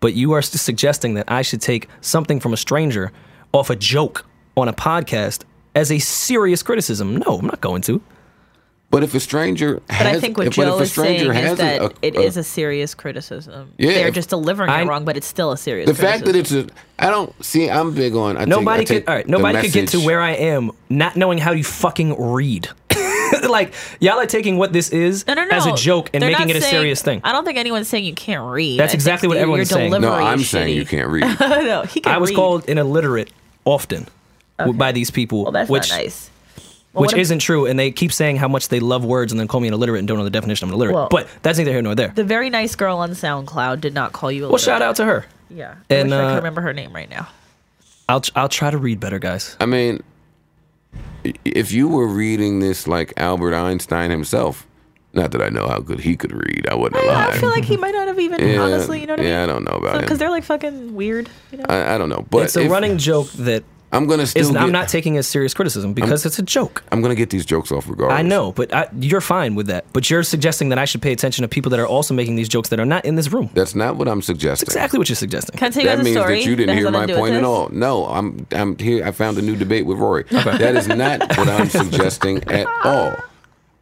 [SPEAKER 2] But you are s- suggesting that I should take something from a stranger off a joke on a podcast as a serious criticism. No, I'm not going to.
[SPEAKER 1] but if a stranger
[SPEAKER 3] But
[SPEAKER 1] has,
[SPEAKER 3] I think what
[SPEAKER 1] if- but
[SPEAKER 3] Joe
[SPEAKER 1] if a
[SPEAKER 3] is saying
[SPEAKER 1] stranger
[SPEAKER 3] is
[SPEAKER 1] has
[SPEAKER 3] that
[SPEAKER 1] a,
[SPEAKER 3] it
[SPEAKER 1] a-
[SPEAKER 3] is a serious criticism.
[SPEAKER 1] Yeah,
[SPEAKER 3] they're
[SPEAKER 1] if-
[SPEAKER 3] just delivering
[SPEAKER 2] I-
[SPEAKER 3] it wrong, but it's still a serious.
[SPEAKER 1] the fact that
[SPEAKER 3] criticism.
[SPEAKER 1] it's a I don't see. I'm big on. I take-
[SPEAKER 2] Nobody
[SPEAKER 1] I uh, take
[SPEAKER 2] could. All right.
[SPEAKER 1] the
[SPEAKER 2] Nobody could get to
[SPEAKER 1] message-
[SPEAKER 2] where I am not knowing how to fucking read. (laughs) like y'all are taking what this is
[SPEAKER 3] No, no, no.
[SPEAKER 2] as a joke and
[SPEAKER 3] They're
[SPEAKER 2] making it
[SPEAKER 3] not
[SPEAKER 2] a
[SPEAKER 3] saying-
[SPEAKER 2] serious thing.
[SPEAKER 3] I don't think anyone's saying you can't read.
[SPEAKER 2] That's
[SPEAKER 3] I think
[SPEAKER 2] exactly what
[SPEAKER 3] your-
[SPEAKER 2] everyone's
[SPEAKER 3] your
[SPEAKER 2] saying. No,
[SPEAKER 1] No,
[SPEAKER 3] delivery
[SPEAKER 1] I'm
[SPEAKER 3] is
[SPEAKER 1] saying you
[SPEAKER 3] shitty. (laughs)
[SPEAKER 1] can't read.
[SPEAKER 3] no, he can
[SPEAKER 2] I was
[SPEAKER 3] read.
[SPEAKER 2] called an illiterate often w- by these people,
[SPEAKER 3] Well, that's
[SPEAKER 2] which
[SPEAKER 3] not nice. Well,
[SPEAKER 2] which
[SPEAKER 3] what ab-
[SPEAKER 2] isn't true. And they keep saying how much they love words and then call me an illiterate and don't know the definition of an illiterate.
[SPEAKER 3] Well-
[SPEAKER 2] but that's neither here nor there.
[SPEAKER 3] The very nice girl on SoundCloud did not call you. A
[SPEAKER 2] well, shout out to her.
[SPEAKER 3] Yeah, I
[SPEAKER 2] And,
[SPEAKER 3] wish I
[SPEAKER 2] uh,
[SPEAKER 3] could remember her name right now.
[SPEAKER 2] I'll tr- I'll try to read better, guys.
[SPEAKER 1] I mean, i- if you were reading this like Albert Einstein himself, not that I know how good he could read, I wasn't
[SPEAKER 3] I,
[SPEAKER 1] alive.
[SPEAKER 3] I feel like he might not have even
[SPEAKER 1] Yeah,
[SPEAKER 3] honestly, you know what
[SPEAKER 1] yeah,
[SPEAKER 3] I mean?
[SPEAKER 1] I don't know about him.
[SPEAKER 3] Because they're like fucking weird. You know?
[SPEAKER 1] I, I don't know, but
[SPEAKER 2] It's a
[SPEAKER 1] if-
[SPEAKER 2] running joke that
[SPEAKER 1] I'm gonna still.
[SPEAKER 2] is.
[SPEAKER 1] Get,
[SPEAKER 2] I'm not taking as serious criticism because it's a joke.
[SPEAKER 1] I'm gonna get these jokes off regardless.
[SPEAKER 2] I know, but I, you're fine with that. But you're suggesting that I should pay attention to people that are also making these jokes that are not in this room. That's
[SPEAKER 1] That's not what I'm suggesting.
[SPEAKER 2] exactly what you're suggesting.
[SPEAKER 3] Can I tell you
[SPEAKER 1] That
[SPEAKER 3] guys a
[SPEAKER 1] means
[SPEAKER 3] story?
[SPEAKER 1] that you didn't
[SPEAKER 3] has
[SPEAKER 1] hear
[SPEAKER 3] nothing
[SPEAKER 1] my
[SPEAKER 3] to do with
[SPEAKER 1] point at
[SPEAKER 3] this?
[SPEAKER 1] all. No, I'm I'm here. I found a new debate with Rory. That is not what I'm suggesting at all.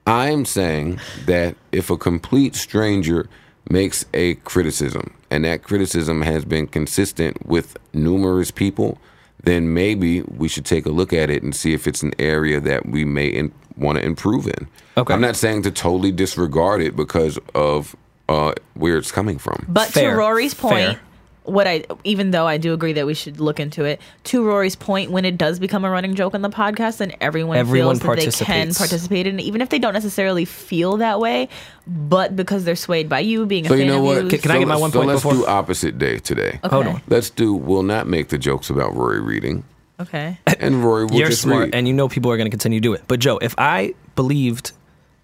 [SPEAKER 1] I'm saying that if a complete stranger makes a criticism and that criticism has been consistent with numerous people, then maybe we should take a look at it and see if it's an area that we may in, want to improve in.
[SPEAKER 2] Okay.
[SPEAKER 1] I'm not saying to totally disregard it because of uh, where it's coming from.
[SPEAKER 3] But
[SPEAKER 2] Fair.
[SPEAKER 3] to Rory's point,
[SPEAKER 2] Fair.
[SPEAKER 3] what I even though I do agree that we should look into it, to Rory's point, when it does become a running joke on the podcast, then everyone,
[SPEAKER 2] Everyone
[SPEAKER 3] feels that they can
[SPEAKER 2] participates.
[SPEAKER 3] participate in it, even if they don't necessarily feel that way, but because they're swayed by you being
[SPEAKER 1] So
[SPEAKER 3] a fan
[SPEAKER 1] you know
[SPEAKER 3] of
[SPEAKER 1] what?
[SPEAKER 3] you-
[SPEAKER 2] Can- I
[SPEAKER 1] So
[SPEAKER 2] get my
[SPEAKER 1] let's-
[SPEAKER 2] one
[SPEAKER 1] so
[SPEAKER 2] point
[SPEAKER 1] let's
[SPEAKER 2] before-
[SPEAKER 1] do opposite day today.
[SPEAKER 3] okay.
[SPEAKER 2] Hold on.
[SPEAKER 1] Let's do. We'll not make the jokes about Rory
[SPEAKER 2] (laughs)
[SPEAKER 1] reading,
[SPEAKER 3] Okay.
[SPEAKER 1] and Rory will
[SPEAKER 2] You're
[SPEAKER 1] just
[SPEAKER 2] smart,
[SPEAKER 1] read.
[SPEAKER 2] and you know people are going to continue to do it. But Joe, if I believed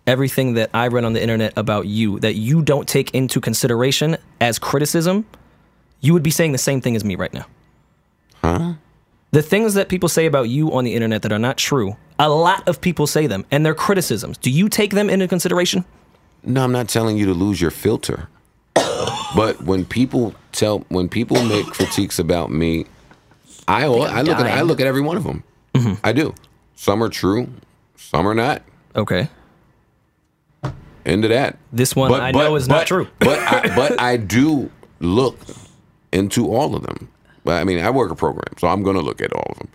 [SPEAKER 2] everything that I read on the internet about you that you don't take into consideration as criticism, you would be saying the same thing as me right now. Huh? The things that people say about you on the internet that are not true, a lot of people say them, and they're criticisms. Do you take them into consideration?
[SPEAKER 1] no, I'm not telling you to lose your
[SPEAKER 2] (coughs)
[SPEAKER 1] filter. but when people tell, when people make critiques about me, I al- I look at I
[SPEAKER 3] dying.
[SPEAKER 1] look at every one of them.
[SPEAKER 2] Mm-hmm.
[SPEAKER 1] I do. Some are true, some are not.
[SPEAKER 2] Okay.
[SPEAKER 1] End of that.
[SPEAKER 2] This one I know is not true.
[SPEAKER 1] But
[SPEAKER 2] (laughs)
[SPEAKER 1] I, but I do look into all of them. But I mean, I work a program, so I'm going to look at all of them.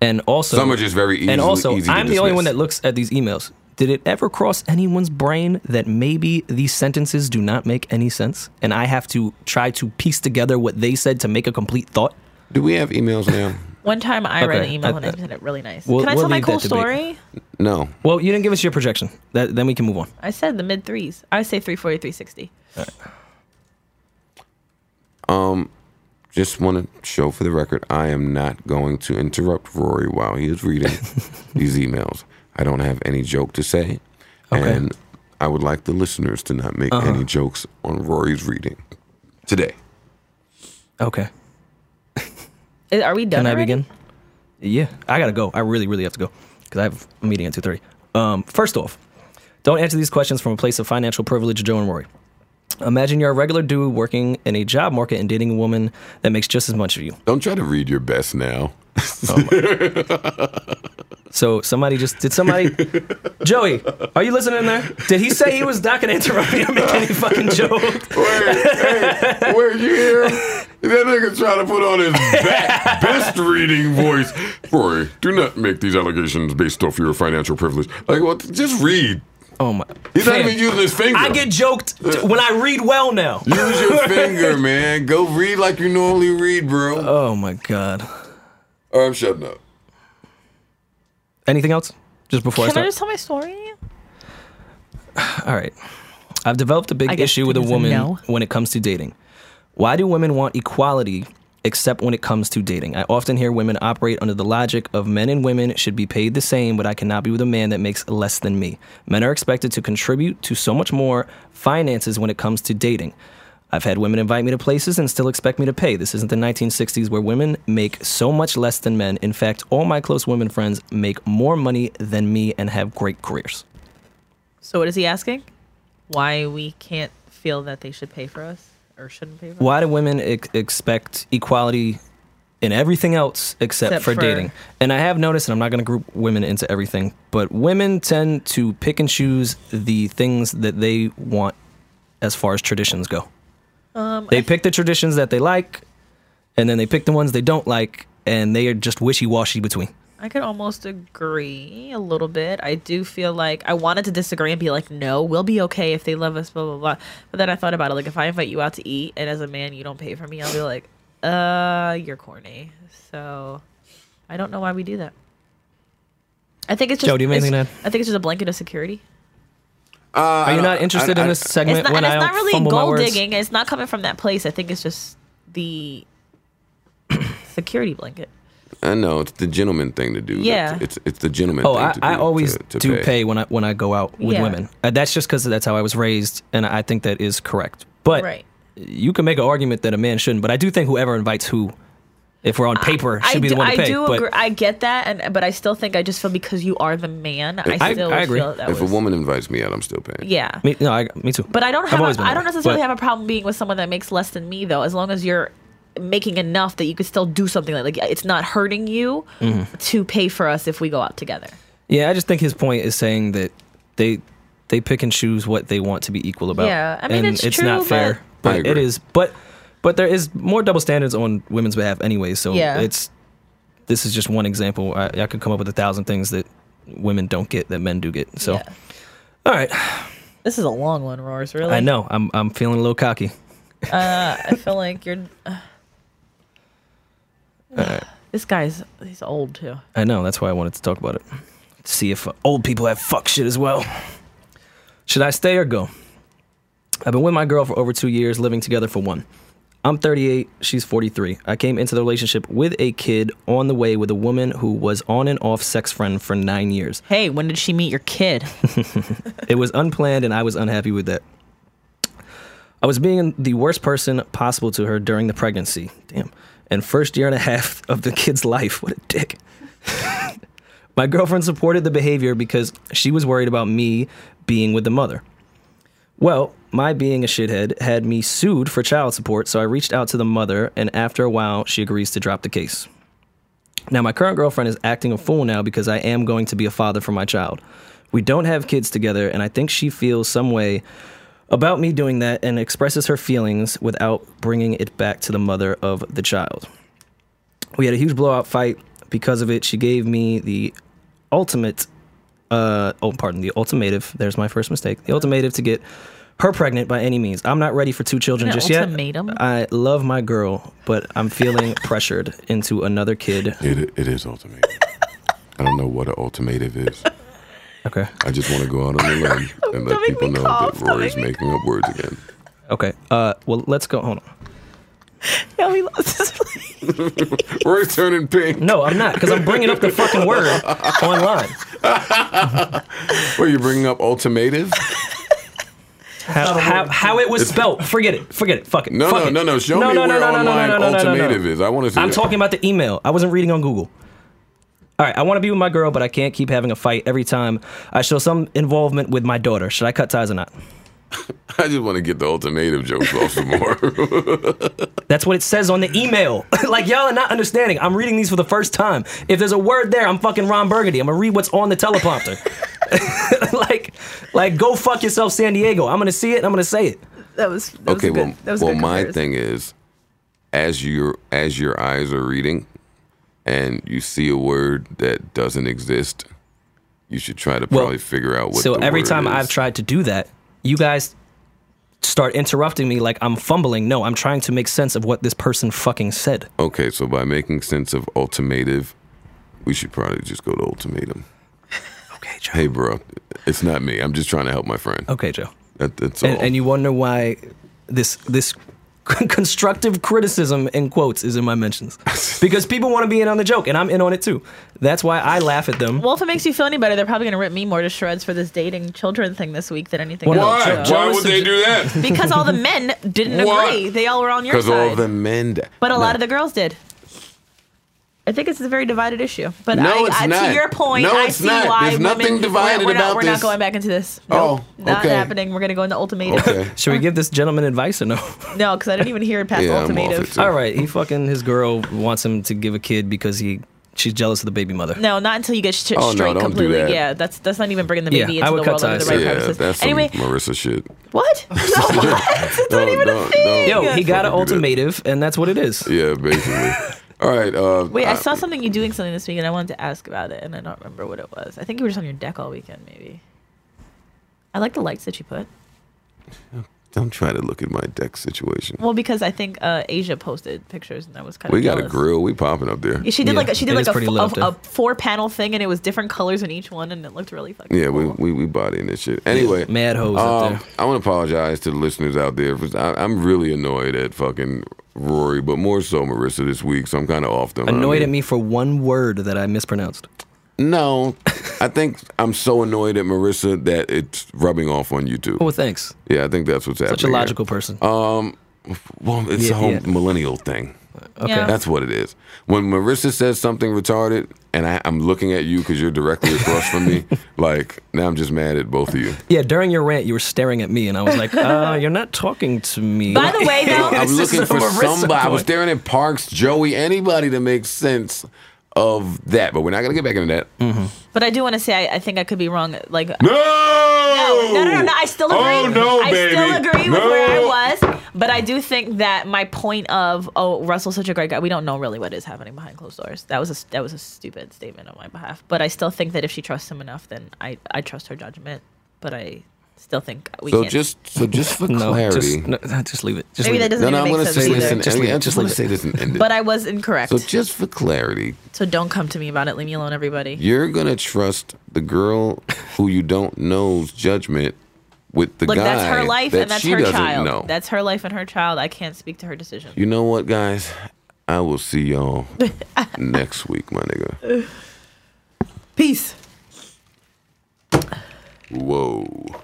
[SPEAKER 2] And also,
[SPEAKER 1] Some are just very easily,
[SPEAKER 2] and also,
[SPEAKER 1] easy to
[SPEAKER 2] I'm the only
[SPEAKER 1] dismiss.
[SPEAKER 2] one that looks at these emails. Did it ever cross anyone's brain that maybe these sentences do not make any sense, and I have to try to piece together what they said to make a complete thought?
[SPEAKER 1] Do we have emails
[SPEAKER 2] (laughs)
[SPEAKER 1] now?
[SPEAKER 3] One time I read
[SPEAKER 2] Okay.
[SPEAKER 3] an email
[SPEAKER 2] I-
[SPEAKER 3] and I said it really nice.
[SPEAKER 2] We'll-
[SPEAKER 3] Can I
[SPEAKER 2] we'll
[SPEAKER 3] tell my
[SPEAKER 2] leave
[SPEAKER 3] cool
[SPEAKER 2] that debate.
[SPEAKER 3] story?
[SPEAKER 1] No.
[SPEAKER 2] Well, you didn't give us your projection. That, then we can move on.
[SPEAKER 3] I said the mid threes. I say 340, 360.
[SPEAKER 1] Just want to show for the record, I am not going to interrupt Rory while he is reading
[SPEAKER 2] (laughs)
[SPEAKER 1] these emails. I don't have any joke to say.
[SPEAKER 2] Okay. Uh-huh.
[SPEAKER 1] And I would like the listeners to not make any jokes on Rory's reading today.
[SPEAKER 2] Okay.
[SPEAKER 3] Is- Are we done?
[SPEAKER 2] Can I
[SPEAKER 3] already?
[SPEAKER 2] begin? Yeah, I gotta go. I really, really have to go because I have a meeting at two thirty. Um, first off, don't answer these questions from a place of financial privilege, Joe and Rory. Imagine you're a regular dude working in a job market and dating a woman that makes just as much as you.
[SPEAKER 1] Don't try to read your best now.
[SPEAKER 2] So somebody just did somebody Joey, are you listening there? Did he say he was not gonna interrupt me or make any fucking joke?
[SPEAKER 1] Wait, hey, wait, you hear? him? That nigga trying to put on his (laughs) back, best reading voice. Rory, do not make these allegations based off your financial privilege. Like, well, just read.
[SPEAKER 2] Oh my
[SPEAKER 1] He's not
[SPEAKER 2] Fam,
[SPEAKER 1] even using his finger.
[SPEAKER 2] I get joked t- when I read well now.
[SPEAKER 1] Use your finger, man. Go read like you normally read, bro.
[SPEAKER 2] Oh my god.
[SPEAKER 1] All right, I'm shutting up.
[SPEAKER 2] Anything else? Just before
[SPEAKER 3] Can I
[SPEAKER 2] I
[SPEAKER 3] just
[SPEAKER 2] start.
[SPEAKER 3] tell my story?
[SPEAKER 2] All right. I've developed a
[SPEAKER 3] I
[SPEAKER 2] big
[SPEAKER 3] guess
[SPEAKER 2] issue with a
[SPEAKER 3] because I
[SPEAKER 2] woman
[SPEAKER 3] know.
[SPEAKER 2] when it comes to dating. Why do women want equality except when it comes to dating? I often hear women operate under the logic of men and women should be paid the same, but I cannot be with a man that makes less than me. Men are expected to contribute to so much more finances when it comes to dating. I've had women invite me to places and still expect me to pay. This isn't the 1960s where women make so much less than men. In fact, all my close women friends make more money than me and have great careers.
[SPEAKER 3] So what is he asking? Why we can't feel that they should pay for us or shouldn't pay for us?
[SPEAKER 2] why do women ex- expect equality in everything else except,
[SPEAKER 3] Except
[SPEAKER 2] for,
[SPEAKER 3] for-
[SPEAKER 2] dating? And I have noticed, and I'm not going to group women into everything, but women tend to pick and choose the things that they want as far as traditions go.
[SPEAKER 3] Um,
[SPEAKER 2] they pick the traditions that they like, and then they pick the ones they don't like, and they are just wishy washy between.
[SPEAKER 3] I could almost agree a little bit. I do feel like I wanted to disagree and be like, no, we'll be okay if they love us, blah, blah, blah. But then I thought about it. Like, if I invite you out to eat and as a man you don't pay for me, I'll be like, uh, you're corny. So I don't know why we do that. I think it's just.
[SPEAKER 2] Joe, do you have
[SPEAKER 3] it's-
[SPEAKER 2] anything to
[SPEAKER 3] I think it's just a blanket of security.
[SPEAKER 1] Uh,
[SPEAKER 2] Are you not interested in this segment
[SPEAKER 3] It's not,
[SPEAKER 2] when
[SPEAKER 3] and it's
[SPEAKER 2] I
[SPEAKER 3] not really
[SPEAKER 2] fumble my
[SPEAKER 3] gold
[SPEAKER 2] words?
[SPEAKER 3] digging. It's not coming from that place. I think it's just the (coughs) security blanket.
[SPEAKER 1] I know it's the gentleman thing to do.
[SPEAKER 3] Yeah.
[SPEAKER 1] it's it's, it's the gentleman.
[SPEAKER 2] Oh,
[SPEAKER 1] thing
[SPEAKER 2] I,
[SPEAKER 1] to do,
[SPEAKER 2] I always
[SPEAKER 1] to- to
[SPEAKER 2] do pay. when I when I go out with
[SPEAKER 3] Yeah.
[SPEAKER 2] women. Uh, that's just because that's how I was raised, and I think that is correct. But
[SPEAKER 3] Right.
[SPEAKER 2] you can make an argument that a man shouldn't. But I do think whoever invites who, if we're on paper, should
[SPEAKER 3] I
[SPEAKER 2] be the
[SPEAKER 3] do-
[SPEAKER 2] one to
[SPEAKER 3] I
[SPEAKER 2] pay.
[SPEAKER 3] do
[SPEAKER 2] but
[SPEAKER 3] agree. I get that, and but I still think I just feel because you are the man. I,
[SPEAKER 2] I-
[SPEAKER 3] still
[SPEAKER 2] I agree.
[SPEAKER 3] feel that
[SPEAKER 1] If a
[SPEAKER 3] was-
[SPEAKER 1] woman invites me out, I'm still paying.
[SPEAKER 3] yeah.
[SPEAKER 2] me, no, I, me too.
[SPEAKER 3] But I don't
[SPEAKER 2] I've
[SPEAKER 3] have.
[SPEAKER 2] always
[SPEAKER 3] A,
[SPEAKER 2] been
[SPEAKER 3] I
[SPEAKER 2] that
[SPEAKER 3] don't
[SPEAKER 2] way.
[SPEAKER 3] necessarily
[SPEAKER 2] But-
[SPEAKER 3] have a problem being with someone that makes less than me, though, as long as you're making enough that you could still do something like, like it's not hurting you
[SPEAKER 2] Mm-hmm.
[SPEAKER 3] to pay for us if we go out together.
[SPEAKER 2] Yeah, I just think his point is saying that they they pick and choose what they want to be equal about.
[SPEAKER 3] Yeah, I mean,
[SPEAKER 2] and
[SPEAKER 3] it's
[SPEAKER 2] not
[SPEAKER 3] true,
[SPEAKER 2] fair,
[SPEAKER 1] but- I
[SPEAKER 2] but it
[SPEAKER 1] agree.
[SPEAKER 2] is. But but there is more double standards on women's behalf anyway. So
[SPEAKER 3] Yeah.
[SPEAKER 2] it's this is just one example. I, I could come up with a thousand things that women don't get that men do get. So
[SPEAKER 3] Yeah.
[SPEAKER 2] all right,
[SPEAKER 3] This is a long one, Roars. Really, Uh,
[SPEAKER 2] I know I'm I'm feeling a little cocky.
[SPEAKER 3] I feel like you're. (sighs) This guy's he's old too.
[SPEAKER 2] I know that's why I wanted to talk about it. See if old people have fuck shit as well. Should I stay or go? I've been with my girl for over two years, living together for one. I'm 38, she's 43. I came into the relationship with a kid on the way with a woman who was on and off sex friend for nine years.
[SPEAKER 3] Hey, when did she meet your (laughs) kid?
[SPEAKER 2] It was unplanned, and I was unhappy with that. I was being the worst person possible to her during the pregnancy. Damn. And first year and a half (laughs) of the kid's life. What a dick. (laughs) My girlfriend supported the behavior because she was worried about me being with the mother. Well, my being a shithead had me sued for child support, so I reached out to the mother, and after a while, she agrees to drop the case. Now, my current girlfriend is acting a fool now because I am going to be a father for my child. We don't have kids together, and I think she feels some way about me doing that and expresses her feelings without bringing it back to the mother of the child. We had a huge blowout fight because of it. She gave me the ultimate, uh, oh, pardon, the ultimative. There's my first mistake. The ultimative to get her pregnant by any means. I'm not ready for two children
[SPEAKER 3] An
[SPEAKER 2] just
[SPEAKER 3] ultimatum?
[SPEAKER 2] yet. I love my girl, but I'm feeling (laughs) pressured into another kid.
[SPEAKER 1] It it is ultimate.
[SPEAKER 2] (laughs)
[SPEAKER 1] I don't know what an ultimative is.
[SPEAKER 2] Okay.
[SPEAKER 1] I just want to go out on a
[SPEAKER 3] (laughs)
[SPEAKER 1] limb and let
[SPEAKER 3] Don't make
[SPEAKER 1] people
[SPEAKER 3] me
[SPEAKER 1] know
[SPEAKER 3] cough,
[SPEAKER 1] that
[SPEAKER 3] don't
[SPEAKER 1] Rory's
[SPEAKER 3] make me
[SPEAKER 1] making up words again. (laughs)
[SPEAKER 2] Okay. Uh, well, let's go. Hold on.
[SPEAKER 3] no, he lost his (laughs)
[SPEAKER 1] Rory's turning pink.
[SPEAKER 2] No, I'm not, because I'm bringing up the fucking word online.
[SPEAKER 1] What are you bringing up? Ultimative?
[SPEAKER 2] How, how, how it was spelt. Forget it. Forget it. Fuck it.
[SPEAKER 1] No,
[SPEAKER 2] Fuck
[SPEAKER 1] no, no,
[SPEAKER 2] it.
[SPEAKER 1] no. Show me where online ultimative is. I want to see.
[SPEAKER 2] I'm
[SPEAKER 1] that.
[SPEAKER 2] talking about the email. I wasn't reading on Google. All right, I want to be with my girl, but I can't keep having a fight every time I show some involvement with my daughter. Should I cut ties or not?
[SPEAKER 1] (laughs) I just want to get the ultimatum jokes off some more.
[SPEAKER 2] That's what it says on the email. (laughs) like y'all are not understanding. I'm reading these for the first time. If there's a word there, I'm fucking Ron Burgundy. I'm gonna read what's on the teleprompter. (laughs) like, like go fuck yourself, San Diego. I'm gonna see it. and I'm gonna say it.
[SPEAKER 3] That was that
[SPEAKER 1] okay,
[SPEAKER 3] Was a
[SPEAKER 1] well,
[SPEAKER 3] good, that was a
[SPEAKER 1] well,
[SPEAKER 3] good
[SPEAKER 1] my
[SPEAKER 3] comparison.
[SPEAKER 1] thing is, as your as your eyes are reading, and you see a word that doesn't exist, you should try to
[SPEAKER 2] Well,
[SPEAKER 1] probably figure out what.
[SPEAKER 2] so
[SPEAKER 1] the
[SPEAKER 2] every
[SPEAKER 1] word
[SPEAKER 2] time
[SPEAKER 1] is.
[SPEAKER 2] I've tried to do that, you guys start interrupting me like I'm fumbling. No, I'm trying to make sense of what this person fucking said.
[SPEAKER 1] Okay, so by making sense of ultimative, we should probably just go to ultimatum.
[SPEAKER 2] Okay, Joe.
[SPEAKER 1] Hey, bro, it's not me. I'm just trying to help my friend.
[SPEAKER 2] Okay, Joe.
[SPEAKER 1] That, that's
[SPEAKER 2] And,
[SPEAKER 1] all.
[SPEAKER 2] and you wonder why this this (laughs) constructive criticism in quotes is in
[SPEAKER 1] (laughs)
[SPEAKER 2] my mentions because people want to be in on the joke and I'm in on it too. That's why I laugh at them.
[SPEAKER 3] Well, if it makes you feel any better, they're probably gonna rip me more to shreds for this dating children thing this week than anything
[SPEAKER 2] Well,
[SPEAKER 3] else.
[SPEAKER 1] Why?
[SPEAKER 2] Joe-
[SPEAKER 1] Why
[SPEAKER 2] Joe
[SPEAKER 1] would they
[SPEAKER 2] sugge-
[SPEAKER 1] do
[SPEAKER 3] (laughs)
[SPEAKER 1] that?
[SPEAKER 3] Because all the men didn't
[SPEAKER 1] Why?
[SPEAKER 3] agree. They all were on your
[SPEAKER 1] Because
[SPEAKER 3] side.
[SPEAKER 1] all the men. di-
[SPEAKER 3] But a
[SPEAKER 1] No.
[SPEAKER 3] lot of the girls did. I think it's a very divided issue. But
[SPEAKER 1] No,
[SPEAKER 3] I,
[SPEAKER 1] it's
[SPEAKER 3] I,
[SPEAKER 1] not.
[SPEAKER 3] to your point,
[SPEAKER 1] No,
[SPEAKER 3] I
[SPEAKER 1] it's
[SPEAKER 3] see
[SPEAKER 1] not.
[SPEAKER 3] why
[SPEAKER 1] There's
[SPEAKER 3] women,
[SPEAKER 1] nothing
[SPEAKER 3] we're-
[SPEAKER 1] divided
[SPEAKER 3] we're,
[SPEAKER 1] about
[SPEAKER 3] not, we're
[SPEAKER 1] this.
[SPEAKER 3] not going back into this.
[SPEAKER 1] Oh,
[SPEAKER 3] Nope, not
[SPEAKER 1] okay.
[SPEAKER 3] happening. We're gonna go into ultimatum.
[SPEAKER 1] (laughs) Okay.
[SPEAKER 2] Should
[SPEAKER 3] uh-huh.
[SPEAKER 2] we give this gentleman advice
[SPEAKER 1] (laughs)
[SPEAKER 2] or no?
[SPEAKER 3] (laughs) no, because I didn't even hear it past
[SPEAKER 1] Yeah, I'm off
[SPEAKER 3] ultimatum.
[SPEAKER 1] it, too.
[SPEAKER 2] All right, he fucking his girl wants him to give a kid because he she's jealous of the baby mother.
[SPEAKER 3] No, not until you get sh-
[SPEAKER 1] Oh, no,
[SPEAKER 3] straight
[SPEAKER 1] don't do
[SPEAKER 3] completely.
[SPEAKER 1] that.
[SPEAKER 3] Yeah, that's that's not even bringing the
[SPEAKER 2] Yeah,
[SPEAKER 3] baby
[SPEAKER 2] I
[SPEAKER 3] into
[SPEAKER 2] would
[SPEAKER 3] the
[SPEAKER 2] cut
[SPEAKER 3] world under
[SPEAKER 2] ties.
[SPEAKER 3] the right
[SPEAKER 1] yeah,
[SPEAKER 3] premises.
[SPEAKER 1] that's some
[SPEAKER 3] anyway,
[SPEAKER 1] Marissa shit. (laughs)
[SPEAKER 3] what? No, what? It's not
[SPEAKER 1] No,
[SPEAKER 3] even a
[SPEAKER 1] don't-
[SPEAKER 3] thing.
[SPEAKER 1] don't.
[SPEAKER 2] Yo, he got an
[SPEAKER 1] Fucking do that.
[SPEAKER 2] ultimative, and that's what it is.
[SPEAKER 1] Yeah, basically.
[SPEAKER 3] (laughs)
[SPEAKER 1] All right. Uh,
[SPEAKER 3] Wait, I saw something you doing something this week, and I wanted to ask about it, and I don't remember what it was. I think you were just on your deck all weekend, maybe. I like the lights that you put.
[SPEAKER 1] Don't try to look at my deck situation.
[SPEAKER 3] Well, because I think uh, Asia posted pictures, and I was kind of
[SPEAKER 1] we got a
[SPEAKER 3] jealous.
[SPEAKER 1] grill. We popping up there.
[SPEAKER 3] Yeah, she did
[SPEAKER 2] Yeah,
[SPEAKER 3] like a, she
[SPEAKER 2] it
[SPEAKER 3] did
[SPEAKER 2] is
[SPEAKER 3] like a,
[SPEAKER 2] pretty
[SPEAKER 3] f-
[SPEAKER 2] lit up
[SPEAKER 3] a,
[SPEAKER 2] there.
[SPEAKER 3] four panel thing, and it was different colors in each one, and it looked really fucking.
[SPEAKER 1] Yeah, we
[SPEAKER 3] cool.
[SPEAKER 1] we, we bodying this shit. Anyway,
[SPEAKER 2] Oh. Mad hoes up
[SPEAKER 1] um,
[SPEAKER 2] there.
[SPEAKER 1] I want to apologize to the listeners out there. For, I, am really annoyed at fucking Rory, but more so Marissa this week. So I'm kind of off them.
[SPEAKER 2] Annoyed at me for one word that I mispronounced.
[SPEAKER 1] No, I think I'm so annoyed at Marissa that it's rubbing off on you too.
[SPEAKER 2] Oh, Well, thanks.
[SPEAKER 1] Yeah, I think that's what's happening.
[SPEAKER 2] Such a
[SPEAKER 1] here.
[SPEAKER 2] logical person.
[SPEAKER 1] Uh, Well, it's
[SPEAKER 2] Yeah,
[SPEAKER 1] the whole
[SPEAKER 2] yeah.
[SPEAKER 1] millennial thing.
[SPEAKER 2] okay.
[SPEAKER 3] yeah.
[SPEAKER 1] That's what it is. When Marissa says something retarded, and I, I'm looking at you because you're directly across from
[SPEAKER 2] (laughs)
[SPEAKER 1] me, like now I'm just mad at both of you.
[SPEAKER 2] Yeah, during your rant, you were staring at me, and I
[SPEAKER 1] (laughs)
[SPEAKER 2] was like, uh, "You're not talking to me."
[SPEAKER 3] By the way, (laughs) though,
[SPEAKER 1] I'm
[SPEAKER 2] This is
[SPEAKER 1] looking
[SPEAKER 2] a
[SPEAKER 1] for
[SPEAKER 2] Marissa
[SPEAKER 1] somebody. I was
[SPEAKER 2] point.
[SPEAKER 1] staring at Parks, Joey, anybody to make sense of that. But we're not gonna get back into that.
[SPEAKER 3] Mm. but I do want to say I, I think I could be wrong. Like
[SPEAKER 1] No!
[SPEAKER 3] No, no, no, no, no. I still agree.
[SPEAKER 1] Oh no,
[SPEAKER 3] I
[SPEAKER 1] baby!
[SPEAKER 3] still agree with
[SPEAKER 1] No.
[SPEAKER 3] where I was, but I do think that my point of oh Russell's such a great guy. We don't know really what is happening behind closed doors. That was a that was a stupid statement on my behalf. But I still think that if she trusts him enough, then I I trust her judgment. But I still think we
[SPEAKER 1] So
[SPEAKER 3] can't.
[SPEAKER 1] just, so just
[SPEAKER 3] (laughs)
[SPEAKER 1] for
[SPEAKER 2] no,
[SPEAKER 1] clarity,
[SPEAKER 2] just, no, just leave it. Just leave
[SPEAKER 3] Maybe that
[SPEAKER 2] it.
[SPEAKER 3] doesn't
[SPEAKER 1] no, no,
[SPEAKER 3] even
[SPEAKER 1] I'm
[SPEAKER 3] make
[SPEAKER 1] gonna
[SPEAKER 3] sense.
[SPEAKER 1] say
[SPEAKER 3] either.
[SPEAKER 1] this, and
[SPEAKER 2] Just leave it.
[SPEAKER 1] I just
[SPEAKER 2] Just
[SPEAKER 1] want
[SPEAKER 2] leave
[SPEAKER 1] to
[SPEAKER 2] it.
[SPEAKER 1] say this and end it.
[SPEAKER 3] but I was incorrect.
[SPEAKER 1] so
[SPEAKER 3] So,
[SPEAKER 1] just for clarity,
[SPEAKER 3] don't come to me about it. Leave me alone, everybody.
[SPEAKER 1] you're gonna trust the girl who you don't know's judgment with the
[SPEAKER 3] Look,
[SPEAKER 1] guy
[SPEAKER 3] that's her life
[SPEAKER 1] that
[SPEAKER 3] and that's
[SPEAKER 1] she
[SPEAKER 3] her
[SPEAKER 1] doesn't
[SPEAKER 3] child.
[SPEAKER 1] know.
[SPEAKER 3] That's her life and her child. I can't speak to her decision.
[SPEAKER 1] you know what, guys? I will see y'all (laughs) next week, my nigga.
[SPEAKER 3] Peace.
[SPEAKER 1] Whoa.